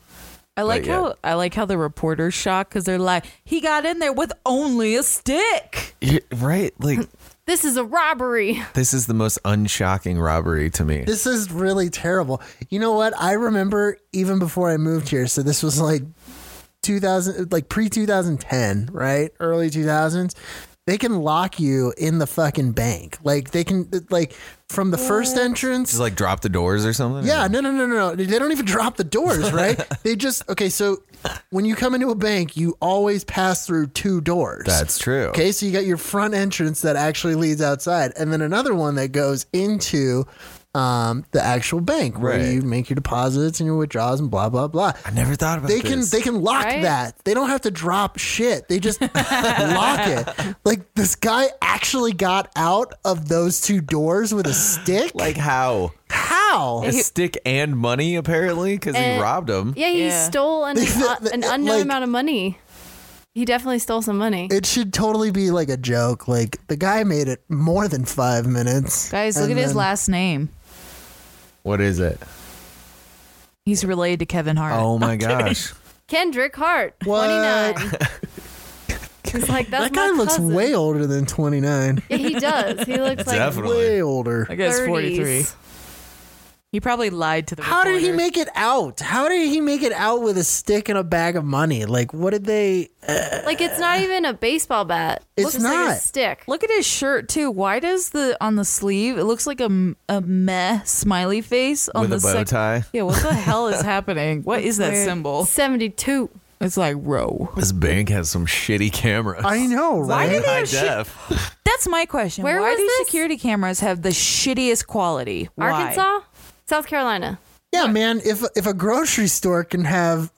Speaker 4: I like
Speaker 3: But, yeah.
Speaker 4: how I like how the reporters shocked because they're like, he got in there with only a stick.
Speaker 3: Yeah, Right? Like
Speaker 1: this is a robbery.
Speaker 3: this is the most unshocking robbery to me.
Speaker 2: This is really terrible. You know what? I remember even before I moved here. So this was like 2000, like pre 2010, right? Early 2000s. They can lock you in the fucking bank. Like they can, like from the first entrance.
Speaker 3: Just like drop the doors or something?
Speaker 2: Yeah,
Speaker 3: Or-
Speaker 2: no, no, no, no, no. They don't even drop the doors, right? they just okay. So when you come into a bank, you always pass through two doors.
Speaker 3: That's true.
Speaker 2: Okay, so you got your front entrance that actually leads outside, and then another one that goes into um, the actual bank where
Speaker 3: Right.
Speaker 2: you make your deposits and your withdrawals and blah blah blah.
Speaker 3: I never thought about
Speaker 2: They
Speaker 3: this.
Speaker 2: can they can lock
Speaker 1: Right?
Speaker 2: that. They don't have to drop shit. They just lock it. Like this guy actually got out of those two doors with a stick.
Speaker 3: like how
Speaker 2: how?
Speaker 3: a stick and money apparently because he
Speaker 1: And-
Speaker 3: robbed
Speaker 2: Hmm?
Speaker 3: him.
Speaker 1: Eh, Yeah, he
Speaker 4: Yeah.
Speaker 1: stole an, uh, an unknown
Speaker 2: Like-
Speaker 1: amount of money. He definitely stole some money.
Speaker 2: It should totally be like a joke. Like the guy made it more than five minutes.
Speaker 4: Guys, look
Speaker 2: And
Speaker 4: at his
Speaker 2: then-
Speaker 4: last name.
Speaker 3: What is it?
Speaker 4: He's related to Kevin Hart.
Speaker 3: Oh my gosh!
Speaker 1: Kendrick Hart,
Speaker 2: What?
Speaker 1: 29. He's like, that's
Speaker 2: That guy
Speaker 1: my
Speaker 2: looks
Speaker 1: cousin."
Speaker 2: way older than twenty nine.
Speaker 1: Yeah, he does. He looks like
Speaker 3: Definitely.
Speaker 2: Way older.
Speaker 4: That guy's
Speaker 1: 30s.
Speaker 4: 43. He probably lied to the
Speaker 2: How did he
Speaker 4: reporter.
Speaker 2: make it out? How did he make it out with a stick and a bag of money? Like, what did they? uh,
Speaker 1: Like it's not even a baseball bat.
Speaker 2: It's
Speaker 1: looks like a
Speaker 2: not.
Speaker 1: stick.
Speaker 4: Look at his shirt too. Why does the on the sleeve it looks like a, m- a meh smiley face on
Speaker 3: With
Speaker 4: the
Speaker 3: a bow
Speaker 4: sec-
Speaker 3: tie.
Speaker 4: Yeah, what the hell is happening? What is that
Speaker 1: Weird.
Speaker 4: symbol?
Speaker 1: Seventy-two.
Speaker 4: It's like row.
Speaker 3: This bank has some shitty cameras.
Speaker 2: I know,
Speaker 4: Why
Speaker 2: right?
Speaker 4: did
Speaker 3: High
Speaker 4: they have shit-
Speaker 3: def.
Speaker 4: That's my question.
Speaker 1: Where
Speaker 4: Why
Speaker 1: was
Speaker 4: do
Speaker 1: this?
Speaker 4: security cameras have the shittiest quality? Why?
Speaker 1: Arkansas, South Carolina.
Speaker 2: yeah, man. If if a grocery store can have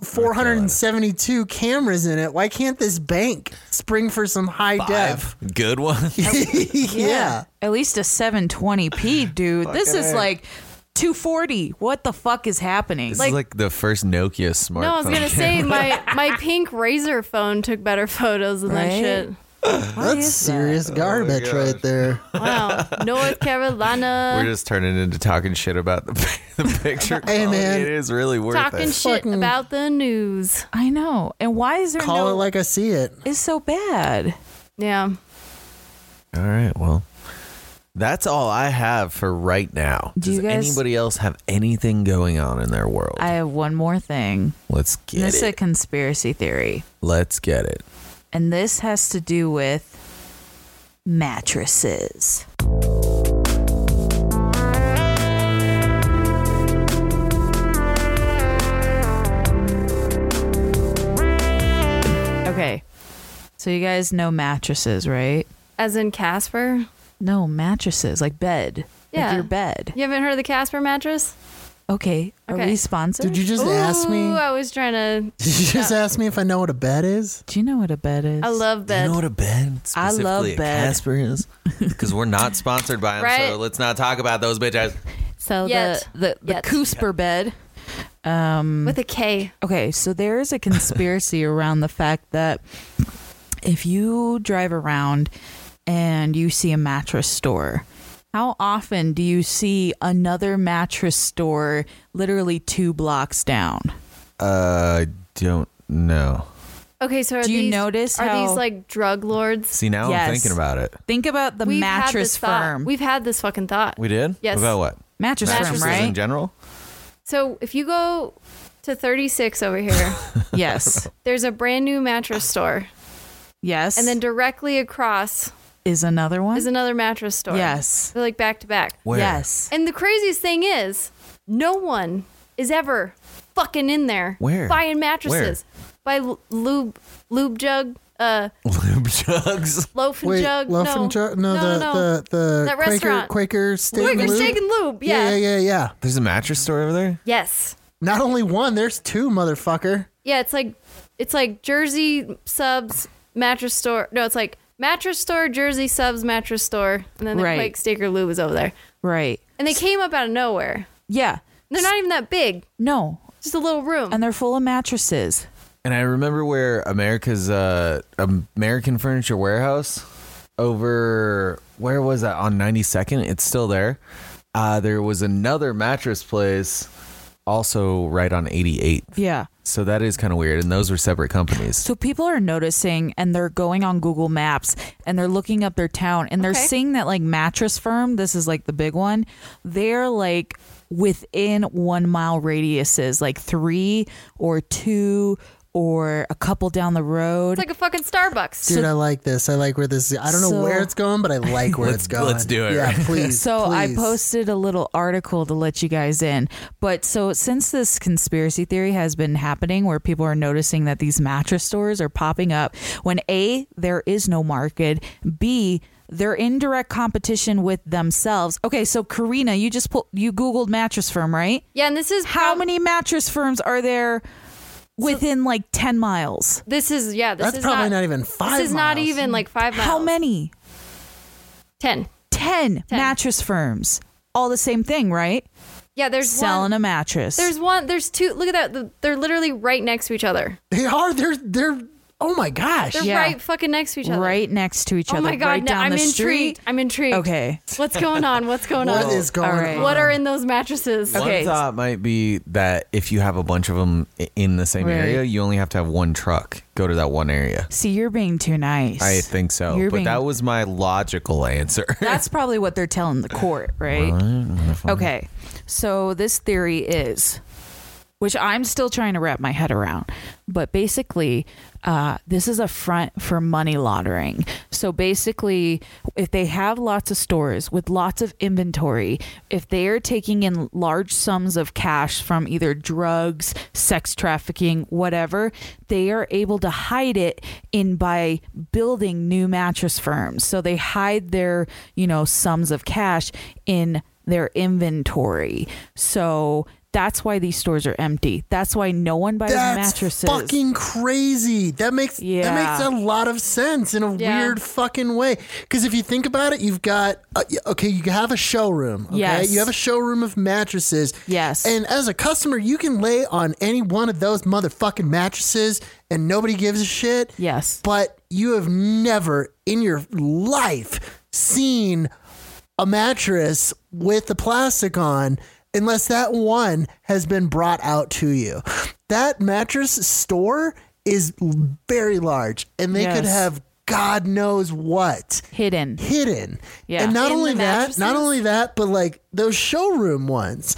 Speaker 2: 472 cameras in it, why can't this bank spring for some high def?
Speaker 3: Five good one.
Speaker 2: yeah.
Speaker 4: At least a 720p, dude. this
Speaker 3: Fucking
Speaker 4: is
Speaker 3: A.
Speaker 4: like 240. What the fuck is happening?
Speaker 3: This
Speaker 1: Like-
Speaker 3: is like the first Nokia smartphone.
Speaker 1: No, I was gonna say my my pink razor phone took better photos than
Speaker 4: Right?
Speaker 1: that shit.
Speaker 4: Why
Speaker 2: that's
Speaker 4: is that?
Speaker 2: serious garbage right there.
Speaker 1: Wow, North Carolina.
Speaker 3: We're just turning into talking shit about the, the picture.
Speaker 2: Hey,
Speaker 3: quality.
Speaker 2: man.
Speaker 3: it is really worth
Speaker 1: talking
Speaker 3: it.
Speaker 1: shit
Speaker 2: Fucking-
Speaker 1: about the news.
Speaker 4: I know. And why is there
Speaker 2: Call
Speaker 4: no
Speaker 2: it like I see it.
Speaker 4: it's so bad?
Speaker 1: Yeah,
Speaker 3: All right, well, that's all I have for right now.
Speaker 4: Do
Speaker 3: Does
Speaker 4: you guys-
Speaker 3: anybody else have anything going on in their world?
Speaker 4: I have one more thing.
Speaker 3: Let's get
Speaker 4: this
Speaker 3: it.
Speaker 4: is a conspiracy theory.
Speaker 3: Let's get it.
Speaker 4: And this has to do with mattresses. Okay. So you guys know mattresses, right?
Speaker 1: as in Casper.
Speaker 4: No, mattresses, like bed.
Speaker 1: Yeah.
Speaker 4: Like your bed.
Speaker 1: You haven't heard of the Casper mattress?
Speaker 4: Okay. Are
Speaker 1: Okay.
Speaker 4: we sponsored?
Speaker 2: Did you just ask me?
Speaker 1: Ooh, I was trying to.
Speaker 2: Did you just ask me if I know what a bed is?
Speaker 4: Do you know what a bed is?
Speaker 1: I love
Speaker 3: You
Speaker 1: bed.
Speaker 3: know what a bed,
Speaker 4: I love
Speaker 3: specifically a
Speaker 4: bed.
Speaker 3: Casper is, because we're not sponsored by them.
Speaker 1: Right.
Speaker 3: So let's not talk about those bitches.
Speaker 4: so
Speaker 1: Yet.
Speaker 4: the the, the
Speaker 1: Yet.
Speaker 4: Cooper bed. Um
Speaker 1: With a K.
Speaker 4: Okay, so there is a conspiracy around the fact that if you drive around and you see a mattress store, how often do you see another mattress store literally two blocks down?
Speaker 3: Uh, I don't know.
Speaker 1: Okay, so are
Speaker 4: Do you
Speaker 1: these,
Speaker 4: notice
Speaker 1: are
Speaker 4: how-
Speaker 1: these like drug lords?
Speaker 3: See, now
Speaker 4: Yes.
Speaker 3: I'm thinking about it.
Speaker 4: Think about the
Speaker 1: We've had
Speaker 4: mattress
Speaker 1: this thought.
Speaker 4: firm.
Speaker 1: We've had this fucking thought.
Speaker 3: We did.
Speaker 1: Yes.
Speaker 3: About what?
Speaker 4: mattress
Speaker 3: Mattresses
Speaker 4: firm, right?
Speaker 3: in general.
Speaker 1: So if you go to 36 over here,
Speaker 4: yes.
Speaker 1: there's a brand new mattress store,
Speaker 4: Yes.
Speaker 1: and then directly across
Speaker 4: is another one?
Speaker 1: is another mattress store.
Speaker 4: Yes.
Speaker 1: they're like back to back.
Speaker 3: Where?
Speaker 4: Yes.
Speaker 1: And the craziest thing is, no one is ever fucking in there
Speaker 3: Where?
Speaker 1: buying mattresses by l- lube lube jug, uh,
Speaker 3: Lube jugs.
Speaker 1: loaf and
Speaker 2: Wait,
Speaker 1: jug.
Speaker 2: Loaf
Speaker 1: no.
Speaker 2: and Jug? No, the, the the
Speaker 1: That
Speaker 2: Quaker
Speaker 1: restaurant.
Speaker 2: Quaker steak
Speaker 1: Wait,
Speaker 2: and
Speaker 1: there's
Speaker 2: Lube?
Speaker 1: steak and lube.
Speaker 2: yeah,
Speaker 1: Yeah.
Speaker 2: yeah, yeah, yeah.
Speaker 3: There's a mattress store over there.
Speaker 1: Yes.
Speaker 2: Not only one, there's two, motherfucker.
Speaker 1: Yeah, it's like it's like Jersey subs mattress store. No, it's like mattress store, Jersey subs mattress store, and then the
Speaker 4: Right.
Speaker 1: Quake Steaker Lube is over there.
Speaker 4: Right.
Speaker 1: And they came up out of nowhere.
Speaker 4: Yeah.
Speaker 1: They're not even that big,
Speaker 4: No.
Speaker 1: just a little room.
Speaker 4: And they're full of mattresses.
Speaker 3: And I remember where America's uh, American Furniture Warehouse over where was that on 92nd? It's still there. Uh, there was another mattress place also right on 88th.
Speaker 4: Yeah.
Speaker 3: So that is kind of weird. And those were separate companies.
Speaker 4: So people are noticing and they're going on Google Maps and they're looking up their town and they're
Speaker 1: Okay.
Speaker 4: seeing that like mattress firm, this is like the big one, they're like within one mile radiuses, like three or two or a couple down the
Speaker 1: It's
Speaker 4: road.
Speaker 1: like a fucking Starbucks.
Speaker 2: Dude, I like this. I like where this is. I don't know
Speaker 4: So-
Speaker 2: where it's going, but I like where
Speaker 3: Let's-
Speaker 2: it's going.
Speaker 3: let's do it.
Speaker 2: Yeah, please.
Speaker 4: so I
Speaker 2: please.
Speaker 4: posted a little article to let you guys in. But so since this conspiracy theory has been happening where people are noticing that these mattress stores are popping up when A, there is no market, B, they're in direct competition with themselves. Okay, so Karina, you just pull, you googled mattress firm, right?
Speaker 1: yeah, and this is
Speaker 4: How
Speaker 1: prob-
Speaker 4: many mattress firms are there within like 10 miles?
Speaker 1: This is yeah. This
Speaker 2: That's
Speaker 1: is
Speaker 2: probably
Speaker 1: not,
Speaker 2: not even five
Speaker 1: This is not
Speaker 2: miles.
Speaker 1: even like five miles.
Speaker 4: How many?
Speaker 1: Ten.
Speaker 4: 10, mattress firms. All the same thing, right?
Speaker 1: Yeah, there's
Speaker 4: Selling
Speaker 1: one.
Speaker 4: a mattress.
Speaker 1: There's one. There's two. Look at that. the- They're literally right next to each other.
Speaker 2: They are. They're. They're. Oh my gosh.
Speaker 1: They're
Speaker 4: Yeah.
Speaker 1: right fucking next to each other.
Speaker 4: right next to each
Speaker 1: Oh
Speaker 4: other.
Speaker 1: my god.
Speaker 4: right
Speaker 1: no,
Speaker 4: down
Speaker 1: I'm
Speaker 4: the
Speaker 1: intrigued.
Speaker 4: street.
Speaker 1: I'm intrigued.
Speaker 4: Okay.
Speaker 1: What's going on? What's going on?
Speaker 2: What is going
Speaker 4: All right.
Speaker 2: on?
Speaker 1: What are in those mattresses?
Speaker 4: Okay.
Speaker 3: One thought might be that if you have a bunch of them in the same
Speaker 4: Right.
Speaker 3: area, you only have to have one truck go to that one area.
Speaker 4: See, you're being too nice.
Speaker 3: I think so.
Speaker 4: You're
Speaker 3: but
Speaker 4: being-
Speaker 3: that was my logical answer.
Speaker 4: That's probably what they're telling the court, right? Okay. So this theory is, which I'm still trying to wrap my head around, but basically, uh, this is a front for money laundering. So basically, if they have lots of stores with lots of inventory, if they are taking in large sums of cash from either drugs, sex trafficking, whatever, they are able to hide it in by building new mattress firms. So they hide their, you know, sums of cash in their inventory. So that's why these stores are empty. That's why no one buys
Speaker 2: That's
Speaker 4: mattresses.
Speaker 2: fucking crazy. That makes
Speaker 4: Yeah.
Speaker 2: that makes a lot of sense in a
Speaker 1: Yeah.
Speaker 2: weird fucking way. Because if you think about it, you've got uh, okay, you have a showroom. Okay,
Speaker 4: Yes.
Speaker 2: you have a showroom of mattresses.
Speaker 4: Yes.
Speaker 2: and as a customer, you can lay on any one of those motherfucking mattresses, and nobody gives a shit.
Speaker 4: yes.
Speaker 2: but you have never in your life seen a mattress with the plastic on unless that one has been brought out to you. That mattress store is l- very large and they could
Speaker 4: Yes.
Speaker 2: have God knows what
Speaker 4: Hidden.
Speaker 2: hidden.
Speaker 4: Yeah.
Speaker 2: And not
Speaker 1: In the
Speaker 2: only that,
Speaker 1: mattresses?
Speaker 2: not only that, but like those showroom ones.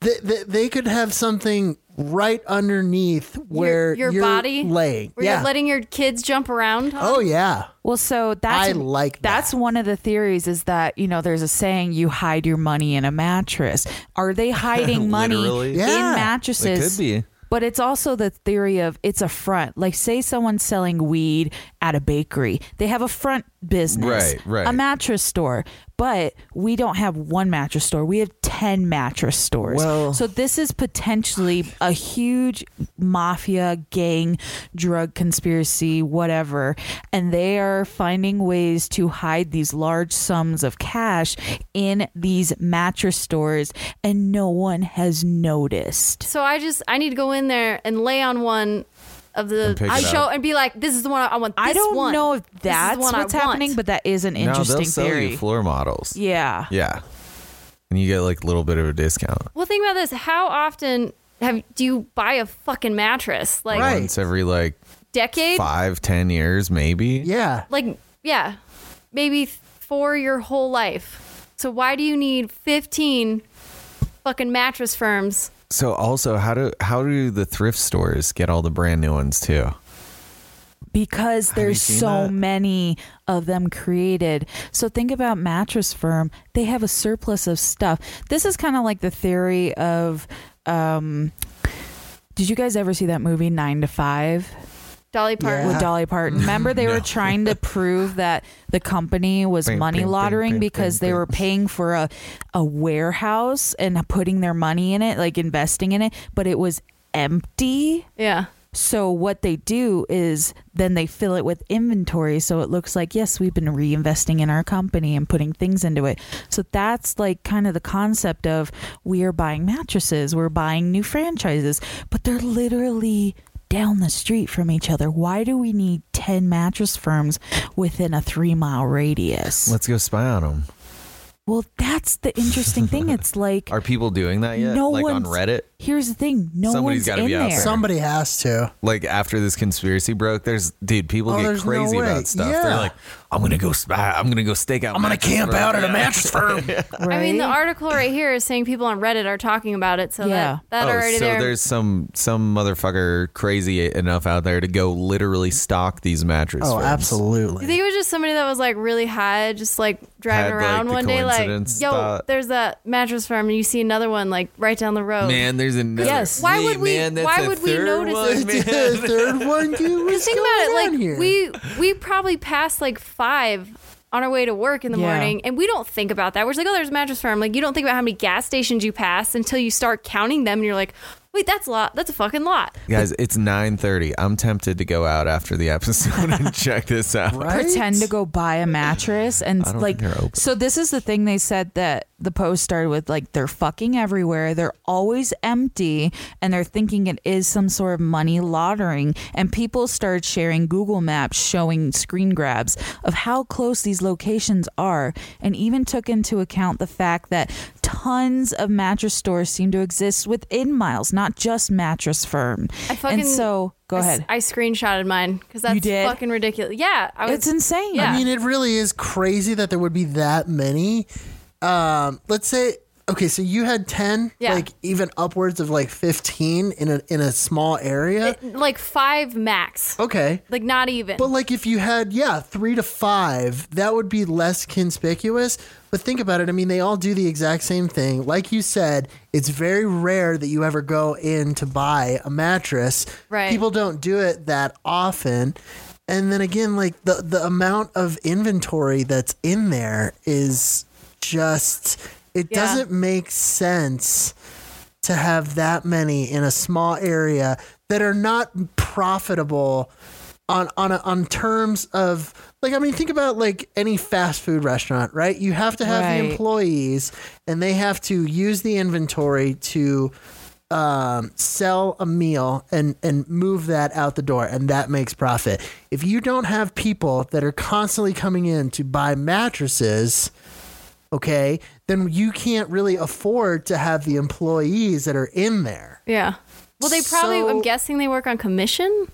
Speaker 2: They, they, they could have something right underneath where
Speaker 1: your
Speaker 2: you're
Speaker 1: body?
Speaker 2: laying.
Speaker 1: Where
Speaker 2: yeah.
Speaker 1: you're letting your kids jump around? on?
Speaker 2: oh yeah.
Speaker 4: Well, so that's
Speaker 2: I like
Speaker 4: that's
Speaker 2: that.
Speaker 4: one of the theories is that you know there's a saying you hide your money in a mattress. Are they hiding money
Speaker 3: Literally.
Speaker 4: in
Speaker 2: Yeah.
Speaker 4: mattresses?
Speaker 3: It could be.
Speaker 4: But it's also the theory of it's a front. Like, say someone's selling weed at a bakery, they have a front business,
Speaker 3: Right, right.
Speaker 4: A mattress store, but we don't have one mattress store. We have ten mattress stores.
Speaker 2: Well-
Speaker 4: so this is potentially a huge mafia, gang, drug conspiracy, whatever, and they are finding ways to hide these large sums of cash in these mattress stores, and no one has noticed.
Speaker 1: So I just I need to go in there and lay on one of the
Speaker 3: And pick
Speaker 1: I
Speaker 3: it
Speaker 1: show
Speaker 3: up.
Speaker 1: and be like, this is the one I, I want. This
Speaker 4: I don't
Speaker 1: one.
Speaker 4: know if
Speaker 1: This is the
Speaker 4: that's
Speaker 1: one I
Speaker 4: what's happening,
Speaker 1: want."
Speaker 4: but that is an
Speaker 3: Now
Speaker 4: interesting
Speaker 3: they'll sell
Speaker 4: theory.
Speaker 3: you floor models.
Speaker 4: yeah.
Speaker 3: Yeah. And you get like a little bit of a discount.
Speaker 1: well, think about this. How often have do you buy a fucking mattress? Like
Speaker 2: Right.
Speaker 3: Once every like
Speaker 1: decade?
Speaker 3: five, ten years, maybe.
Speaker 2: Yeah.
Speaker 1: Like yeah, maybe for your whole life. So why do you need fifteen fucking mattress firms?
Speaker 3: So also how do how do the thrift stores get all the brand new ones too?
Speaker 4: Because
Speaker 3: you
Speaker 4: there's
Speaker 3: seen
Speaker 4: so
Speaker 3: that?
Speaker 4: many of them created. So think about Mattress Firm. They have a surplus of stuff. This is kind of like the theory of um did you guys ever see that movie 9 to 5?
Speaker 1: Dolly Parton.
Speaker 4: with Dolly Parton.
Speaker 3: Mm-hmm.
Speaker 4: Remember, they were trying to prove that the company was
Speaker 3: Bing,
Speaker 4: money
Speaker 3: bing, bing,
Speaker 4: laundering
Speaker 3: bing,
Speaker 4: because
Speaker 3: bing,
Speaker 4: they
Speaker 3: bing.
Speaker 4: were paying for a a warehouse and putting their money in it, like investing in it, but it was empty.
Speaker 1: Yeah.
Speaker 4: So what they do is then they fill it with inventory so it looks like yes, we've been reinvesting in our company and putting things into it. So that's like kind of the concept of we are buying mattresses, we're buying new franchises, but they're literally down the street from each other. Why do we need 10 mattress firms within a 3-mile radius?
Speaker 3: Let's go spy on them.
Speaker 4: well, that's the interesting thing. It's like
Speaker 3: Are people doing that yet?
Speaker 4: No
Speaker 3: like on
Speaker 4: one's-
Speaker 3: Reddit?
Speaker 4: here's the thing, no
Speaker 3: Somebody's
Speaker 4: one's
Speaker 3: gotta
Speaker 4: in
Speaker 3: be out
Speaker 4: there.
Speaker 3: there.
Speaker 2: Somebody has to.
Speaker 3: Like after this conspiracy broke, there's dude, people
Speaker 2: Oh,
Speaker 3: get
Speaker 2: there's no
Speaker 3: crazy
Speaker 2: way.
Speaker 3: about stuff.
Speaker 2: Yeah.
Speaker 3: They're like, I'm gonna go. sp- I'm gonna go stake out.
Speaker 7: I'm gonna
Speaker 3: mattress
Speaker 7: camp
Speaker 3: firm.
Speaker 7: out at a
Speaker 3: Yeah.
Speaker 7: mattress firm.
Speaker 1: I mean, the article right here is saying people on Reddit are talking about it, so
Speaker 4: Yeah.
Speaker 1: that, that
Speaker 3: oh,
Speaker 1: already
Speaker 3: so
Speaker 1: there.
Speaker 3: there's some some motherfucker crazy enough out there to go literally stalk these mattresses.
Speaker 2: Oh,
Speaker 1: You
Speaker 2: absolutely.
Speaker 1: think it was just somebody that was like really high, just like driving
Speaker 3: Had, like,
Speaker 1: around
Speaker 3: the
Speaker 1: one day, like, yo,
Speaker 3: coincidence thought.
Speaker 1: there's that mattress farm, and you see another one like right down the road.
Speaker 3: Man, there's another.
Speaker 4: Yes.
Speaker 1: Oh. Why would we-
Speaker 3: Man, that's
Speaker 1: why
Speaker 3: a
Speaker 1: would we
Speaker 3: third
Speaker 1: notice
Speaker 3: one,
Speaker 1: it?
Speaker 3: man.
Speaker 2: The third one, dude. What's
Speaker 1: think
Speaker 2: going
Speaker 1: about it,
Speaker 2: on
Speaker 1: like
Speaker 2: here?
Speaker 1: we we probably pass like five on our way to work in the
Speaker 4: Yeah.
Speaker 1: morning, and we don't think about that. We're just like, oh, there's a mattress farm. Like you don't think about how many gas stations you pass until you start counting them, and you're like, wait, that's a lot. That's a fucking lot.
Speaker 3: Guys, it's 9:30. I'm tempted to go out after the episode and check this out.
Speaker 2: right?
Speaker 4: pretend to go buy a mattress and
Speaker 3: I don't
Speaker 4: like
Speaker 3: think they're open.
Speaker 4: so this is the thing they said that the post started with like they're fucking everywhere they're always empty and they're thinking it is some sort of money laundering and people started sharing google maps showing screen grabs of how close these locations are and even took into account the fact that tons of mattress stores seem to exist within miles not just mattress firm
Speaker 1: I fucking
Speaker 4: and so go
Speaker 1: I s-
Speaker 4: ahead
Speaker 1: I, screenshotted mine because that's
Speaker 4: did?
Speaker 1: fucking ridiculous. Yeah, I was.
Speaker 4: it's insane
Speaker 1: Yeah.
Speaker 2: I mean, it really is crazy that there would be that many. Um, let's say okay, so you had ten,
Speaker 1: Yeah.
Speaker 2: like even upwards of like fifteen in a in a small area.
Speaker 1: like five
Speaker 4: Oh.
Speaker 1: max.
Speaker 2: okay.
Speaker 1: Like not even.
Speaker 2: But like if you had yeah, 3 to 5, that would be less conspicuous. But think about it. I mean, they all do the exact same thing. Like you said, it's very rare that you ever go in to buy a mattress.
Speaker 1: Right.
Speaker 2: People don't do it that often. And then again, like the the amount of inventory that's in there is just it
Speaker 1: Yeah.
Speaker 2: doesn't make sense to have that many in a small area that are not profitable on on a, on terms of like I mean think about like any fast food restaurant, right? You have to have
Speaker 4: Right.
Speaker 2: the employees and they have to use the inventory to um, sell a meal and and move that out the door and that makes profit. If you don't have people that are constantly coming in to buy mattresses, okay, then you can't really afford to have the employees that are in there.
Speaker 1: yeah. Well, they probably.
Speaker 2: So-
Speaker 1: I'm guessing they work on commission.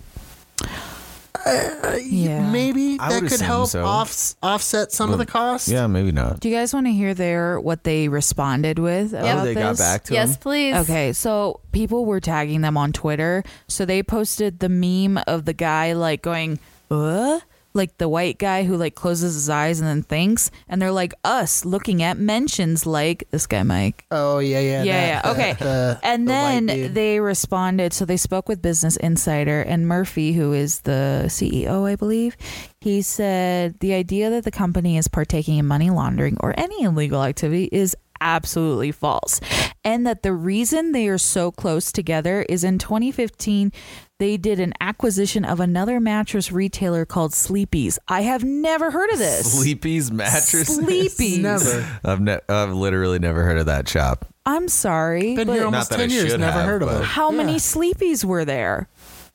Speaker 4: yeah
Speaker 2: Uh, Maybe
Speaker 3: I
Speaker 2: that
Speaker 3: would
Speaker 2: could
Speaker 3: assume
Speaker 2: help
Speaker 3: so.
Speaker 2: off, offset some of the costs.
Speaker 3: Yeah, maybe not.
Speaker 4: Do you guys want to hear their what they responded with about
Speaker 3: Oh, they
Speaker 4: this?
Speaker 3: got back to
Speaker 1: Yes,
Speaker 3: him.
Speaker 1: please.
Speaker 4: Okay, so people were tagging them on Twitter. So they posted the meme of the guy like going, uh, like the white guy who like closes his eyes and then thinks. And they're like, us looking at mentions like this guy, Mike.
Speaker 2: Oh yeah, yeah,
Speaker 4: yeah,
Speaker 2: that-
Speaker 4: yeah. Okay.
Speaker 2: the- the-
Speaker 4: and
Speaker 2: the white
Speaker 4: then
Speaker 2: dude.
Speaker 4: they responded. So they spoke with Business Insider and Murphy, who is the CEO, I believe. He said the idea that the company is partaking in money laundering or any illegal activity is absolutely false. And that the reason they are so close together is in 2015, they did an acquisition of another mattress retailer called Sleepy's. I have never heard of this.
Speaker 3: Sleepy's mattress.
Speaker 4: Sleepy's.
Speaker 2: never
Speaker 3: I've ne- I've literally never heard of that shop.
Speaker 4: I'm sorry.
Speaker 2: been
Speaker 4: but
Speaker 2: here
Speaker 3: Not
Speaker 2: almost
Speaker 3: that
Speaker 2: ten
Speaker 3: I
Speaker 2: years,
Speaker 3: should
Speaker 2: never
Speaker 3: have,
Speaker 2: heard of
Speaker 3: but-
Speaker 2: it.
Speaker 4: how many Sleepy's were there?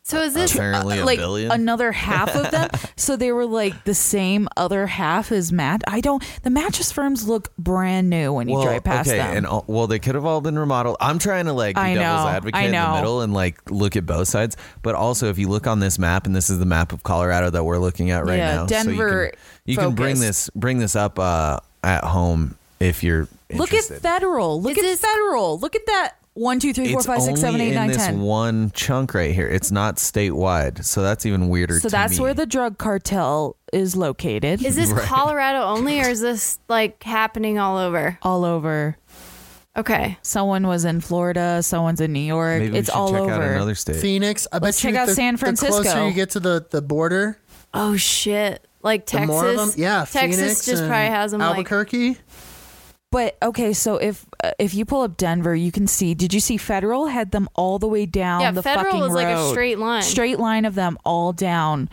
Speaker 1: So is this
Speaker 3: Apparently a
Speaker 4: uh, like
Speaker 3: billion.
Speaker 4: another half of them. so they were like the same other half as Matt. I don't. The mattress firms look brand new when you drive past
Speaker 3: okay,
Speaker 4: them.
Speaker 3: and all, well, they could have all been remodeled. I'm trying to like be
Speaker 4: I
Speaker 3: devil's
Speaker 4: know,
Speaker 3: advocate
Speaker 4: I
Speaker 3: in
Speaker 4: know.
Speaker 3: the middle and like look at both sides. But also, if you look on this map, and this is the map of Colorado that we're looking at right
Speaker 4: Yeah,
Speaker 3: now,
Speaker 4: Denver
Speaker 3: So you can, you can bring
Speaker 4: focused.
Speaker 3: this bring this up uh, at home if you're
Speaker 4: look
Speaker 3: interested.
Speaker 4: at federal.
Speaker 1: Is
Speaker 4: Look at
Speaker 1: this-
Speaker 4: federal. Look at that. One, two, three, four,
Speaker 3: It's
Speaker 4: five, six, seven,
Speaker 3: only
Speaker 4: eight,
Speaker 3: in
Speaker 4: nine,
Speaker 3: this
Speaker 4: ten.
Speaker 3: one chunk right here. It's not statewide, so that's even weirder.
Speaker 4: So
Speaker 3: to
Speaker 4: that's
Speaker 3: me.
Speaker 4: where the drug cartel is located.
Speaker 1: is this Colorado only, or is this like happening all over?
Speaker 4: all over.
Speaker 1: Okay.
Speaker 4: Someone was in Florida. Someone's in New York.
Speaker 3: Maybe we
Speaker 4: it's
Speaker 3: should
Speaker 4: all
Speaker 3: check
Speaker 4: over.
Speaker 3: out another state.
Speaker 2: Phoenix. I
Speaker 4: Let's
Speaker 2: bet you
Speaker 4: check out
Speaker 2: the,
Speaker 4: San
Speaker 2: The
Speaker 4: Francisco.
Speaker 2: closer you get to the, the border,
Speaker 1: Oh shit! Like
Speaker 2: the
Speaker 1: Texas.
Speaker 2: more of them. Yeah,
Speaker 1: Texas
Speaker 2: Phoenix
Speaker 1: just
Speaker 2: and
Speaker 1: probably has them. Like,
Speaker 2: Albuquerque.
Speaker 4: But okay, so if uh, if you pull up Denver, you can see. Did you see Federal had them all the way down
Speaker 1: yeah,
Speaker 4: the
Speaker 1: federal
Speaker 4: fucking
Speaker 1: was like a
Speaker 4: road.
Speaker 1: straight line.
Speaker 4: straight line of them all down.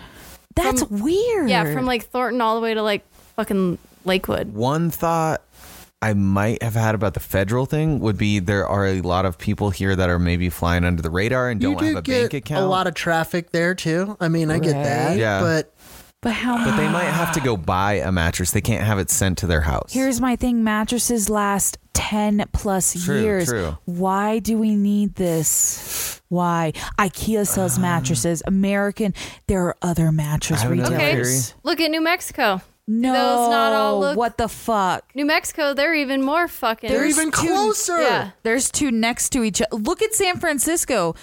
Speaker 4: That's weird.
Speaker 1: Yeah, from like Thornton all the way to like fucking Lakewood.
Speaker 3: one thought I might have had about the federal thing would be there are a lot of people here that are maybe flying under the radar and
Speaker 2: You
Speaker 3: don't have
Speaker 2: do
Speaker 3: a
Speaker 2: get
Speaker 3: bank account.
Speaker 2: a lot of traffic there too. I mean, I get that.
Speaker 4: Right.
Speaker 3: Yeah.
Speaker 2: But
Speaker 4: but how?
Speaker 3: but they might have to go buy a mattress. They can't have it sent to their house.
Speaker 4: Here's my thing: mattresses last ten plus
Speaker 3: True,
Speaker 4: years.
Speaker 3: true.
Speaker 4: Why do we need this? Why IKEA sells mattresses. American. There are other mattress
Speaker 3: Ah. I have another
Speaker 1: Okay.
Speaker 4: retailers.
Speaker 3: theory.
Speaker 1: Look at New Mexico.
Speaker 4: No,
Speaker 1: those not all look-
Speaker 4: what the fuck?
Speaker 1: New Mexico, they're even more fucking.
Speaker 2: They're
Speaker 4: There's
Speaker 2: even
Speaker 4: two-
Speaker 2: closer.
Speaker 1: yeah.
Speaker 4: There's two next to each other. Look at San Francisco.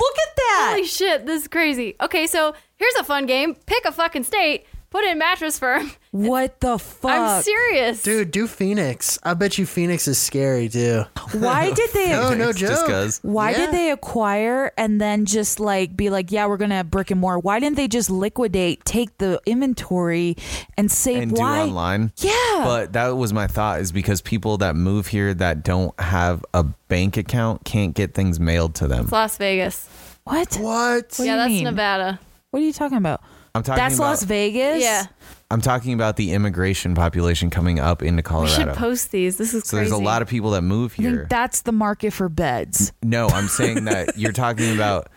Speaker 4: Look at that.
Speaker 1: Holy shit, this is crazy. Okay, so here's a fun game. Pick a fucking state, put in mattress firm.
Speaker 4: what the fuck?
Speaker 1: I'm serious.
Speaker 2: Dude, do Phoenix. I bet you Phoenix is scary too.
Speaker 4: Why did they?
Speaker 2: No, Oh, no
Speaker 3: It's just
Speaker 2: joke.
Speaker 3: 'cause.
Speaker 4: Why
Speaker 2: Yeah.
Speaker 4: did they acquire and then just like be like, yeah, we're gonna have brick and mortar? Why didn't they just liquidate, take the inventory, and save?
Speaker 3: and
Speaker 4: why?
Speaker 3: do online.
Speaker 4: Yeah.
Speaker 3: But that was my thought is because people that move here that don't have a bank account can't get things mailed to them.
Speaker 1: It's Las Vegas.
Speaker 4: What?
Speaker 2: What?
Speaker 4: What? do
Speaker 1: yeah,
Speaker 4: you
Speaker 1: that's
Speaker 4: mean?
Speaker 1: Nevada.
Speaker 4: What are you talking about?
Speaker 3: I'm talking
Speaker 4: That's
Speaker 3: about
Speaker 4: Las Vegas.
Speaker 1: Yeah.
Speaker 3: I'm talking about the immigration population coming up into
Speaker 1: We should
Speaker 3: Colorado.
Speaker 1: post these. This is
Speaker 3: so
Speaker 1: crazy.
Speaker 3: there's a lot of people that move
Speaker 4: I
Speaker 3: here.
Speaker 4: think that's the market for beds.
Speaker 3: no, I'm saying that you're talking about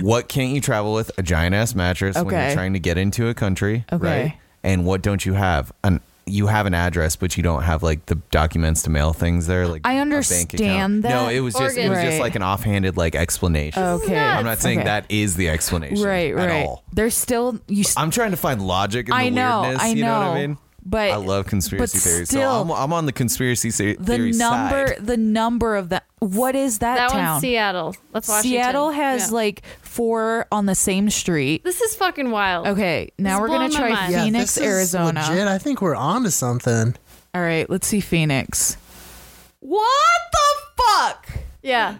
Speaker 3: what can't you travel with? A giant ass mattress when
Speaker 4: Okay.
Speaker 3: you're trying to get into a country,
Speaker 4: Okay.
Speaker 3: right? And what don't you have? An you have an address, but you don't have like the documents to mail things there. Like
Speaker 4: I
Speaker 3: a bank
Speaker 4: understand
Speaker 3: account. No,
Speaker 4: that.
Speaker 3: it was just it was
Speaker 4: Right.
Speaker 3: just like an offhanded like explanation.
Speaker 4: Okay.
Speaker 3: I'm not saying
Speaker 4: Okay.
Speaker 3: that is the explanation,
Speaker 4: Right.
Speaker 3: At
Speaker 4: Right.
Speaker 3: all.
Speaker 4: There's still you. St-
Speaker 3: I'm trying to find logic in the
Speaker 4: I know,
Speaker 3: weirdness.
Speaker 4: I
Speaker 3: You know what
Speaker 4: know,
Speaker 3: I mean?
Speaker 4: but-
Speaker 3: I love conspiracy
Speaker 4: but
Speaker 3: theories.
Speaker 4: still-
Speaker 3: so I'm, I'm on the conspiracy se-
Speaker 4: the
Speaker 3: theory
Speaker 4: number.
Speaker 3: side.
Speaker 4: The number of that. What is that,
Speaker 1: that
Speaker 4: town?
Speaker 1: one's Seattle. That's Washington.
Speaker 4: Seattle has
Speaker 1: Yeah.
Speaker 4: like four on the same street.
Speaker 1: This is fucking wild.
Speaker 4: Okay, now
Speaker 1: is
Speaker 4: we're gonna
Speaker 1: blowing my
Speaker 4: try
Speaker 1: mind.
Speaker 2: Yeah,
Speaker 4: Phoenix,
Speaker 2: this is
Speaker 4: Arizona.
Speaker 2: Legit. I think we're onto something.
Speaker 4: All right, let's see Phoenix. What the fuck?
Speaker 1: Yeah.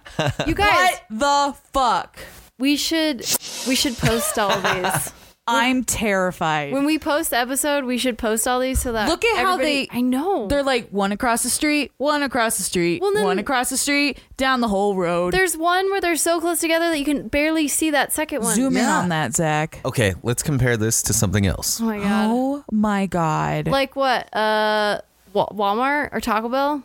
Speaker 1: You guys,
Speaker 4: What the fuck?
Speaker 1: we should we should post all these.
Speaker 4: I'm terrified.
Speaker 1: When we post the episode, we should post all these so that
Speaker 4: Look at how
Speaker 1: everybody-
Speaker 4: they-
Speaker 1: I know.
Speaker 4: They're like one across the street, one across the street,
Speaker 1: Well, then-
Speaker 4: one across the street, down the whole road.
Speaker 1: There's one where they're so close together that you can barely see that second one.
Speaker 4: Zoom in
Speaker 2: Yeah.
Speaker 4: on that, Zach.
Speaker 3: Okay, let's compare this to something else.
Speaker 1: Oh my god.
Speaker 4: Oh my god.
Speaker 1: Like what? Uh, Wa- Walmart or Taco Bell?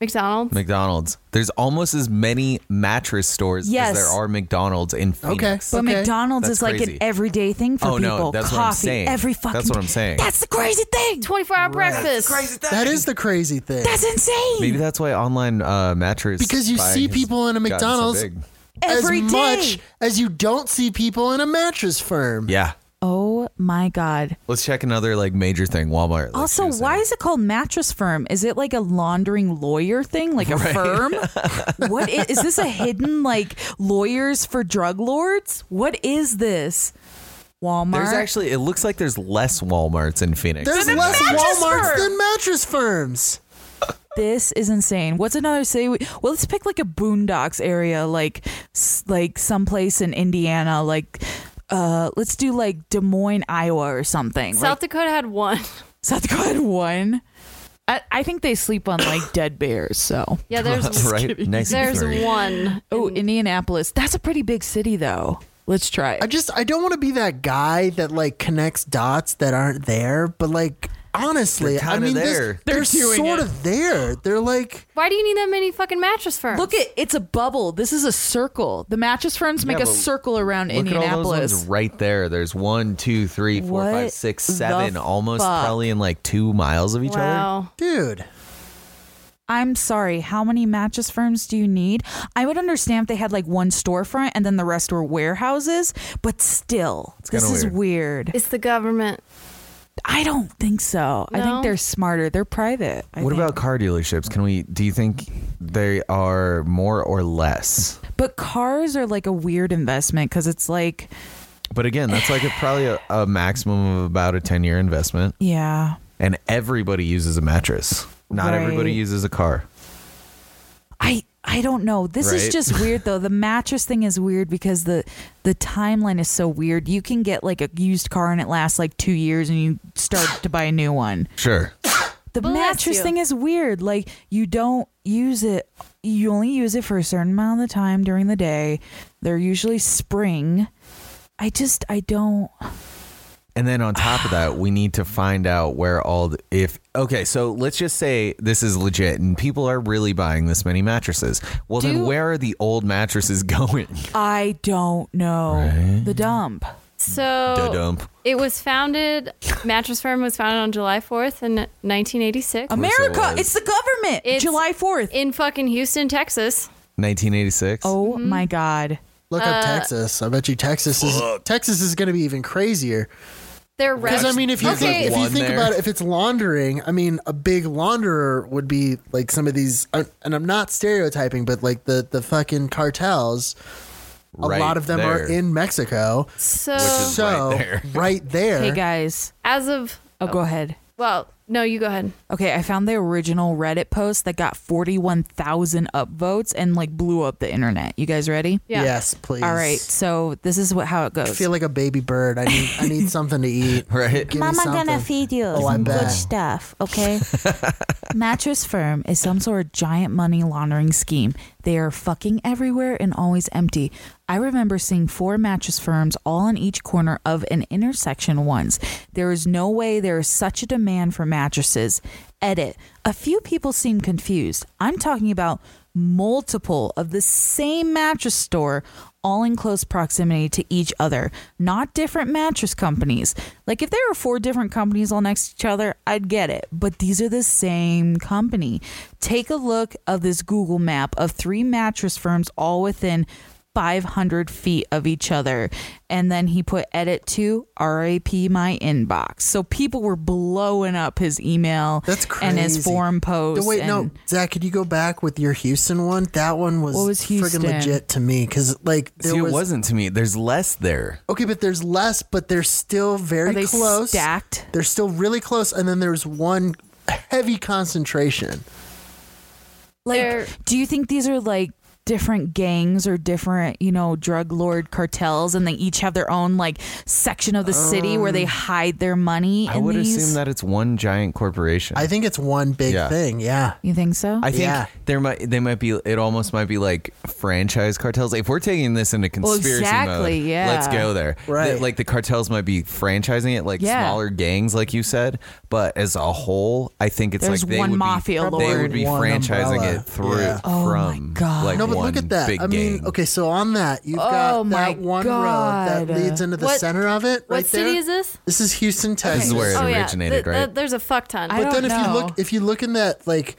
Speaker 1: McDonald's?
Speaker 3: McDonald's. There's almost as many mattress stores
Speaker 4: Yes.
Speaker 3: as there are McDonald's in Phoenix.
Speaker 4: but
Speaker 2: okay.
Speaker 4: McDonald's
Speaker 3: That's
Speaker 4: is like
Speaker 3: crazy.
Speaker 4: an everyday thing for
Speaker 3: Oh,
Speaker 4: people.
Speaker 3: no, that's
Speaker 4: Coffee
Speaker 3: what I'm saying.
Speaker 4: every
Speaker 3: That's
Speaker 4: fucking.
Speaker 3: what I'm saying.
Speaker 4: That's the crazy thing.
Speaker 1: 24 hour breakfast.
Speaker 2: That is the crazy thing.
Speaker 4: That's insane.
Speaker 3: Maybe that's why online uh, mattress
Speaker 2: Because you
Speaker 3: buying
Speaker 2: see
Speaker 3: has
Speaker 2: people in a
Speaker 3: gotten so
Speaker 2: McDonald's.
Speaker 3: big.
Speaker 2: as
Speaker 4: every day.
Speaker 2: much as you don't see people in a mattress firm.
Speaker 3: Yeah.
Speaker 4: Oh my god.
Speaker 3: Let's check another like major thing. Walmart. like
Speaker 4: Also,
Speaker 3: she was
Speaker 4: why
Speaker 3: saying.
Speaker 4: is it called mattress firm? Is it like a laundering lawyer thing, like a firm? what is, is this a hidden like lawyers for drug lords? What is this? Walmart.
Speaker 3: there's actually? It looks like there's less WalMarts in Phoenix.
Speaker 2: There's
Speaker 4: Than a
Speaker 2: less
Speaker 4: mattress
Speaker 2: Walmarts
Speaker 4: firm.
Speaker 2: than mattress firms.
Speaker 4: this is insane. What's another city? We, well, let's pick like a boondocks area, like s- like someplace in Indiana, like. Uh, let's do like Des Moines, Iowa, or something.
Speaker 1: South Dakota had one.
Speaker 4: like, South Dakota one. I, I think they sleep on like dead bears. So
Speaker 1: Yeah, there's
Speaker 3: right. Nice and
Speaker 1: there's
Speaker 3: furry.
Speaker 1: one.
Speaker 4: Oh,
Speaker 1: in-
Speaker 4: Indianapolis. That's a pretty big city, though. Let's try
Speaker 2: I
Speaker 4: it.
Speaker 2: just I don't want to be that guy that like connects dots that aren't there, but like honestly,
Speaker 3: They're
Speaker 2: I
Speaker 3: kinda
Speaker 2: mean this-
Speaker 3: there.
Speaker 2: they're,
Speaker 4: They're doing
Speaker 2: sort
Speaker 4: it.
Speaker 2: of there. They're like
Speaker 1: Why do you need that many fucking mattress firms?
Speaker 4: Look at it's a bubble. This is a circle. The mattress firms make a
Speaker 3: but
Speaker 4: circle around
Speaker 3: Look at all those ones
Speaker 4: Indianapolis.
Speaker 3: right there. There's one, two, three, four,
Speaker 4: What
Speaker 3: five, six,
Speaker 4: the
Speaker 3: seven, almost
Speaker 4: fuck?
Speaker 3: probably in like two miles of each other.
Speaker 1: wow.
Speaker 2: Dude,
Speaker 4: I'm sorry. How many mattress firms do you need? I would understand if they had like one storefront and then the rest were warehouses, but still,
Speaker 3: kinda
Speaker 4: this is
Speaker 3: weird.
Speaker 4: weird.
Speaker 1: It's the government.
Speaker 4: I don't think so. I think
Speaker 1: No?
Speaker 4: they're smarter. They're private. I
Speaker 3: What
Speaker 4: think.
Speaker 3: about car dealerships? Can we? Do you think they are more or less?
Speaker 4: But cars are like a weird investment because it's like,
Speaker 3: But again, that's like a, probably a, a maximum of about a ten year investment,
Speaker 4: yeah.
Speaker 3: and everybody uses a mattress. Not everybody
Speaker 4: Right.
Speaker 3: uses a car.
Speaker 4: I I don't know. This is
Speaker 3: Right?
Speaker 4: just weird though. The mattress thing is weird because the the timeline is so weird. You can get like a used car and it lasts like 2 years and you start to buy a new one.
Speaker 3: Sure.
Speaker 4: The
Speaker 1: Bless
Speaker 4: mattress
Speaker 1: you.
Speaker 4: thing is weird. Like you don't use it you only use it for a certain amount of the time during the day. They're usually spring. I just I don't
Speaker 3: And then on top of that, we need to find out where all the, if okay, so let's just say this is legit and people are really buying this many mattresses. Well,
Speaker 4: Do-
Speaker 3: then where are the old mattresses going?
Speaker 4: I don't know. The dump. Oh.
Speaker 1: So
Speaker 3: Da-dump.
Speaker 1: it was founded, Mattress Firm was founded on July 4th in 1986
Speaker 3: course it
Speaker 4: America,
Speaker 3: was.
Speaker 4: it's the government.
Speaker 1: It's-
Speaker 4: July 4th.
Speaker 1: in fucking Houston, Texas.
Speaker 3: 1986.
Speaker 4: oh
Speaker 1: mm-hmm.
Speaker 4: my god. Uh,
Speaker 2: look up Texas. I bet you Texas is Texas is going to be even crazier.
Speaker 1: They're
Speaker 2: Because
Speaker 1: wrecked.
Speaker 2: I mean, if you
Speaker 1: okay,
Speaker 2: think, if you
Speaker 3: One
Speaker 2: think
Speaker 3: there.
Speaker 2: about it, if it's laundering, I mean, a big launderer would be like some of these, uh, and I'm not stereotyping, but like the the fucking cartels. A
Speaker 3: Right
Speaker 2: lot of them are
Speaker 3: there.
Speaker 2: in Mexico,
Speaker 1: so
Speaker 3: is-
Speaker 2: so
Speaker 3: right there.
Speaker 2: right there.
Speaker 4: Hey guys.
Speaker 1: as of
Speaker 4: Oh, go ahead.
Speaker 1: well, no, you go ahead.
Speaker 4: Okay, I found the original Reddit post that got 41,000 upvotes and like blew up the internet. You guys ready?
Speaker 1: Yeah.
Speaker 2: Yes, please.
Speaker 4: All right, so this is what how it
Speaker 2: I
Speaker 4: goes.
Speaker 2: feel like a baby bird. I need I need something to eat.
Speaker 3: Right?
Speaker 2: Give me
Speaker 4: Mama gonna
Speaker 2: something.
Speaker 4: feed you
Speaker 2: Oh, I
Speaker 4: some good
Speaker 2: bet.
Speaker 4: stuff, okay? Mattress Firm is some sort of giant money laundering scheme. They are fucking everywhere and always empty. I remember seeing four mattress firms all on each corner of an intersection once. There is no way there is such a demand for mattresses. Edit. A few people seem confused. I'm talking about multiple of the same mattress store all in close proximity to each other, not different mattress companies. Like if there were four different companies all next to each other, I'd get it, but these are the same company. Take a look of this Google map of three mattress firms all within 500 feet of each other. And then he put edit to RAP my inbox. So people were blowing up his email
Speaker 2: That's crazy.
Speaker 4: and his forum post.
Speaker 2: No, wait, no,
Speaker 4: and-
Speaker 2: Zach, could you go back with your Houston one? That one was,
Speaker 4: What was Houston?
Speaker 2: friggin' legit to me because like there
Speaker 3: See, it
Speaker 2: was
Speaker 3: wasn't to me. There's less there.
Speaker 2: okay, but there's less, but they're still very
Speaker 4: Are they
Speaker 2: close.
Speaker 4: stacked?
Speaker 2: They're still really close, and then there's one heavy concentration.
Speaker 4: Like,
Speaker 1: They're-
Speaker 4: do you think these are like different gangs or different, you know, drug lord cartels, and they each have their own like section of the city where they hide their money?
Speaker 3: Um, I
Speaker 4: in
Speaker 3: would
Speaker 4: these?
Speaker 3: assume that it's one giant corporation.
Speaker 2: I think it's one big
Speaker 3: Yeah.
Speaker 2: thing. Yeah.
Speaker 4: You think so?
Speaker 3: I think
Speaker 2: Yeah.
Speaker 3: there might they might be it almost might be like franchise cartels. If we're taking this into conspiracy
Speaker 4: exactly,
Speaker 3: mode,
Speaker 4: yeah.
Speaker 3: let's go there.
Speaker 2: Right.
Speaker 3: The- like the cartels might be franchising it, like
Speaker 4: Yeah.
Speaker 3: smaller gangs, like you said. But as a whole, I think it's
Speaker 4: There's
Speaker 3: like they
Speaker 4: one
Speaker 3: would
Speaker 4: mafia
Speaker 3: be, They
Speaker 4: lord.
Speaker 3: would be
Speaker 2: One
Speaker 3: franchising
Speaker 2: umbrella.
Speaker 3: it through
Speaker 2: Yeah.
Speaker 4: Oh my
Speaker 3: from
Speaker 4: God.
Speaker 3: like
Speaker 4: No,
Speaker 2: No, but
Speaker 3: one
Speaker 2: look at that.
Speaker 3: big
Speaker 2: I mean,
Speaker 3: gang.
Speaker 2: okay, so on that, you've
Speaker 4: Oh
Speaker 2: got
Speaker 4: my
Speaker 2: that one road
Speaker 4: God.
Speaker 2: that leads into the
Speaker 1: What-
Speaker 2: center of it.
Speaker 1: What
Speaker 2: right
Speaker 1: city
Speaker 2: there.
Speaker 1: is this?
Speaker 2: This is Houston, Texas.
Speaker 3: This is where it
Speaker 1: oh yeah,
Speaker 3: originated,
Speaker 1: Th-
Speaker 3: right?
Speaker 1: th- there's a fuck ton.
Speaker 2: but
Speaker 4: I don't
Speaker 2: then if you
Speaker 4: know.
Speaker 2: look, if you look in that like,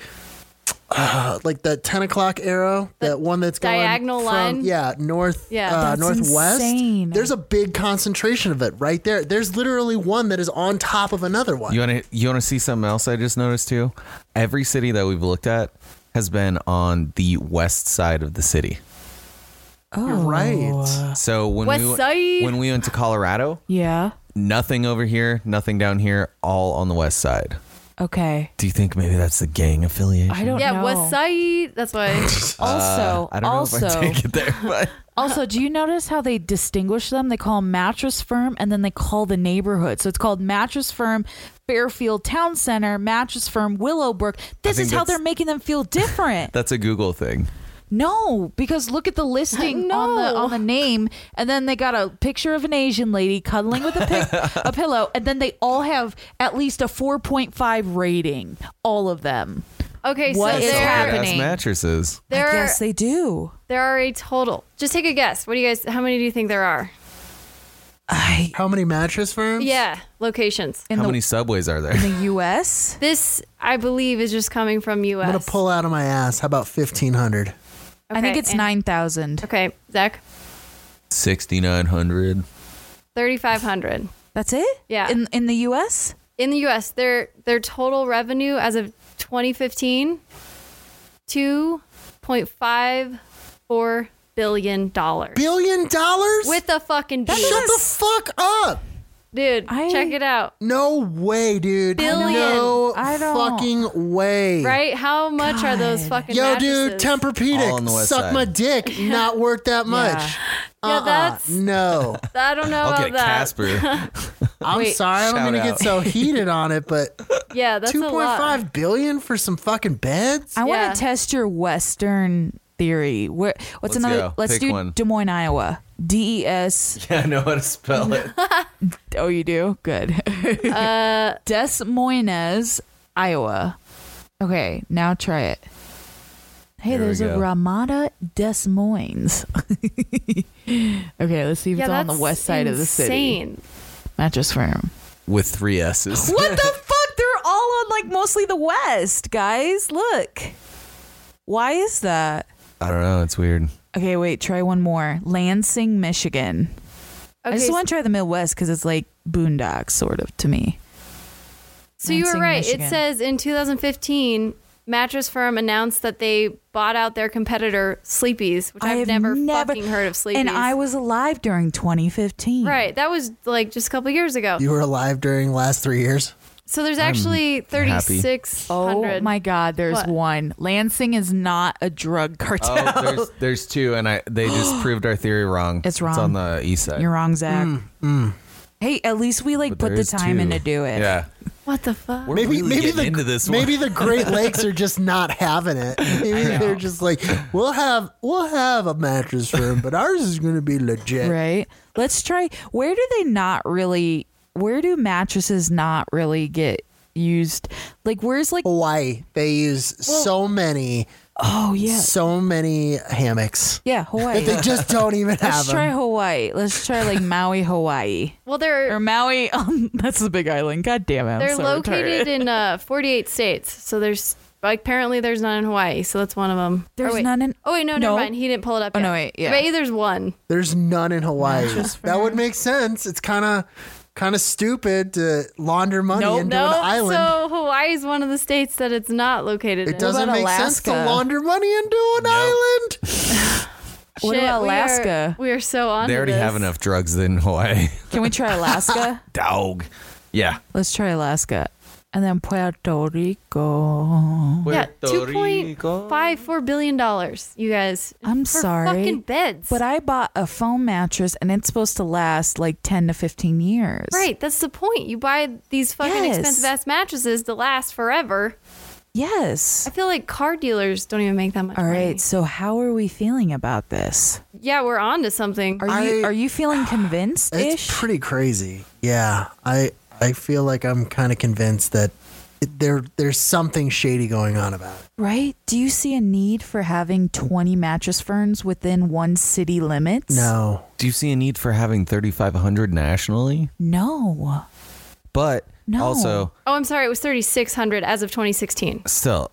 Speaker 2: uh, like that ten o'clock arrow, that one that's going
Speaker 1: diagonal
Speaker 2: from,
Speaker 1: line?
Speaker 2: yeah, north,
Speaker 1: Yeah.
Speaker 2: uh,
Speaker 4: That's
Speaker 2: northwest.
Speaker 4: insane.
Speaker 2: There's a big concentration of it right there. There's literally one that is on top of another one.
Speaker 3: You want to you want to see something else I just noticed too? Every city that we've looked at has been on the west side of the city.
Speaker 2: You're
Speaker 4: Oh.
Speaker 2: right.
Speaker 3: So when
Speaker 1: West
Speaker 3: we went-
Speaker 1: side.
Speaker 3: when we went to Colorado,
Speaker 4: Yeah.
Speaker 3: nothing over here, nothing down here, all on the west side.
Speaker 4: Okay.
Speaker 3: Do you think maybe that's the gang affiliation?
Speaker 4: I don't
Speaker 1: yeah,
Speaker 4: know.
Speaker 1: West Side. That's why.
Speaker 4: Also,
Speaker 3: Uh, I don't know if I
Speaker 4: also,
Speaker 3: take it there, but
Speaker 4: also, do you notice how they distinguish them? They call 'em mattress firm, and then they call the neighborhood. So it's called mattress firm, Fairfield Town Center, mattress firm, Willowbrook. This
Speaker 3: think
Speaker 4: is how
Speaker 3: that's-
Speaker 4: they're making them feel different.
Speaker 3: that's a Google thing.
Speaker 4: No, because look at the listing on the
Speaker 1: No.
Speaker 4: on the name, and then they got a picture of an Asian lady cuddling with a pic- a pillow, and then they all have at least a four point five rating, all of them.
Speaker 1: Okay,
Speaker 4: What
Speaker 1: so
Speaker 4: is
Speaker 1: there,
Speaker 4: happening?
Speaker 3: Ass mattresses.
Speaker 1: there are
Speaker 4: they do.
Speaker 1: there are a total. Just take a guess. What do you guys? How many do you think there are?
Speaker 4: I
Speaker 2: How many mattress firms?
Speaker 1: Yeah, locations.
Speaker 4: in
Speaker 3: How
Speaker 4: the
Speaker 3: many subways are there?
Speaker 4: in the U.S.
Speaker 1: This I believe is just coming from U.S.
Speaker 2: I'm gonna pull out of my ass. How about fifteen hundred?
Speaker 4: I think
Speaker 1: Okay,
Speaker 4: it's
Speaker 1: and-
Speaker 4: nine thousand.
Speaker 1: Okay, Zach,
Speaker 3: Sixty nine hundred.
Speaker 1: thirty five hundred
Speaker 4: That's it.
Speaker 1: Yeah.
Speaker 4: in in the U.S.
Speaker 1: in the U.S. Their their total revenue as of 2015, two point five four billion dollars.
Speaker 2: Billion dollars?
Speaker 1: With a fucking B.
Speaker 2: Shut the fuck up!
Speaker 1: dude.
Speaker 4: I-
Speaker 1: check it out.
Speaker 2: No way, dude.
Speaker 1: Billion.
Speaker 2: No
Speaker 4: I don't-
Speaker 2: fucking way.
Speaker 1: Right? How much are those
Speaker 4: Mm. God.
Speaker 1: fucking?
Speaker 2: Yo, dude,
Speaker 1: mattresses?
Speaker 3: All on the
Speaker 2: Tempur-Pedic,
Speaker 3: west
Speaker 2: suck
Speaker 3: side.
Speaker 2: my dick. Not worth that much.
Speaker 1: Yeah,
Speaker 2: Uh-uh.
Speaker 1: that's-
Speaker 2: no.
Speaker 1: I don't know
Speaker 3: I'll
Speaker 1: about
Speaker 3: get
Speaker 1: that.
Speaker 3: Casper.
Speaker 2: I'm
Speaker 1: Wait.
Speaker 2: sorry, I'm
Speaker 3: Shout
Speaker 2: gonna get
Speaker 3: out.
Speaker 2: so heated on it, but
Speaker 1: Yeah, that's
Speaker 2: two
Speaker 1: a
Speaker 2: point
Speaker 1: lot.
Speaker 2: five billion for some fucking beds.
Speaker 4: I
Speaker 1: Yeah.
Speaker 4: want to test your Western theory. Where
Speaker 3: Let's
Speaker 4: what's another?
Speaker 3: go.
Speaker 4: Let's
Speaker 3: Pick
Speaker 4: do
Speaker 3: one.
Speaker 4: Des Moines, Iowa. D E S
Speaker 3: yeah, I know how to spell it.
Speaker 4: Oh, you do? Good.
Speaker 1: Uh,
Speaker 4: Des Moines, Iowa. Okay, now try it. Hey,
Speaker 3: Here we
Speaker 4: there's a
Speaker 3: go.
Speaker 4: Ramada Des Moines. okay, let's see if
Speaker 1: Yeah,
Speaker 4: it's on the
Speaker 1: that's
Speaker 4: west side of the city.
Speaker 1: insane.
Speaker 4: Mattress firm.
Speaker 3: With three S's.
Speaker 4: What the fuck? They're all on like mostly the west, guys. Look. Why is that?
Speaker 3: I don't know, it's weird.
Speaker 4: Okay, wait, try one more. Lansing, Michigan.
Speaker 1: Okay,
Speaker 4: I just want to try the Midwest because it's like boondocks, sort of to me.
Speaker 1: So you were
Speaker 4: Lansing,
Speaker 1: right. It
Speaker 4: Michigan.
Speaker 1: says in 2015, Mattress Firm announced that they bought out their competitor Sleepy's, which I've,
Speaker 4: have
Speaker 1: never, fucking heard of Sleepy's.
Speaker 4: And I was alive during 2015.
Speaker 1: right. That was like just a couple years ago.
Speaker 2: You were alive during the last three years.
Speaker 1: So there's actually
Speaker 3: happy.
Speaker 1: 3,600.
Speaker 4: Oh my God, there's
Speaker 1: What?
Speaker 4: one. Lansing is not a drug cartel.
Speaker 3: Oh, there's there's two, and I they just proved our theory wrong.
Speaker 4: It's wrong.
Speaker 3: It's on the east side.
Speaker 4: You're wrong, Zach. Hey, at least we like
Speaker 3: mm. But
Speaker 4: put
Speaker 3: there
Speaker 4: the
Speaker 3: is
Speaker 4: time in
Speaker 3: two.
Speaker 4: to do it.
Speaker 3: Yeah,
Speaker 1: What the fuck?
Speaker 3: We're
Speaker 2: Maybe
Speaker 3: really
Speaker 2: maybe
Speaker 3: getting
Speaker 2: the
Speaker 3: into this
Speaker 2: maybe
Speaker 3: one.
Speaker 2: the Great Lakes are just not having it. Maybe they're just like we'll have we'll have a mattress firm, but ours is going to be legit.
Speaker 4: Right? Let's try. Where do they not really? Where do mattresses not really get used? Like, where's like?
Speaker 2: Hawaii, they use so many
Speaker 4: Oh yeah,
Speaker 2: so many hammocks.
Speaker 4: yeah, Hawaii.
Speaker 2: They just don't even have
Speaker 4: Let's try
Speaker 2: them.
Speaker 4: Hawaii. Let's try like Maui, Hawaii,
Speaker 1: Well, they're
Speaker 4: or Maui. Um, that's the big island. God damn it! I'm
Speaker 1: they're
Speaker 4: so retarded.
Speaker 1: located in uh, 48 states. So there's apparently there's none in Hawaii. So that's one of them.
Speaker 4: There's
Speaker 1: oh, wait.
Speaker 4: none in-
Speaker 1: Oh wait, no,
Speaker 4: No.
Speaker 1: never mind. He didn't pull it up.
Speaker 4: Oh,
Speaker 1: yet.
Speaker 4: no, wait, yeah.
Speaker 1: Maybe there's one.
Speaker 2: There's none in Hawaii. That would make sense. It's kind of kind of stupid to launder money
Speaker 4: Nope.
Speaker 2: into
Speaker 1: No,
Speaker 2: an island.
Speaker 1: so Hawaii is one of the states that it's not located in.
Speaker 2: it doesn't
Speaker 4: about
Speaker 2: make sense to
Speaker 4: Alaska?
Speaker 2: launder money into an island.
Speaker 4: What
Speaker 1: Shit,
Speaker 4: about
Speaker 1: we are-
Speaker 4: Alaska?
Speaker 1: We are, so on.
Speaker 3: they already have enough drugs in Hawaii.
Speaker 4: Can we try Alaska?
Speaker 3: Dog. Yeah.
Speaker 4: Let's try Alaska, and then Puerto Rico.
Speaker 1: Yeah,
Speaker 3: Puerto
Speaker 1: two point
Speaker 3: Rico.
Speaker 1: five four billion dollars. You guys,
Speaker 4: I'm
Speaker 1: for
Speaker 4: sorry,
Speaker 1: Fucking beds.
Speaker 4: But I bought a foam mattress, and it's supposed to last like 10 to 15 years.
Speaker 1: right, that's the point. You buy these fucking
Speaker 4: Yes.
Speaker 1: expensive ass mattresses to last forever.
Speaker 4: Yes.
Speaker 1: I feel like car dealers don't even make that much.
Speaker 4: All
Speaker 1: money.
Speaker 4: right. So, how are we feeling about this?
Speaker 1: Yeah, we're on to something.
Speaker 4: Are you
Speaker 2: I-
Speaker 4: are you feeling convinced?
Speaker 2: It's pretty crazy. Yeah, I I feel like I'm kind of convinced that it- there there's something shady going on about it.
Speaker 4: right? Do you see a need for having 20 mattress ferns within one city limits?
Speaker 2: No,
Speaker 3: Do you see a need for having 3,500 nationally?
Speaker 4: No.
Speaker 3: But
Speaker 4: No.
Speaker 3: also,
Speaker 1: oh, I'm sorry. It was 3600 as of 2016.
Speaker 3: still,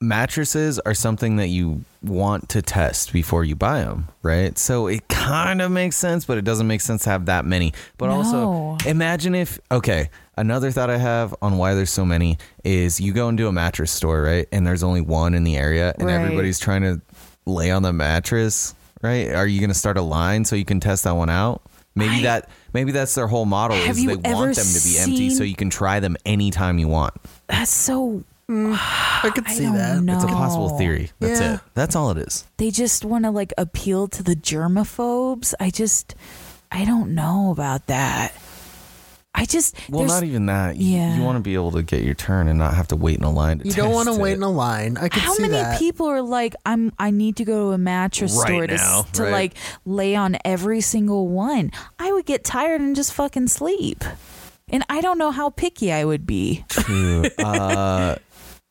Speaker 3: mattresses are something that you want to test before you buy them, right? So it kind of makes sense, but it doesn't make sense to have that many. But
Speaker 4: No.
Speaker 3: also, imagine if, okay, another thought I have on why there's so many is you go into a mattress store, right? And there's only one in the area, and
Speaker 4: Right.
Speaker 3: everybody's trying to lay on the mattress, right? Are you going to start a line so you can test that one out? Maybe that maybe that's their whole model
Speaker 4: Have
Speaker 3: is
Speaker 4: you
Speaker 3: they
Speaker 4: ever
Speaker 3: want them to be empty so
Speaker 4: seen-
Speaker 3: you can try them anytime you want.
Speaker 4: That's so
Speaker 2: I could
Speaker 4: I
Speaker 2: see
Speaker 4: don't
Speaker 2: that.
Speaker 4: know.
Speaker 3: It's a
Speaker 4: Oh,
Speaker 3: possible theory. That's
Speaker 2: Yeah.
Speaker 3: it. That's all it is.
Speaker 4: They just want to like appeal to the germaphobes. I just I don't know about that. I just
Speaker 3: Well,
Speaker 4: there's-
Speaker 3: not e-, even that. You,
Speaker 4: yeah.
Speaker 3: you want to be able to get your turn and not have to wait in a line. To
Speaker 2: You don't
Speaker 3: want to
Speaker 2: wait in a line. I could
Speaker 4: how
Speaker 2: see
Speaker 4: many
Speaker 2: that.
Speaker 4: people are like i'm i need to go to a mattress
Speaker 3: Right
Speaker 4: store to, s-
Speaker 3: now,
Speaker 4: to
Speaker 3: right.
Speaker 4: like lay on every single one i would get tired and just fucking sleep and i don't know how picky i would be
Speaker 3: uh,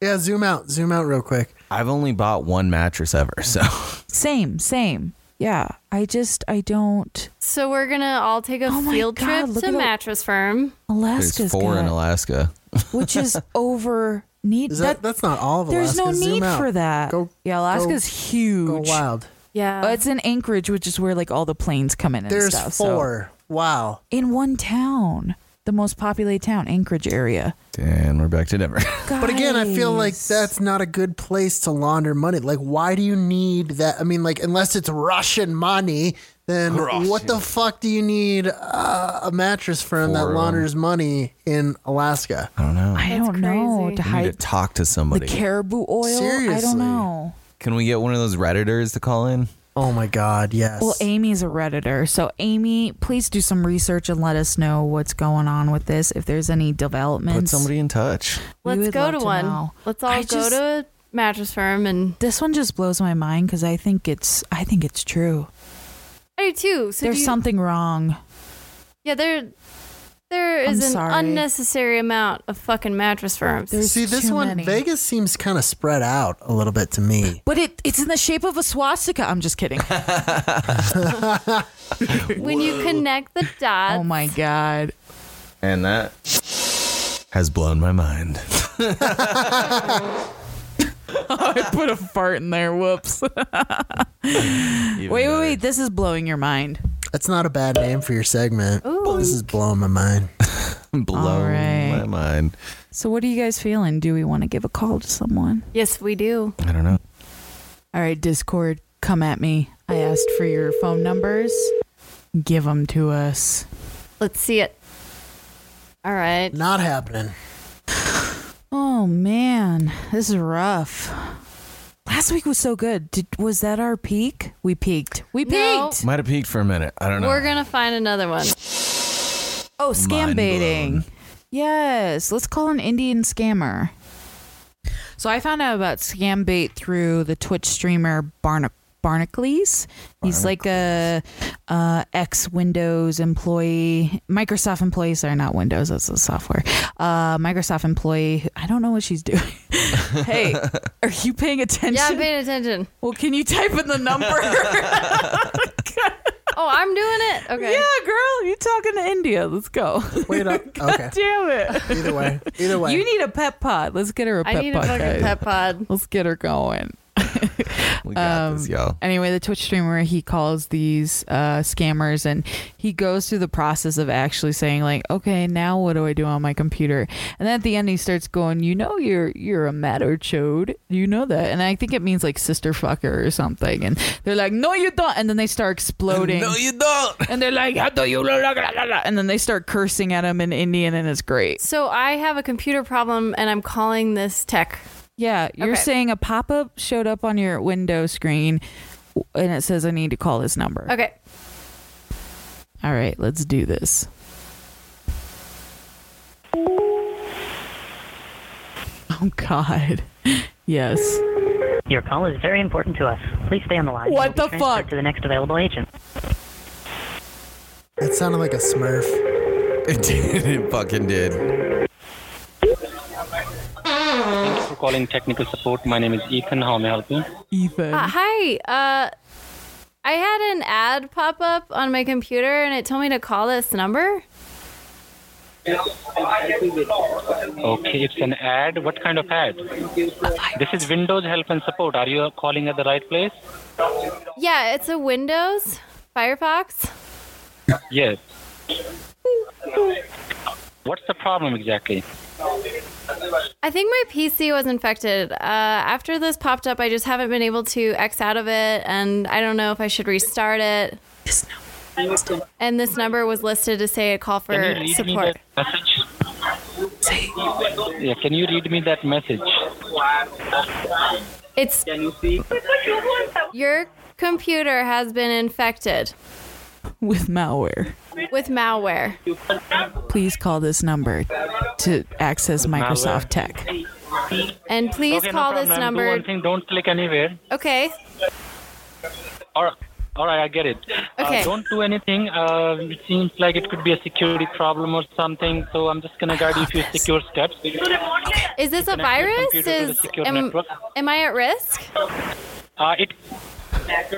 Speaker 2: yeah, zoom out, zoom out real quick.
Speaker 3: I've only bought one mattress ever, so
Speaker 4: same same yeah i just i don't
Speaker 1: So we're going to all take a
Speaker 4: Oh my
Speaker 1: field
Speaker 4: God,
Speaker 1: trip
Speaker 4: look
Speaker 1: to
Speaker 4: at all-
Speaker 1: Mattress Firm.
Speaker 4: alaska's
Speaker 3: there's four
Speaker 4: got-
Speaker 3: in Alaska.
Speaker 4: which is over need
Speaker 2: Is that, that's not all of
Speaker 4: there's
Speaker 2: Alaska.
Speaker 4: no
Speaker 2: Zoom
Speaker 4: need
Speaker 2: out.
Speaker 4: for that
Speaker 2: Go-
Speaker 4: yeah alaska's
Speaker 2: Go
Speaker 4: huge
Speaker 2: wild.
Speaker 1: Yeah.
Speaker 4: Uh, it's in anchorage which is where like all the planes come in and
Speaker 2: There's
Speaker 4: stuff so-
Speaker 2: four. Wow.
Speaker 4: in one town the most populated town anchorage area
Speaker 3: And we're back to Denver.
Speaker 2: But again, I feel like
Speaker 4: Guys.
Speaker 2: that's not a good place to launder money. Like, why do you need that? I mean, like, unless it's Russian money, then what the fuck do you need uh, a mattress firm that
Speaker 3: For-
Speaker 2: launders money in Alaska?
Speaker 3: I don't know.
Speaker 4: I
Speaker 1: That's
Speaker 4: don't
Speaker 1: crazy.
Speaker 4: know to
Speaker 3: I need to
Speaker 4: hide
Speaker 3: talk to
Speaker 4: the
Speaker 3: somebody.
Speaker 4: caribou oil. I
Speaker 2: Seriously.
Speaker 4: don't know.
Speaker 3: Can we get one of those redditors to call in?
Speaker 2: Oh my God, yes.
Speaker 4: Well, Amy's a redditor, so Amy, please do some research and let us know what's going on with this. If there's any
Speaker 3: Put
Speaker 4: developments,
Speaker 3: somebody in touch.
Speaker 4: we
Speaker 1: Let's
Speaker 4: would
Speaker 1: go
Speaker 4: love
Speaker 1: to
Speaker 4: to
Speaker 1: one.
Speaker 4: know.
Speaker 1: Let's all go
Speaker 4: I just-
Speaker 1: to Mattress Firm and
Speaker 4: this one just blows my mind because I think it's I think it's true.
Speaker 1: I do too. So do
Speaker 4: there's
Speaker 1: you-
Speaker 4: something wrong.
Speaker 1: Yeah, there there
Speaker 4: I'm
Speaker 1: is an
Speaker 4: sorry.
Speaker 1: unnecessary amount of fucking Mattress Firms.
Speaker 4: There's
Speaker 2: See, this
Speaker 4: too
Speaker 2: one,
Speaker 4: many.
Speaker 2: Vegas seems kind of spread out a little bit to me.
Speaker 4: But it it's in the shape of a swastika. I'm just kidding.
Speaker 1: when you connect the dots,
Speaker 4: oh my god.
Speaker 3: And that has blown my mind.
Speaker 4: I put a fart in there. Whoops. wait,
Speaker 3: Even
Speaker 4: wait,
Speaker 3: better.
Speaker 4: wait. This is blowing your mind.
Speaker 2: That's not a bad name for your segment.
Speaker 1: Ooh.
Speaker 2: This is blowing my mind.
Speaker 3: Blown my
Speaker 4: right.
Speaker 3: mind.
Speaker 4: So, what are you guys feeling? Do we want to give a call to someone?
Speaker 1: Yes, we do.
Speaker 3: I don't know.
Speaker 4: All right, Discord, come at me. I asked for your phone numbers. Give them to us.
Speaker 1: Let's see it. All right.
Speaker 2: Not happening.
Speaker 4: Oh man, this is rough. Last week was so good. Did, was that our peak? We peaked. We peaked.
Speaker 1: No.
Speaker 3: Might have peaked for a minute. I don't know.
Speaker 1: We're going to find another one.
Speaker 4: Oh, scam
Speaker 3: Mind
Speaker 4: baiting.
Speaker 3: blown.
Speaker 4: Yes, let's call an Indian scammer. So I found out about scam bait through the Twitch streamer Barna- Barnacles. He's like a uh, ex Windows employee, Microsoft employee. Sorry, not Windows. That's the software. Uh, Microsoft employee. I don't know what she's doing. hey, are you paying attention?
Speaker 1: Yeah, I'm paying attention.
Speaker 4: well, can you type in the number?
Speaker 1: Oh, I'm doing it. Okay.
Speaker 4: yeah, girl, you talking to India? Let's go.
Speaker 2: Wait up. Okay.
Speaker 4: Damn it.
Speaker 2: Either way. Either way.
Speaker 4: You need a pep pod. Let's get her a pep
Speaker 1: I need a
Speaker 4: pod.
Speaker 1: fucking
Speaker 4: guys.
Speaker 1: pep pod.
Speaker 4: Let's get her going.
Speaker 3: we got
Speaker 4: Um,
Speaker 3: this, y'all.
Speaker 4: Anyway, the Twitch streamer he calls these uh, scammers, and he goes through the process of actually saying like, "Okay, now what do I do on my computer?" And then at the end, he starts going, "You know, you're you're a matter chode. You know that." And I think it means like sister fucker or something. And they're like, "No, you don't." And then they start exploding.
Speaker 3: No, Oh, you don't.
Speaker 4: and they're like, "How do you?" And then they start cursing at him in Indian, and it's great.
Speaker 1: So I have a computer problem and I'm calling this tech.
Speaker 4: Yeah, you're
Speaker 1: Okay.
Speaker 4: saying a pop up showed up on your window screen w- and it says, I need to call this number.
Speaker 1: Okay.
Speaker 4: All right, let's do this. Oh, God. Yes.
Speaker 7: Your call is very important to us. Please stay on the line.
Speaker 4: What
Speaker 7: You'll
Speaker 4: the
Speaker 7: be transferred
Speaker 4: fuck?
Speaker 7: To the next available agent.
Speaker 2: That sounded like a smurf.
Speaker 3: It did. It fucking did.
Speaker 8: Thank you for calling technical support. My name is Ethan. How may I help you?
Speaker 4: Ethan.
Speaker 1: Uh, hi. Uh, I had an ad pop up on my computer and it told me to call this number.
Speaker 8: Okay, it's an ad. What kind of ad? This is Windows Help and Support. Are you calling at the right place?
Speaker 1: Yeah, it's a Windows Firefox.
Speaker 8: Yes. What's the problem exactly?
Speaker 1: I think my PC was infected. Uh, after this popped up, I just haven't been able to X out of it, and I don't know if I should restart it. And this number was listed to say a call for
Speaker 8: Can you read
Speaker 1: support.
Speaker 8: me that message? Yeah, can you read me that message?
Speaker 1: It's your computer has been infected
Speaker 4: With malware.
Speaker 1: with malware.
Speaker 4: Please call this number to access Microsoft
Speaker 8: Malware.
Speaker 4: Tech.
Speaker 1: And please
Speaker 8: okay,
Speaker 1: call
Speaker 8: no problem.
Speaker 1: this
Speaker 8: Do
Speaker 1: number.
Speaker 8: one thing, don't click anywhere.
Speaker 1: Okay.
Speaker 8: All right. All right, I get it.
Speaker 1: Okay.
Speaker 8: Uh, don't do anything. Uh, it seems like it could be a security problem or something, so I'm just gonna guide you through secure steps.
Speaker 1: Is this a
Speaker 8: Connect your
Speaker 1: virus?
Speaker 8: computer to the
Speaker 1: Is
Speaker 8: secure
Speaker 1: am,
Speaker 8: network.
Speaker 1: am I at risk?
Speaker 8: Uh, it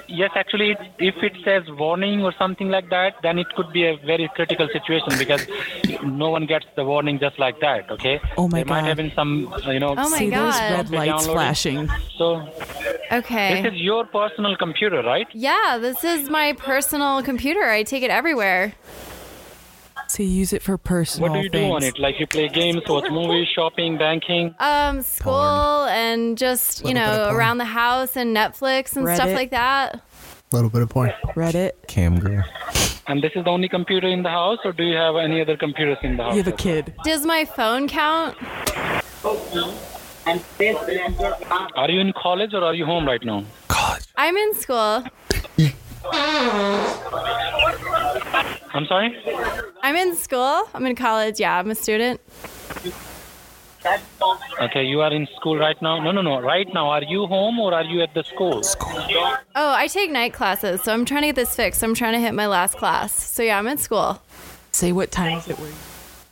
Speaker 8: yes, actually, it, if it says warning or something like that, then it could be a very critical situation because no one gets the warning just like that. Okay.
Speaker 4: Oh my
Speaker 8: there might have
Speaker 4: God. Um,
Speaker 8: been some, uh, you know.
Speaker 1: Oh my
Speaker 4: See those
Speaker 1: God.
Speaker 4: red lights
Speaker 8: Downloading.
Speaker 4: flashing.
Speaker 8: So this
Speaker 1: Okay.
Speaker 8: is your personal computer, right?
Speaker 1: Yeah, this is my personal computer. I take it everywhere.
Speaker 4: So use it for personal
Speaker 8: What do you
Speaker 4: things.
Speaker 8: do on it? Like you play games, watch movies, shopping, banking.
Speaker 1: Um, school and just you
Speaker 2: Little bit of
Speaker 1: know
Speaker 2: porn.
Speaker 1: around the house and Netflix and stuff
Speaker 4: Reddit.
Speaker 1: like that.
Speaker 2: A little bit of porn.
Speaker 4: Reddit.
Speaker 3: Cam girl.
Speaker 8: And this is the only computer in the house, or do you have any other computers in the house?
Speaker 4: You have a kid.
Speaker 1: Does my phone count?
Speaker 8: Are you in college or are you home right now?
Speaker 1: I'm in school.
Speaker 8: I'm sorry.
Speaker 1: I'm in school. I'm in college. Yeah, I'm a student.
Speaker 8: Okay, you are in school right now. No, no, no. Right now, are you home or are you at the school?
Speaker 1: Oh, I take night classes, so I'm trying to get this fixed. I'm trying to hit my last class. So yeah, I'm in school.
Speaker 4: Say what time is it? Where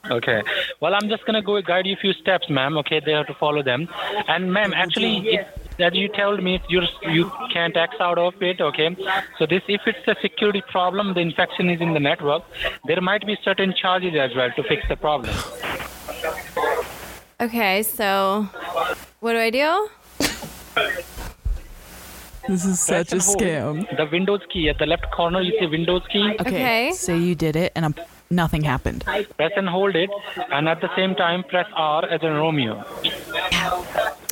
Speaker 8: Okay. Well, I'm just gonna go guide you a few steps, ma'am. Okay, they have to follow them. And ma'am, actually, it, that you told me you you can't X out of it. Okay. So this, if it's a security problem, the infection is in the network. There might be certain charges as well to fix the problem.
Speaker 1: Okay, so what do I do?
Speaker 4: This is such a
Speaker 8: Press and hold
Speaker 4: scam.
Speaker 8: The Windows key at the left corner. You see Windows key.
Speaker 1: Okay.
Speaker 4: Say you did it, and I'm Nothing happened.
Speaker 8: Press and hold it, and at the same time press R as in Romeo.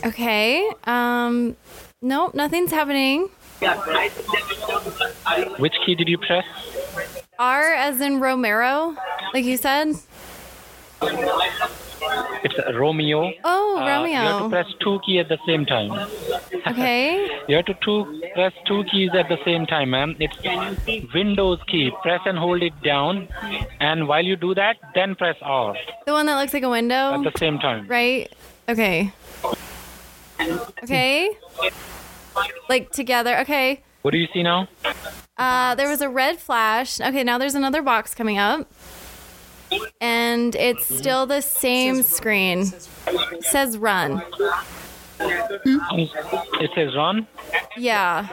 Speaker 1: Okay. Um, nope, nothing's happening.
Speaker 8: Which key did you press?
Speaker 1: R as in Romero, like you said.
Speaker 8: It's Romeo.
Speaker 1: Oh,
Speaker 8: Uh, You have to
Speaker 1: Romeo.
Speaker 8: press two key at the same time.
Speaker 1: Okay.
Speaker 8: You have to two, press two keys at the same time, ma'am. It's Windows key. Press and hold it down, and while you do that, then press R
Speaker 1: The one that looks like a
Speaker 8: at
Speaker 1: window,
Speaker 8: the same time.
Speaker 1: right? Okay. Okay. Like together. Okay.
Speaker 8: What do you see now?
Speaker 1: Uh, there was a red flash. Okay, now there's another box coming up. And it's
Speaker 8: Mm-hmm.
Speaker 1: still the same screen. Says run.
Speaker 8: It says run.
Speaker 1: Yeah.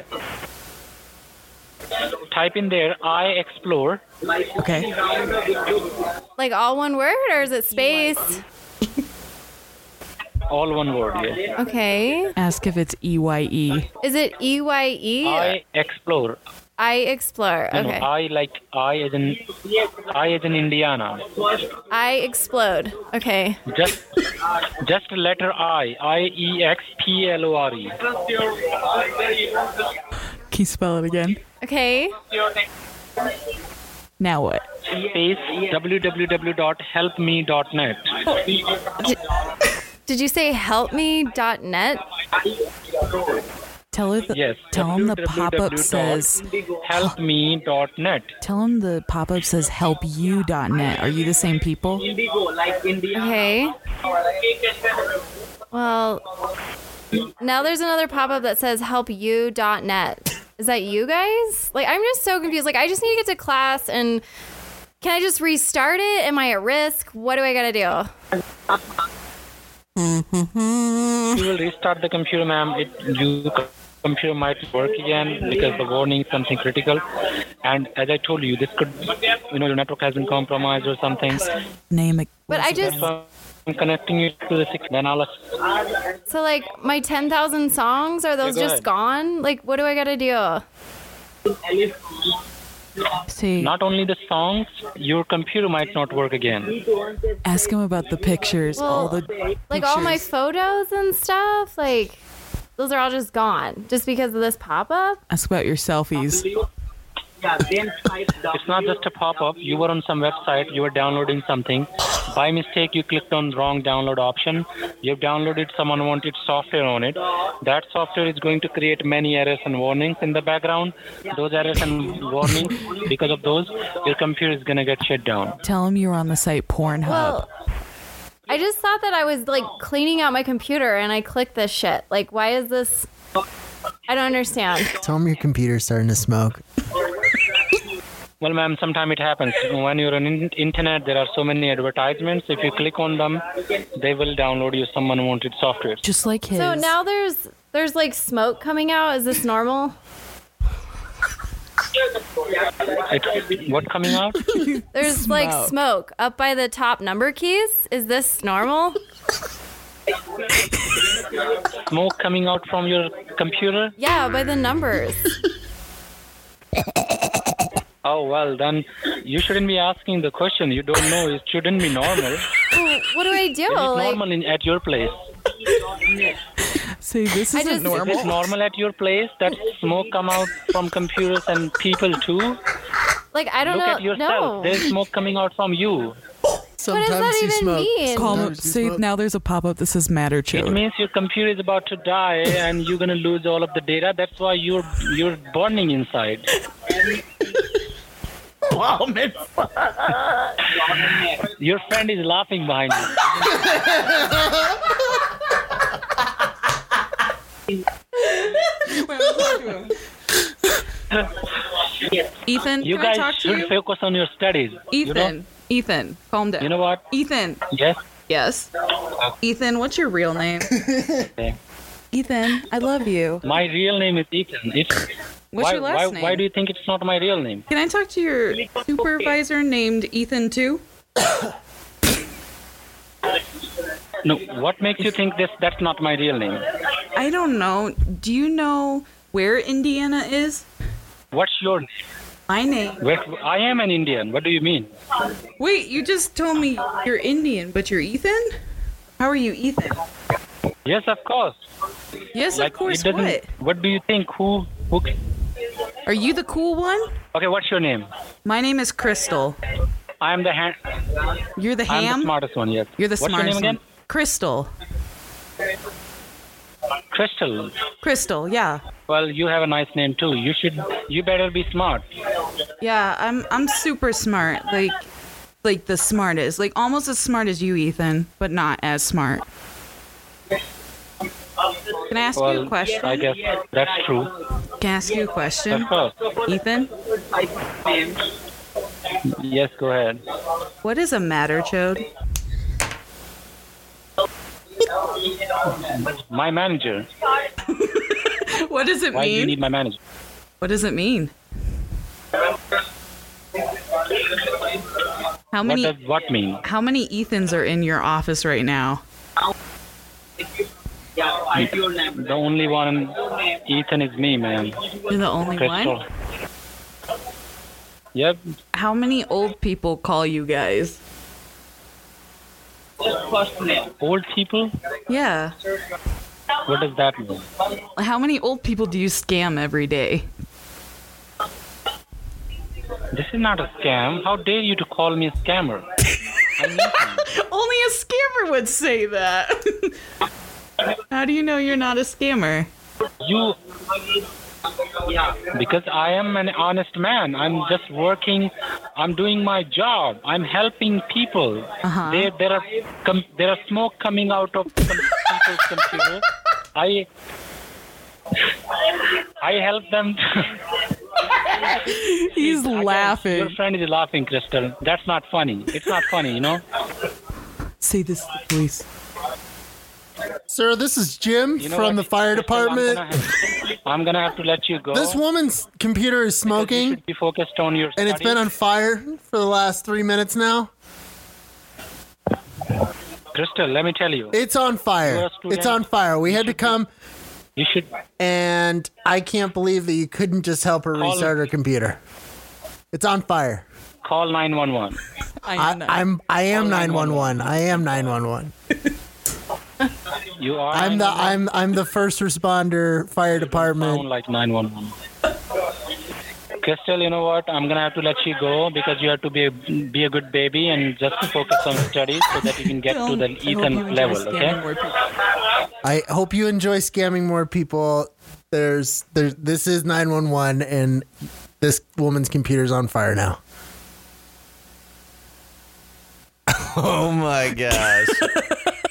Speaker 8: Type in there I explore.
Speaker 4: Okay.
Speaker 1: Like all one word or is it space?
Speaker 8: All one word. Yes.
Speaker 1: Okay.
Speaker 4: Ask if it's E Y E.
Speaker 1: Is it E Y E?
Speaker 8: I explore.
Speaker 1: I explore.
Speaker 8: No, no,
Speaker 1: Okay.
Speaker 8: I like I as in I as in Indiana.
Speaker 1: I explode. Okay.
Speaker 8: Just just a letter I. I E X P L O R E.
Speaker 4: Can you spell it again?
Speaker 1: Okay.
Speaker 4: Now what?
Speaker 8: Space www.helpme.net.
Speaker 1: Did you say helpme.net?
Speaker 4: Tell her the,
Speaker 8: Yes.
Speaker 4: Tell him the pop up
Speaker 8: www.
Speaker 4: says.
Speaker 8: Helpme.net.
Speaker 4: Tell him the pop up says helpyou.net. Are you the same people?
Speaker 1: Okay. Well, now there's another pop up that says helpyou.net. Is that you guys? Like, I'm just so confused. Like, I just need to get to class and can I just restart it? Am I at risk? What do I got to do?
Speaker 8: You will restart the computer, ma'am. It you computer might work again because the warning is something critical. And as I told you, this could you know your network has been compromised or something.
Speaker 4: Name it.
Speaker 1: But I just,
Speaker 8: So I'm connecting you to the six. Then I'll
Speaker 1: so like, my 10,000 songs, are those
Speaker 8: go
Speaker 1: just
Speaker 8: ahead.
Speaker 1: gone? Like, what do I got to do?
Speaker 4: Say,
Speaker 8: not only the songs. Your computer might not work again.
Speaker 4: ask him about the pictures. all
Speaker 1: Well,
Speaker 4: the
Speaker 1: Like, all my
Speaker 4: pictures.
Speaker 1: photos and stuff? Like, those are all just gone just because of this pop up?
Speaker 4: ask about your selfies.
Speaker 8: It's not just a pop-up. You were on some website. You were downloading something. By mistake, you clicked on wrong download option. You've downloaded some unwanted software on it. That software is going to create many errors and warnings in the background. Those errors and warnings, because of those, your computer is gonna get shut down.
Speaker 4: Tell him you're on the site Pornhub.
Speaker 1: Well, I just thought that I was like cleaning out my computer and I clicked this shit. Like, why is this? I don't understand.
Speaker 2: Tell him your computer's starting to smoke.
Speaker 8: Well, ma'am, sometime it happens. When you're on in- internet, there are so many advertisements. If you click on them, they will download you some unwanted software.
Speaker 4: just like his.
Speaker 1: So now there's there's like smoke coming out. Is this normal?
Speaker 8: It's, what coming out?
Speaker 1: There's like
Speaker 4: Smoke.
Speaker 1: smoke up by the top number keys. Is this normal?
Speaker 8: Smoke coming out from your computer?
Speaker 1: Yeah, by the numbers.
Speaker 8: Oh well, then you shouldn't be asking the question. You don't know. It shouldn't be normal. It's
Speaker 1: Well, what do I do?
Speaker 9: Oh,
Speaker 1: Like,
Speaker 8: normal in, at your place.
Speaker 4: Say this
Speaker 1: I
Speaker 4: isn't
Speaker 8: Is
Speaker 1: just-
Speaker 4: normal.
Speaker 8: it normal at your place that smoke come out from computers and people too? Look
Speaker 1: like I don't
Speaker 8: at
Speaker 1: know.
Speaker 8: yourself.
Speaker 1: No.
Speaker 8: There's smoke coming out from you.
Speaker 1: What
Speaker 2: Sometimes
Speaker 1: does that
Speaker 2: you
Speaker 1: even
Speaker 2: smoke.
Speaker 1: mean?
Speaker 4: Call him.
Speaker 2: Sometimes you
Speaker 4: Say
Speaker 2: smoke.
Speaker 4: now there's a pop up that says Matter
Speaker 8: It
Speaker 4: Chode.
Speaker 8: means your computer is about to die and you're gonna lose all of the data. That's why you're you're burning inside. Your friend is laughing behind you.
Speaker 9: Ethan,
Speaker 8: You
Speaker 9: can I
Speaker 8: guys
Speaker 9: talk to
Speaker 8: should
Speaker 9: you?
Speaker 8: focus on your studies. You
Speaker 9: Ethan,
Speaker 8: know,
Speaker 9: Ethan, calm down.
Speaker 8: you know what?
Speaker 9: Ethan,
Speaker 8: Yes.
Speaker 9: yes. Ethan, what's your real name?
Speaker 4: Ethan, I love you.
Speaker 8: My real name is Ethan. It's,
Speaker 9: What's
Speaker 8: why,
Speaker 9: your last
Speaker 8: why,
Speaker 9: name?
Speaker 8: why do you think it's not my real name?
Speaker 9: Can I talk to your supervisor named Ethan too?
Speaker 8: No, what makes you think this? That's not my real name.
Speaker 9: I don't know. Do you know where Indiana is?
Speaker 8: What's your name?
Speaker 9: My name.
Speaker 8: Where, I am an Indian. What do you mean?
Speaker 9: Wait, you just told me you're Indian, but you're Ethan? How are you, Ethan?
Speaker 8: Yes, of course.
Speaker 9: Yes,
Speaker 8: Like,
Speaker 9: of course.
Speaker 8: it doesn't-
Speaker 9: What?
Speaker 8: What do you think? Who? Who?
Speaker 9: Are you the cool one?
Speaker 8: Okay, what's your name?
Speaker 4: My name is Crystal.
Speaker 8: I am the hand.
Speaker 4: You're the
Speaker 8: I'm
Speaker 4: ham.
Speaker 8: the smartest one. Yes.
Speaker 4: You're the
Speaker 8: what's
Speaker 4: smartest
Speaker 8: What's your name
Speaker 4: one. Crystal.
Speaker 8: again? Crystal.
Speaker 4: Crystal. Yeah.
Speaker 8: Well, you have a nice name too. You should. You better be smart.
Speaker 4: Yeah. I'm I'm super smart. Like like the smartest. Like almost as smart as you, Ethan, but not as smart.
Speaker 9: Can I ask you
Speaker 8: Well,
Speaker 9: a question?
Speaker 8: I guess that's true.
Speaker 4: Can I ask you a
Speaker 8: Of
Speaker 4: question,
Speaker 8: course.
Speaker 4: Ethan?
Speaker 8: Yes, go ahead.
Speaker 4: What is a matter chode?
Speaker 8: My manager.
Speaker 4: What does it
Speaker 8: Why do you
Speaker 4: mean?
Speaker 8: need my manager?
Speaker 4: What does it mean? How
Speaker 8: What
Speaker 4: many
Speaker 8: does what mean?
Speaker 4: how many Ethans are in your office right now?
Speaker 8: The only one, Ethan, is me, man.
Speaker 4: You're the only
Speaker 8: Crystal.
Speaker 4: one.
Speaker 8: Yep.
Speaker 4: How many old people call you guys?
Speaker 8: Old people.
Speaker 4: Yeah.
Speaker 8: What does that mean?
Speaker 4: How many old people do you scam every day?
Speaker 8: This is not a scam. How dare you to call me a scammer? I mean,
Speaker 4: Only a scammer would say that. How do you know you're not a scammer?
Speaker 8: you, because I am an honest man. I'm just working. I'm doing my job. I'm helping people.
Speaker 4: Uh-huh.
Speaker 8: There, there are com- there are smoke coming out of some people's computer. I. I help them.
Speaker 4: He's
Speaker 8: Your
Speaker 4: laughing.
Speaker 8: friend is laughing, Crystal. That's not funny. It's not funny, you know.
Speaker 4: Say this to the police.
Speaker 2: Sir, this is Jim
Speaker 8: You know
Speaker 2: from
Speaker 8: what,
Speaker 2: the fire
Speaker 8: Crystal, I'm
Speaker 2: department.
Speaker 8: gonna have- I'm gonna have to let you go.
Speaker 2: This woman's computer is
Speaker 8: because you
Speaker 2: smoking
Speaker 8: should be focused on your
Speaker 2: and it's been on
Speaker 8: studies.
Speaker 2: fire for the last three minutes now.
Speaker 8: Crystal, let me tell you.
Speaker 2: It's on
Speaker 8: You're
Speaker 2: fire.
Speaker 8: a student.
Speaker 2: It's on fire. We had to come,
Speaker 8: You should
Speaker 2: and I can't believe that you couldn't just help her
Speaker 8: Call-
Speaker 2: restart her computer. It's on fire.
Speaker 8: call 911.
Speaker 4: I,
Speaker 2: I,
Speaker 4: know.
Speaker 2: I'm I am 911. I am 911.
Speaker 8: You are.
Speaker 2: I'm the
Speaker 8: 911.
Speaker 2: I'm I'm the first responder fire
Speaker 8: Sound
Speaker 2: department.
Speaker 8: like 911. Crystal, you know what? I'm gonna have to let you go because you have to be a, be a good baby and just focus on studies so that you can get to the
Speaker 4: I hope you
Speaker 8: Ethan
Speaker 4: enjoy
Speaker 8: level.
Speaker 4: scamming
Speaker 8: Okay?
Speaker 4: more people.
Speaker 2: I hope you enjoy scamming more people. There's there this is 911 and this woman's computer's on fire now.
Speaker 3: Oh my gosh.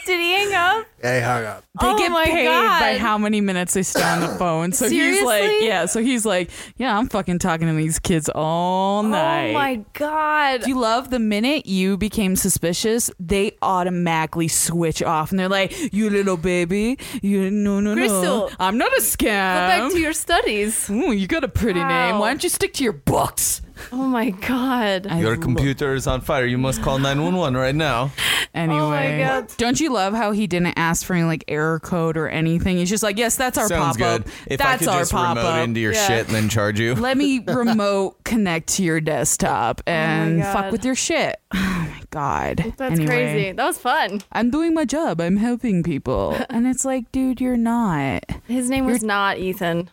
Speaker 1: Did he hang up?
Speaker 2: I hung up.
Speaker 4: They
Speaker 1: Oh
Speaker 4: get
Speaker 1: my
Speaker 4: paid by
Speaker 1: God.
Speaker 4: how many minutes they stay on the phone. So he's like,
Speaker 1: Seriously?
Speaker 4: yeah. So he's like, yeah, I'm fucking talking to these kids all night.
Speaker 1: Oh my god.
Speaker 4: Do you love the minute you became suspicious, they automatically switch off and they're like, "You little baby, you no no no,
Speaker 1: Crystal,
Speaker 4: I'm not a
Speaker 1: Go back
Speaker 4: scam.
Speaker 1: to your studies.
Speaker 4: Ooh, you got a pretty name.
Speaker 1: Wow.
Speaker 4: Why don't you stick to your books?"
Speaker 1: Oh my god.
Speaker 4: I
Speaker 3: Your
Speaker 4: lo-
Speaker 3: computer is on fire. You must call 911 right now.
Speaker 4: Anyway,
Speaker 1: God.
Speaker 4: don't you love how he didn't ask for any like error code or anything? He's just like, "Yes, that's our
Speaker 3: Sounds
Speaker 4: pop up.
Speaker 3: good. If
Speaker 4: that's
Speaker 3: I could
Speaker 4: our
Speaker 3: just
Speaker 4: pop
Speaker 3: remote
Speaker 4: up."
Speaker 3: into your shit and then charge you.
Speaker 4: Let me remote connect to your desktop and fuck
Speaker 1: Oh God.
Speaker 4: with your shit. Oh my god.
Speaker 1: That's
Speaker 4: Anyway.
Speaker 1: crazy. That was fun.
Speaker 4: I'm doing my job. I'm helping people. And it's like, dude, you're not.
Speaker 1: His name was not Ethan.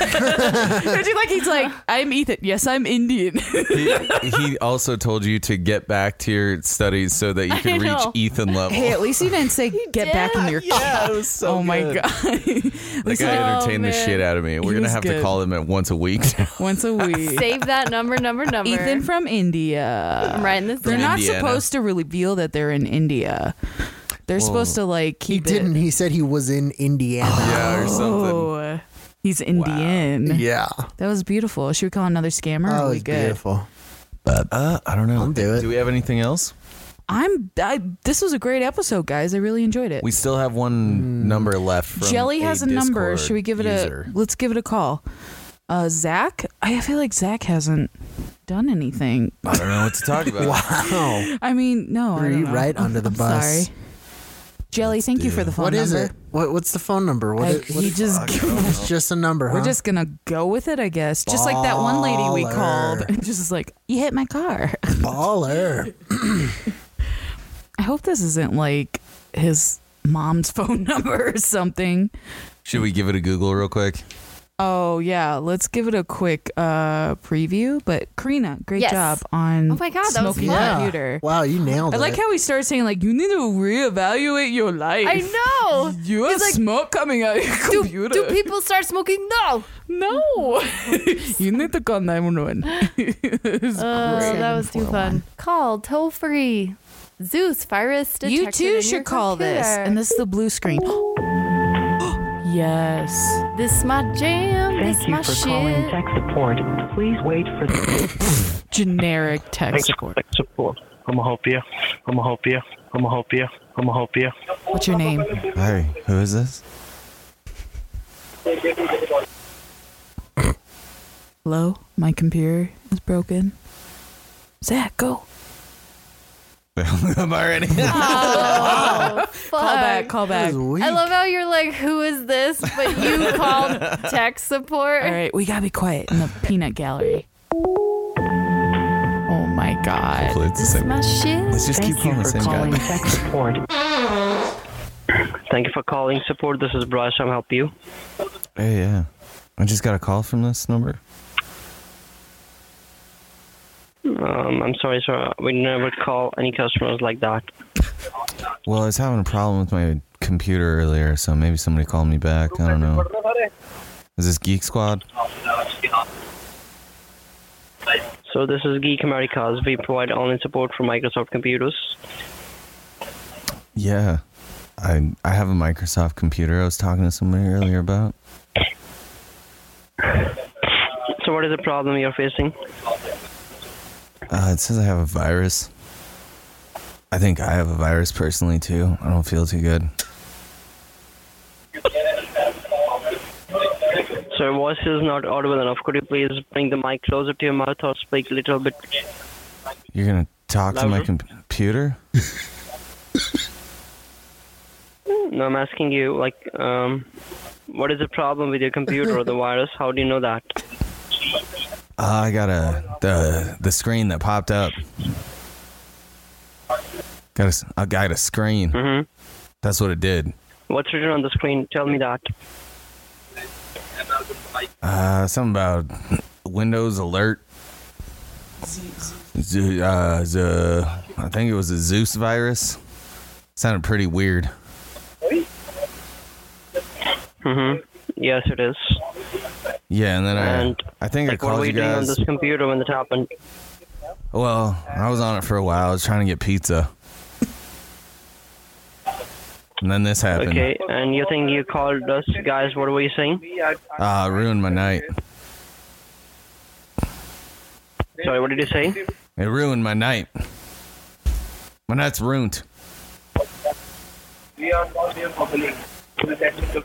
Speaker 4: Imagine, like he's like, I'm Ethan. Yes, I'm Indian.
Speaker 3: he, he also told you to get back to your studies so that you
Speaker 1: I
Speaker 3: could reach
Speaker 1: know.
Speaker 3: Ethan level.
Speaker 4: hey, at least he didn't say get back in your
Speaker 3: yeah, it was so
Speaker 4: Oh my
Speaker 3: good. Oh,
Speaker 4: god.
Speaker 3: That guy entertained the
Speaker 1: man.
Speaker 3: shit out of me. We're gonna
Speaker 4: was
Speaker 3: have to
Speaker 4: good.
Speaker 3: call him at once a week. now.
Speaker 4: Once a week.
Speaker 1: Save that number, number, number.
Speaker 4: Ethan from India.
Speaker 1: I'm writing this
Speaker 4: They're
Speaker 1: down.
Speaker 4: not
Speaker 3: Indiana.
Speaker 4: supposed to really reveal that they're in India. They're supposed to like
Speaker 2: He
Speaker 4: keep it-
Speaker 2: didn't. He said he was in Indiana.
Speaker 3: yeah, or something.
Speaker 4: Oh, he's Indian.
Speaker 2: Yeah.
Speaker 4: That was beautiful. Should we call another scammer?
Speaker 2: That
Speaker 4: Are we
Speaker 2: was
Speaker 4: good?
Speaker 2: beautiful.
Speaker 3: Uh, I don't know.
Speaker 2: I'll do it.
Speaker 3: Do we have anything else?
Speaker 4: I'm. I, this was a great episode, guys. I really enjoyed it.
Speaker 3: We still have one number left. From
Speaker 4: Hmm. Jelly has a number.
Speaker 3: Discord
Speaker 4: Should we give it
Speaker 3: user.
Speaker 4: a? Let's give it a call. Uh, Zach, I feel like Zach hasn't done anything.
Speaker 3: I don't know what to talk about.
Speaker 2: Wow.
Speaker 4: I mean, no, I
Speaker 2: Are
Speaker 4: don't
Speaker 2: you
Speaker 4: know.
Speaker 2: right
Speaker 4: I'm-
Speaker 2: under the
Speaker 4: I'm
Speaker 2: bus?
Speaker 4: Sorry. Jelly, thank you for the phone
Speaker 2: What is
Speaker 4: number.
Speaker 2: it? What, what's the phone number? What,
Speaker 4: Like,
Speaker 2: i- what
Speaker 4: he
Speaker 2: is-
Speaker 4: just
Speaker 2: it's just a number,
Speaker 4: We're
Speaker 2: huh?
Speaker 4: just gonna go with it, I guess. Just like that one lady we called,
Speaker 2: Baller.
Speaker 4: just like you hit my car.
Speaker 2: baller.
Speaker 4: I hope this isn't like his mom's phone number or something.
Speaker 3: Should we give it a Google real quick?
Speaker 4: Oh yeah, let's give it a quick uh preview. But Karina, great
Speaker 1: Yes.
Speaker 4: job on
Speaker 1: Oh my God, that was
Speaker 4: smoking
Speaker 1: fun.
Speaker 4: the
Speaker 1: Yeah.
Speaker 4: computer.
Speaker 2: Wow, you nailed
Speaker 4: I
Speaker 2: it.
Speaker 4: like how he starts saying like you need to reevaluate your life.
Speaker 1: I know.
Speaker 4: You have
Speaker 1: He's like,
Speaker 4: smoke coming out of your
Speaker 1: do,
Speaker 4: computer.
Speaker 1: do people start smoking? No.
Speaker 4: no, you need to call nine one one.
Speaker 1: Oh, that was too fun. Call toll free. Zeus virus detected.
Speaker 4: You
Speaker 1: in
Speaker 4: too
Speaker 1: your
Speaker 4: should call this,
Speaker 1: computer.
Speaker 4: and this is the blue screen. yes.
Speaker 1: This my jam.
Speaker 7: Thank
Speaker 1: this
Speaker 7: you
Speaker 1: my
Speaker 7: for
Speaker 1: shit.
Speaker 7: calling tech support. Please wait for the
Speaker 4: generic tech support.
Speaker 8: support. I'ma help you. I'ma help you. I'ma help you. I'ma help you.
Speaker 4: What's your name?
Speaker 3: Hi, who is this?
Speaker 4: Hello? My computer is broken. Zach, go.
Speaker 3: I'm already.
Speaker 1: Fuck.
Speaker 4: Call back, call back. All
Speaker 1: Oh, I love how you're like, who is this? But you called tech support.
Speaker 4: right, we gotta be quiet in the peanut gallery. Oh my god.
Speaker 3: Hopefully it's the
Speaker 1: This
Speaker 3: same.
Speaker 1: my shit.
Speaker 3: Let's just keep
Speaker 7: Thank
Speaker 3: calling
Speaker 7: you
Speaker 3: the
Speaker 7: for
Speaker 3: same
Speaker 7: calling
Speaker 3: guy.
Speaker 7: tech support.
Speaker 10: Thank you for calling support. This is Brush. I'm help you.
Speaker 3: Hey, yeah. I just got a call from this number.
Speaker 10: Um, I'm sorry, sir. We never call any customers like that.
Speaker 3: Well, I was having a problem with my computer earlier, so maybe somebody called me back. I don't know. Is this Geek Squad?
Speaker 10: So this is Geek Americas. We provide online support for Microsoft computers.
Speaker 3: Yeah. I I have a Microsoft computer. I was talking to somebody earlier about.
Speaker 10: So what is the problem you're facing?
Speaker 3: Uh, it says I have a virus. I think I have a virus personally too. I don't feel too good.
Speaker 10: So your voice is not audible enough. Could you please bring the mic closer to your mouth or speak a little bit?
Speaker 3: You're gonna talk to my
Speaker 10: Louder.
Speaker 3: com- computer?
Speaker 10: No, I'm asking you. Like, um, what is the problem with your computer or the virus? How do you know that?
Speaker 3: Uh, I got a the the screen that popped up. Got a s- I got a screen.
Speaker 10: Mhm.
Speaker 3: That's what it did.
Speaker 10: What's written on the screen? Tell me that.
Speaker 3: Uh, something about Windows alert. Ze- uh, ze- I think it was a Zeus virus. Sounded pretty weird.
Speaker 10: Mm-hmm. Yes, it is.
Speaker 3: Yeah, and then I
Speaker 10: And,
Speaker 3: I think I
Speaker 10: Like, what
Speaker 3: called
Speaker 10: were
Speaker 3: you
Speaker 10: you doing on
Speaker 3: guys.
Speaker 10: this computer when that happened?
Speaker 3: Well, I was on it for a while. I was trying to get pizza. And then this happened.
Speaker 10: Okay, and you think you called us guys? What were you saying?
Speaker 3: Uh, ruined my night.
Speaker 10: Sorry, what did you say?
Speaker 3: It ruined my night. My night's ruined.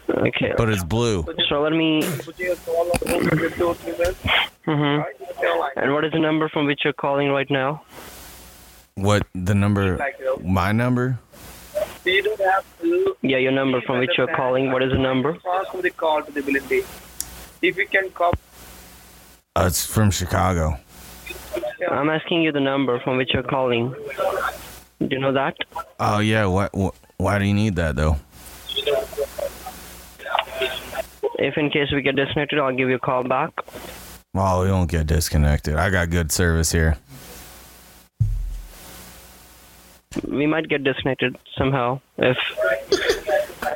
Speaker 10: Okay.
Speaker 3: But it's blue.
Speaker 10: So let me. Mhm. And what is the number from which you're calling right now?
Speaker 3: What the number? My number?
Speaker 10: Yeah, your number from which you're calling. What is the number?
Speaker 3: Uh, it's from Chicago.
Speaker 10: I'm asking you the number from which you're calling. Do you know that?
Speaker 3: Oh yeah. Why? wh- Why do you need that though?
Speaker 10: If in case we get disconnected, I'll give you a call back.
Speaker 3: Well, Oh, we won't get disconnected. I got good service here.
Speaker 10: We might get disconnected somehow. If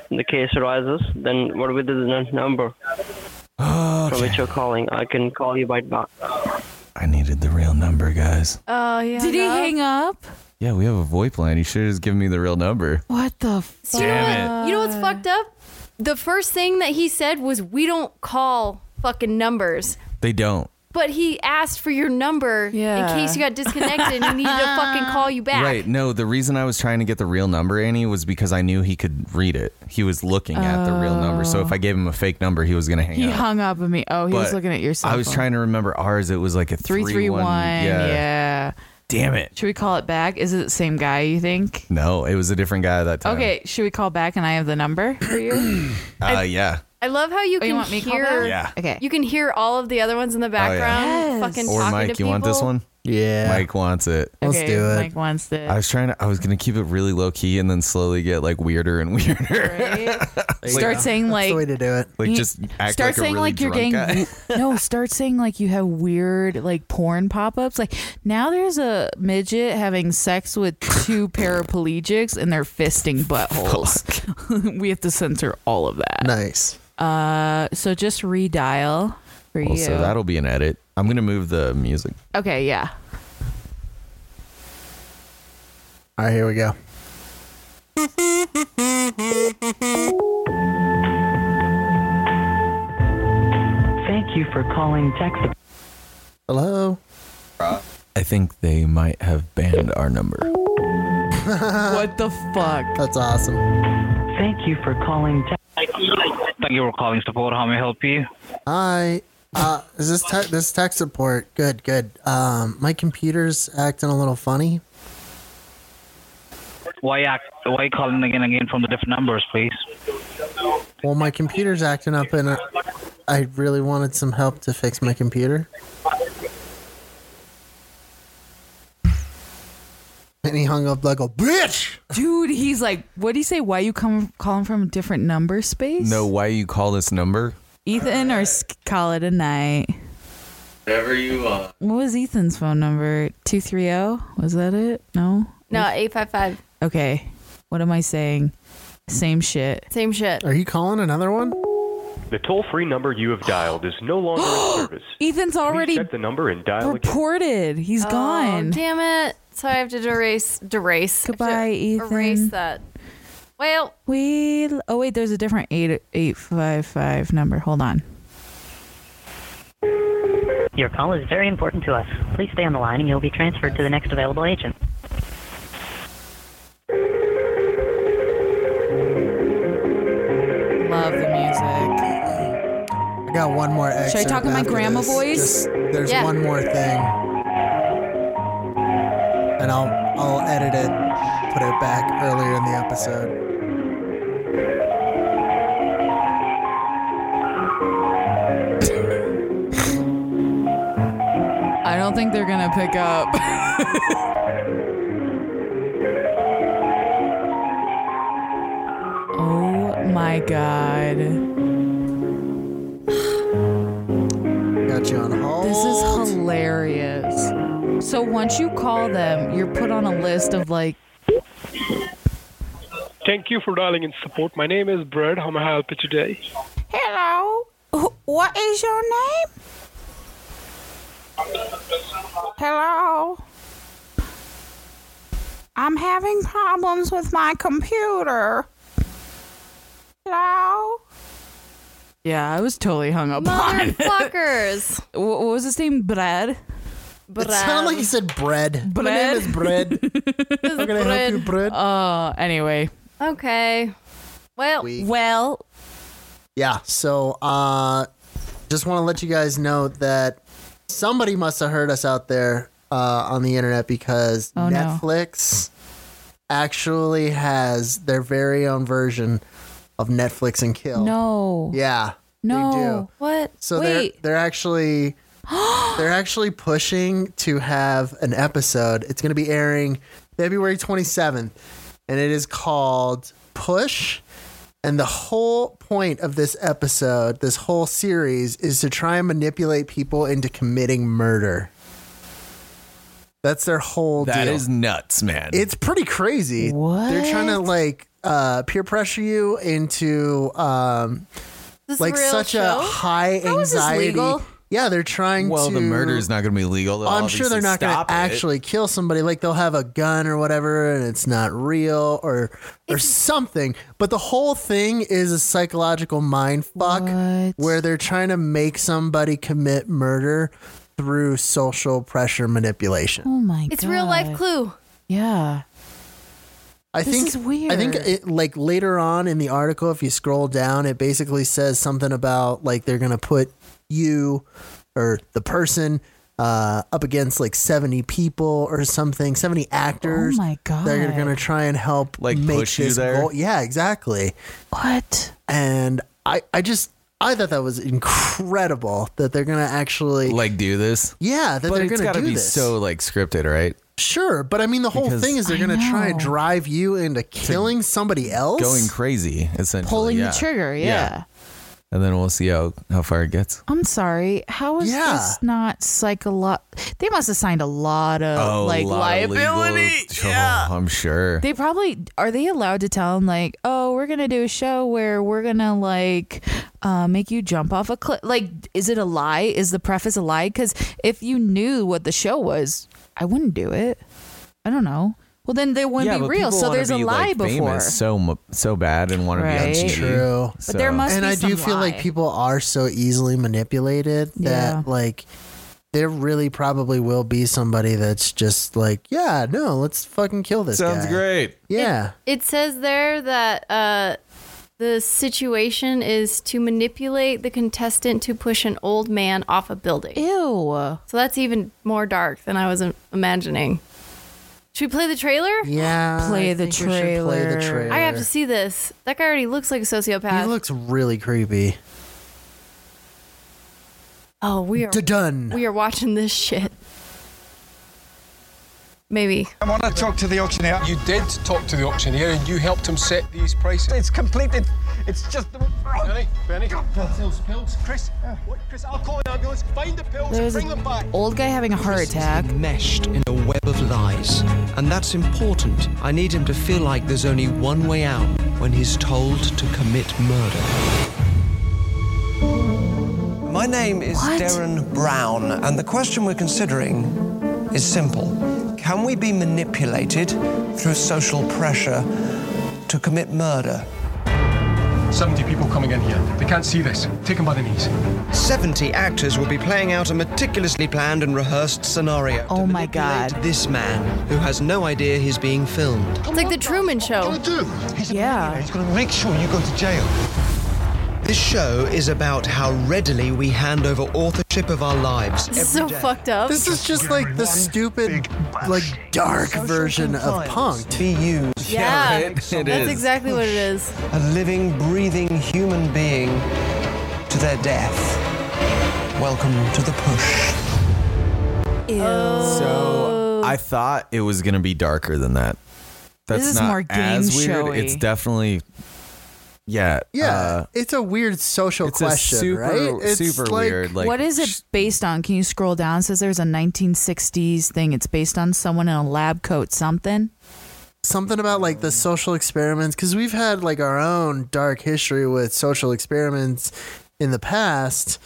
Speaker 10: the case arises, then what with the n- number from
Speaker 3: Okay.
Speaker 10: which you're calling? I can call you right back.
Speaker 3: I needed the real number, guys.
Speaker 1: Oh yeah.
Speaker 4: Did he
Speaker 1: no.
Speaker 4: hang up?
Speaker 3: Yeah, we have a VoIP line. You should have just given me the real number.
Speaker 4: What the f-
Speaker 1: So you know
Speaker 3: Damn
Speaker 1: what? You know what's fucked up? The first thing that he said was, "We don't call fucking numbers."
Speaker 3: They don't.
Speaker 1: But he asked for your number
Speaker 4: Yeah.
Speaker 1: in case you got disconnected and he needed to fucking call you back.
Speaker 3: Right. No, the reason I was trying to get the real number, Annie, was because I knew he could read it. He was looking at the real number. So if I gave him a fake number, he was going to hang
Speaker 4: He
Speaker 3: up.
Speaker 4: hung up on me. Oh, he was
Speaker 3: But
Speaker 4: looking at your cell
Speaker 3: I was
Speaker 4: phone.
Speaker 3: trying to remember ours. It was like a
Speaker 4: 331.
Speaker 3: 331.
Speaker 4: yeah.
Speaker 3: damn it.
Speaker 4: Should we call it back? Is it the same guy, you think?
Speaker 3: No, it was a different guy that time.
Speaker 4: Okay, should we call back and I have the number for you?
Speaker 3: Uh, yeah.
Speaker 1: I love how you
Speaker 4: Oh,
Speaker 1: can
Speaker 4: you want me to call
Speaker 1: hear.
Speaker 4: back? Yeah. Okay.
Speaker 1: You can hear all of the other ones in the background. Fucking
Speaker 3: Oh, Or
Speaker 1: talking
Speaker 3: Mike, you
Speaker 1: to
Speaker 3: want this
Speaker 1: people.
Speaker 3: one?
Speaker 2: Yeah.
Speaker 3: Mike wants it.
Speaker 4: Let's Okay, do it. Mike wants it.
Speaker 3: I was trying to I was gonna keep it really low key and then slowly get like weirder and weirder.
Speaker 4: Start saying like
Speaker 2: to do it.
Speaker 3: Like just act
Speaker 4: start
Speaker 3: like a
Speaker 4: saying
Speaker 3: really
Speaker 4: like you're
Speaker 3: drunk
Speaker 4: getting
Speaker 3: guy.
Speaker 4: no start saying like you have weird like porn pop-ups like now there's a midget having sex with two paraplegics and they're fisting buttholes we have to censor all of that
Speaker 2: nice
Speaker 4: uh so just redial for
Speaker 3: Well,
Speaker 4: you
Speaker 3: so that'll be an edit. I'm gonna move the music.
Speaker 4: okay yeah
Speaker 2: All right, here we go.
Speaker 7: Thank you for calling Texas.
Speaker 2: Hello.
Speaker 3: I think they might have banned our number.
Speaker 4: what the fuck?
Speaker 2: That's awesome.
Speaker 7: Thank you for calling Texas.
Speaker 11: Thank you for calling support. How may I help you?
Speaker 2: Hi. Uh, is this tech, this tech support? Good, good. Um, my computer's acting a little funny.
Speaker 11: Why act? Why calling again again from the different numbers, please?
Speaker 2: Well, my computer's acting up, and uh, I really wanted some help to fix my computer. And he hung up like a bitch.
Speaker 4: dude he's like what do you say why you come calling from a different number space
Speaker 3: No, why you call this number?
Speaker 4: ethan or sk- call it a night
Speaker 3: Whatever you want.
Speaker 4: what was ethan's phone number 230 was that it no
Speaker 1: No, eight five five.
Speaker 4: Okay. What am I saying? Same shit.
Speaker 1: Same shit.
Speaker 2: Are you calling another one?
Speaker 12: The toll-free number you have dialed is no longer in service.
Speaker 4: Ethan's already
Speaker 12: Check the number and dial again.
Speaker 4: reported. He's
Speaker 1: Oh,
Speaker 4: gone.
Speaker 1: Damn it. So I have to erase, erase. Goodbye,
Speaker 4: Ethan.
Speaker 1: Erase that. Well,
Speaker 4: we. Oh wait, there's a different eight eight five five number. Hold on.
Speaker 7: Your call is very important to us. Please stay on the line and you'll be transferred to the next available agent.
Speaker 4: Love the music.
Speaker 2: I got one more.
Speaker 4: Should I
Speaker 2: Excerpt
Speaker 4: talk in my
Speaker 2: after
Speaker 4: grandma
Speaker 2: this.
Speaker 4: voice?
Speaker 2: Just- there's
Speaker 4: Yeah.
Speaker 2: one more thing, and I'll I'll edit it, put it back earlier in the episode.
Speaker 4: I don't think they're gonna pick up. oh my god.
Speaker 2: Got you on hold.
Speaker 4: This is hilarious. So once you call them, you're put on a list of like
Speaker 13: Thank you for dialing in support. My name is Brad. How may I help you today?
Speaker 14: Hello. Wh- What is your name? Hello. I'm having problems with my computer. Hello.
Speaker 4: Yeah, I was totally hung up on.
Speaker 1: Motherfuckers.
Speaker 4: Wh- what was his name? Brad.
Speaker 2: It sounded like you said bread. My name is bread.
Speaker 4: How can I help you, Brad? Uh, anyway.
Speaker 1: okay. Well,
Speaker 4: well.
Speaker 2: Yeah. So, uh, just want to let you guys know that somebody must have heard us out there uh, on the internet because
Speaker 4: Oh, no.
Speaker 2: Netflix actually has their very own version of Netflix and Kill.
Speaker 4: No.
Speaker 2: Yeah.
Speaker 4: No.
Speaker 2: They do.
Speaker 1: What?
Speaker 2: So they're
Speaker 4: Wait.
Speaker 2: they're actually they're actually pushing to have an episode. It's going to be airing February 27th, and it is called Push. And the whole point of this episode, this whole series, is to try and manipulate people into committing murder. That's their whole
Speaker 3: That
Speaker 2: deal.
Speaker 3: is nuts, man.
Speaker 2: It's pretty crazy.
Speaker 4: What?
Speaker 2: They're trying to like uh, peer pressure you into um,
Speaker 1: This
Speaker 2: like
Speaker 1: real
Speaker 2: such
Speaker 1: show?
Speaker 2: a high
Speaker 1: How is this
Speaker 2: anxiety.
Speaker 1: legal?
Speaker 2: Yeah, they're trying
Speaker 3: well,
Speaker 2: to.
Speaker 3: the murder's not going to be legal. They'll
Speaker 2: I'm sure
Speaker 3: obviously
Speaker 2: they're not going
Speaker 3: stop
Speaker 2: to
Speaker 3: it.
Speaker 2: actually kill somebody. Like they'll have a gun or whatever, and it's not real or or something. But the whole thing is a psychological mind fuck where they're trying to make somebody commit murder through social pressure manipulation.
Speaker 4: Oh my
Speaker 1: it's real life clue.
Speaker 4: Yeah.
Speaker 2: I
Speaker 1: This
Speaker 2: think
Speaker 1: is
Speaker 2: I think
Speaker 1: weird.
Speaker 2: it, like later on in the article, if you scroll down, it basically says something about like they're gonna put you or the person uh, up against like 70 people or something, 70 actors.
Speaker 4: Oh my God.
Speaker 2: They're going to try and help like make
Speaker 3: push you
Speaker 2: this
Speaker 3: there?
Speaker 2: goal- Yeah, exactly.
Speaker 4: What?
Speaker 2: And I, I just, I thought that was incredible that they're going to actually
Speaker 3: like do this.
Speaker 2: Yeah, that
Speaker 3: but
Speaker 2: they're
Speaker 3: it's
Speaker 2: gonna
Speaker 3: gotta
Speaker 2: do
Speaker 3: be
Speaker 2: this.
Speaker 3: so like scripted, right?
Speaker 2: Sure, but I mean the whole
Speaker 3: Because-
Speaker 2: thing is they're
Speaker 3: I
Speaker 2: going to try and
Speaker 3: know.
Speaker 2: drive you into killing somebody else.
Speaker 3: Going crazy, essentially.
Speaker 4: Pulling the
Speaker 3: yeah.
Speaker 4: trigger, yeah.
Speaker 3: And then we'll see how how far it gets.
Speaker 4: I'm sorry. How is
Speaker 2: Yeah.
Speaker 4: this not psycholo? They must have signed a lot of
Speaker 3: Oh, a
Speaker 4: Uh, like
Speaker 3: lot of legal-
Speaker 4: liability.
Speaker 3: Oh, I'm sure.
Speaker 4: They probably are they allowed to tell them like, oh, we're gonna do a show where we're gonna like uh, make you jump off a cliff. Like, is it a lie? Is the preface a lie? Because if you knew what the show was, I wouldn't do it. I don't know. Well, then they wouldn't
Speaker 3: yeah,
Speaker 4: be
Speaker 3: but
Speaker 4: real.
Speaker 3: people
Speaker 4: So
Speaker 3: wanna
Speaker 4: there's a
Speaker 3: be,
Speaker 4: lie
Speaker 3: like,
Speaker 4: before.
Speaker 3: Famous so mu- so bad and want to
Speaker 4: Right.
Speaker 3: be on TV.
Speaker 2: True.
Speaker 4: But there must
Speaker 2: and
Speaker 4: be
Speaker 2: I do
Speaker 4: some
Speaker 2: feel like
Speaker 4: lie.
Speaker 2: people are so easily manipulated that
Speaker 4: Yeah.
Speaker 2: like there really probably will be somebody that's just like, yeah, no, let's fucking kill this
Speaker 3: Sounds
Speaker 2: guy.
Speaker 3: great.
Speaker 2: Yeah.
Speaker 1: It says there that uh, the situation is to manipulate the contestant to push an old man off a building.
Speaker 4: Ew.
Speaker 1: So that's even more dark than I was im- imagining. Should we play the trailer?
Speaker 2: Yeah.
Speaker 4: Play
Speaker 2: I think
Speaker 4: the
Speaker 2: we should play the
Speaker 4: trailer.
Speaker 2: trailer.
Speaker 1: I have to see this. That guy already looks like a sociopath.
Speaker 2: He looks really creepy.
Speaker 1: oh, we are
Speaker 2: done.
Speaker 1: We are watching this shit. Maybe.
Speaker 15: I want to talk to the auctioneer. You did talk to the auctioneer and you helped him set these prices. It's completed. It's just the. Benny, Benny. Pills, pills. Chris, what? Chris, I'll call an ambulance. Find the pills
Speaker 4: There's
Speaker 15: bring them back.
Speaker 4: an old guy having a heart attack.
Speaker 16: Meshed in a web of lies. And that's important. I need him to feel like there's only one way out when he's told to commit murder. My name is Darren Brown, and the question we're considering is simple Can we be manipulated through social pressure to commit murder?
Speaker 15: 70 people coming in here. They can't see this. Take them by the knees.
Speaker 16: 70 actors will be playing out a meticulously planned and rehearsed scenario. Oh my god. This man who has no idea he's being filmed.
Speaker 1: It's like the Truman Show.
Speaker 4: yeah.
Speaker 16: He's going to make sure you go to jail. This show is about how readily we hand over authorship of our lives.
Speaker 1: This is so fucked up.
Speaker 2: This is just like the stupid, like dark version of punk.
Speaker 16: Be used.
Speaker 1: Yeah. that's exactly what it is.
Speaker 16: A living, breathing human being to their death. Welcome to the push.
Speaker 4: Ew.
Speaker 3: So I thought it was gonna be darker than that. That's
Speaker 2: This is
Speaker 3: not
Speaker 2: more game
Speaker 3: as weird.
Speaker 2: showy.
Speaker 3: It's definitely yeah.
Speaker 2: Yeah,
Speaker 3: uh,
Speaker 2: it's a weird social
Speaker 3: it's a
Speaker 2: question,
Speaker 3: super-
Speaker 2: right?
Speaker 3: super weird, like-
Speaker 4: what is it based on? Can you scroll down? It says there's a 1960s thing. It's based on someone in a lab coat, something.
Speaker 2: something about like the social experiments because we've had like our own dark history with social experiments in the past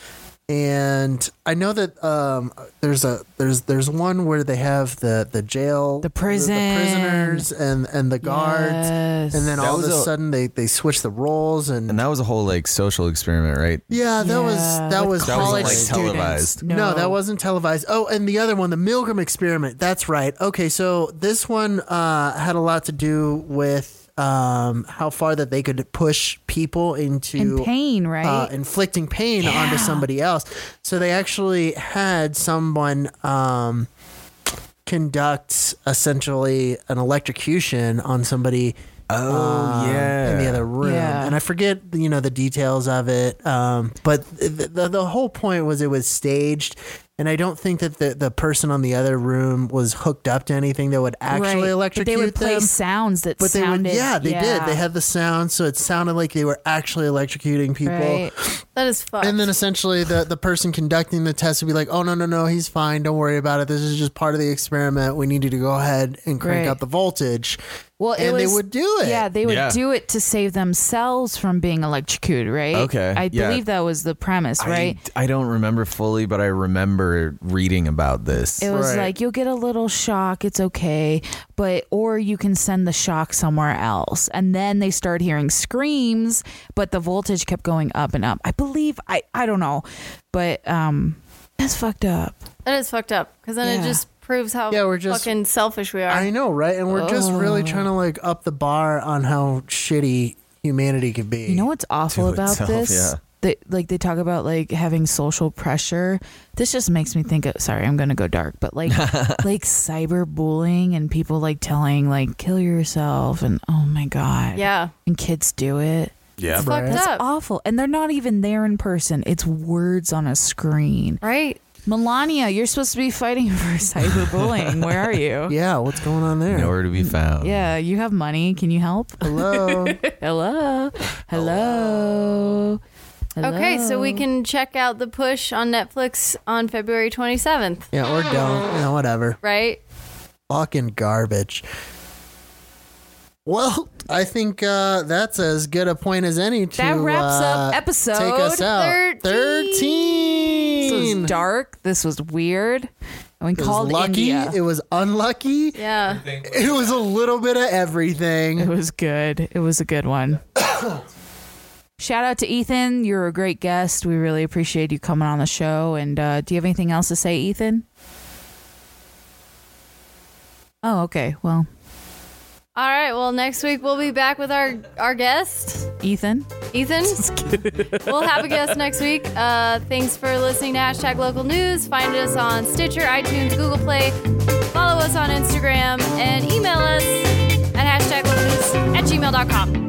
Speaker 2: and i know that um there's a there's there's one where they have the the jail the
Speaker 4: prison.
Speaker 2: prisoners and and the guards
Speaker 4: Yes.
Speaker 2: and then
Speaker 3: That
Speaker 2: all of
Speaker 3: was
Speaker 2: a
Speaker 3: a-
Speaker 2: sudden they they switch the roles and
Speaker 3: and that was a whole like social experiment, right?
Speaker 2: yeah, that was
Speaker 4: Yeah,
Speaker 2: that
Speaker 4: with
Speaker 2: was
Speaker 3: That wasn't,
Speaker 2: college
Speaker 3: like,
Speaker 2: students.
Speaker 3: televised.
Speaker 2: No.
Speaker 4: No.
Speaker 2: that wasn't televised. Oh, and the other one, the Milgram experiment. That's right. Okay, so this one uh, had a lot to do with um, how far that they could push people into
Speaker 4: And pain, right?
Speaker 2: uh, inflicting pain onto somebody else. So they actually had someone um, conduct essentially an electrocution on somebody. uh,
Speaker 3: Oh, yeah.
Speaker 2: in the other room,
Speaker 3: Yeah.
Speaker 2: and I forget you know the details of it. Um, but the, the the whole point was it was staged. And I don't think that the, the person on the other room was hooked up to anything that would actually
Speaker 4: Right. But
Speaker 2: electrocute
Speaker 4: They would play
Speaker 2: them
Speaker 4: sounds that
Speaker 2: but they
Speaker 4: sounded.
Speaker 2: would, yeah, they did. They had the sound, so it sounded like they were actually electrocuting people.
Speaker 4: Right.
Speaker 1: That is fucked.
Speaker 2: And then essentially, the the person conducting the test would be like, "Oh no, no, no, he's fine. Don't worry about it. This is just part of the experiment. We need you to go ahead and crank
Speaker 4: Right.
Speaker 2: up the voltage."
Speaker 4: Well, it
Speaker 2: and
Speaker 4: was,
Speaker 2: they would do it.
Speaker 4: Yeah, they would do it to save themselves from being electrocuted, right?
Speaker 3: Okay,
Speaker 4: I
Speaker 3: yeah.
Speaker 4: believe that was the premise, right?
Speaker 3: I, I don't remember fully, but I remember reading about this.
Speaker 4: It was like you'll get a little shock, it's okay, but or you can send the shock somewhere else. And then they started hearing screams, but the voltage kept going up and up. I believe I I don't know, but um that's fucked up.
Speaker 1: That is fucked up because then it
Speaker 4: Yeah.
Speaker 1: just proves how
Speaker 2: Yeah, we're just-
Speaker 1: fucking selfish we are.
Speaker 2: I know, right? And we're just
Speaker 4: Oh.
Speaker 2: really trying to like up the bar on how shitty humanity could be. You know
Speaker 4: what's awful about this they like they talk about like having social pressure. This just makes me think of sorry, I'm gonna go dark, but like like cyberbullying and people like telling like kill yourself and oh my god.
Speaker 1: Yeah.
Speaker 4: And kids do it.
Speaker 17: Yeah. It's
Speaker 1: fucked
Speaker 4: That's
Speaker 1: up.
Speaker 4: awful. And they're not even there in person. It's words on a screen.
Speaker 1: Right.
Speaker 4: Melania, you're supposed to be fighting for cyberbullying. Where are you?
Speaker 2: Yeah, what's going on there?
Speaker 3: Nowhere to be found.
Speaker 4: Mm, Yeah, you have money. Can you help?
Speaker 2: Hello.
Speaker 4: Hello. Hello. Hello.
Speaker 1: Okay, so we can check out The Push on Netflix on February 27th,
Speaker 2: Yeah, or don't. You know, whatever.
Speaker 1: right?
Speaker 2: Fucking garbage. Well, I think uh, that's as good a point as any to
Speaker 4: That wraps up
Speaker 2: uh,
Speaker 4: episode
Speaker 2: Take us out.
Speaker 4: 13. This
Speaker 2: 13.
Speaker 4: was dark. This was weird. And we
Speaker 2: It was
Speaker 4: called
Speaker 2: lucky.
Speaker 4: India.
Speaker 2: It was unlucky.
Speaker 1: Yeah.
Speaker 2: It was a little bit of everything. It
Speaker 4: was good. It was a good one. Shout out to Ethan. You're a great guest. We really appreciate you coming on the show. And uh, do you have anything else to say, Ethan? Oh, okay. Well,
Speaker 1: All right, well, next week we'll be back with our, our guest,
Speaker 4: Ethan.
Speaker 1: Ethan. we'll have a guest next week. Uh, thanks for listening to hashtag local news. Find us on Stitcher, iTunes, Google Play. Follow us on Instagram and email us at hashtag local news at gmail.com.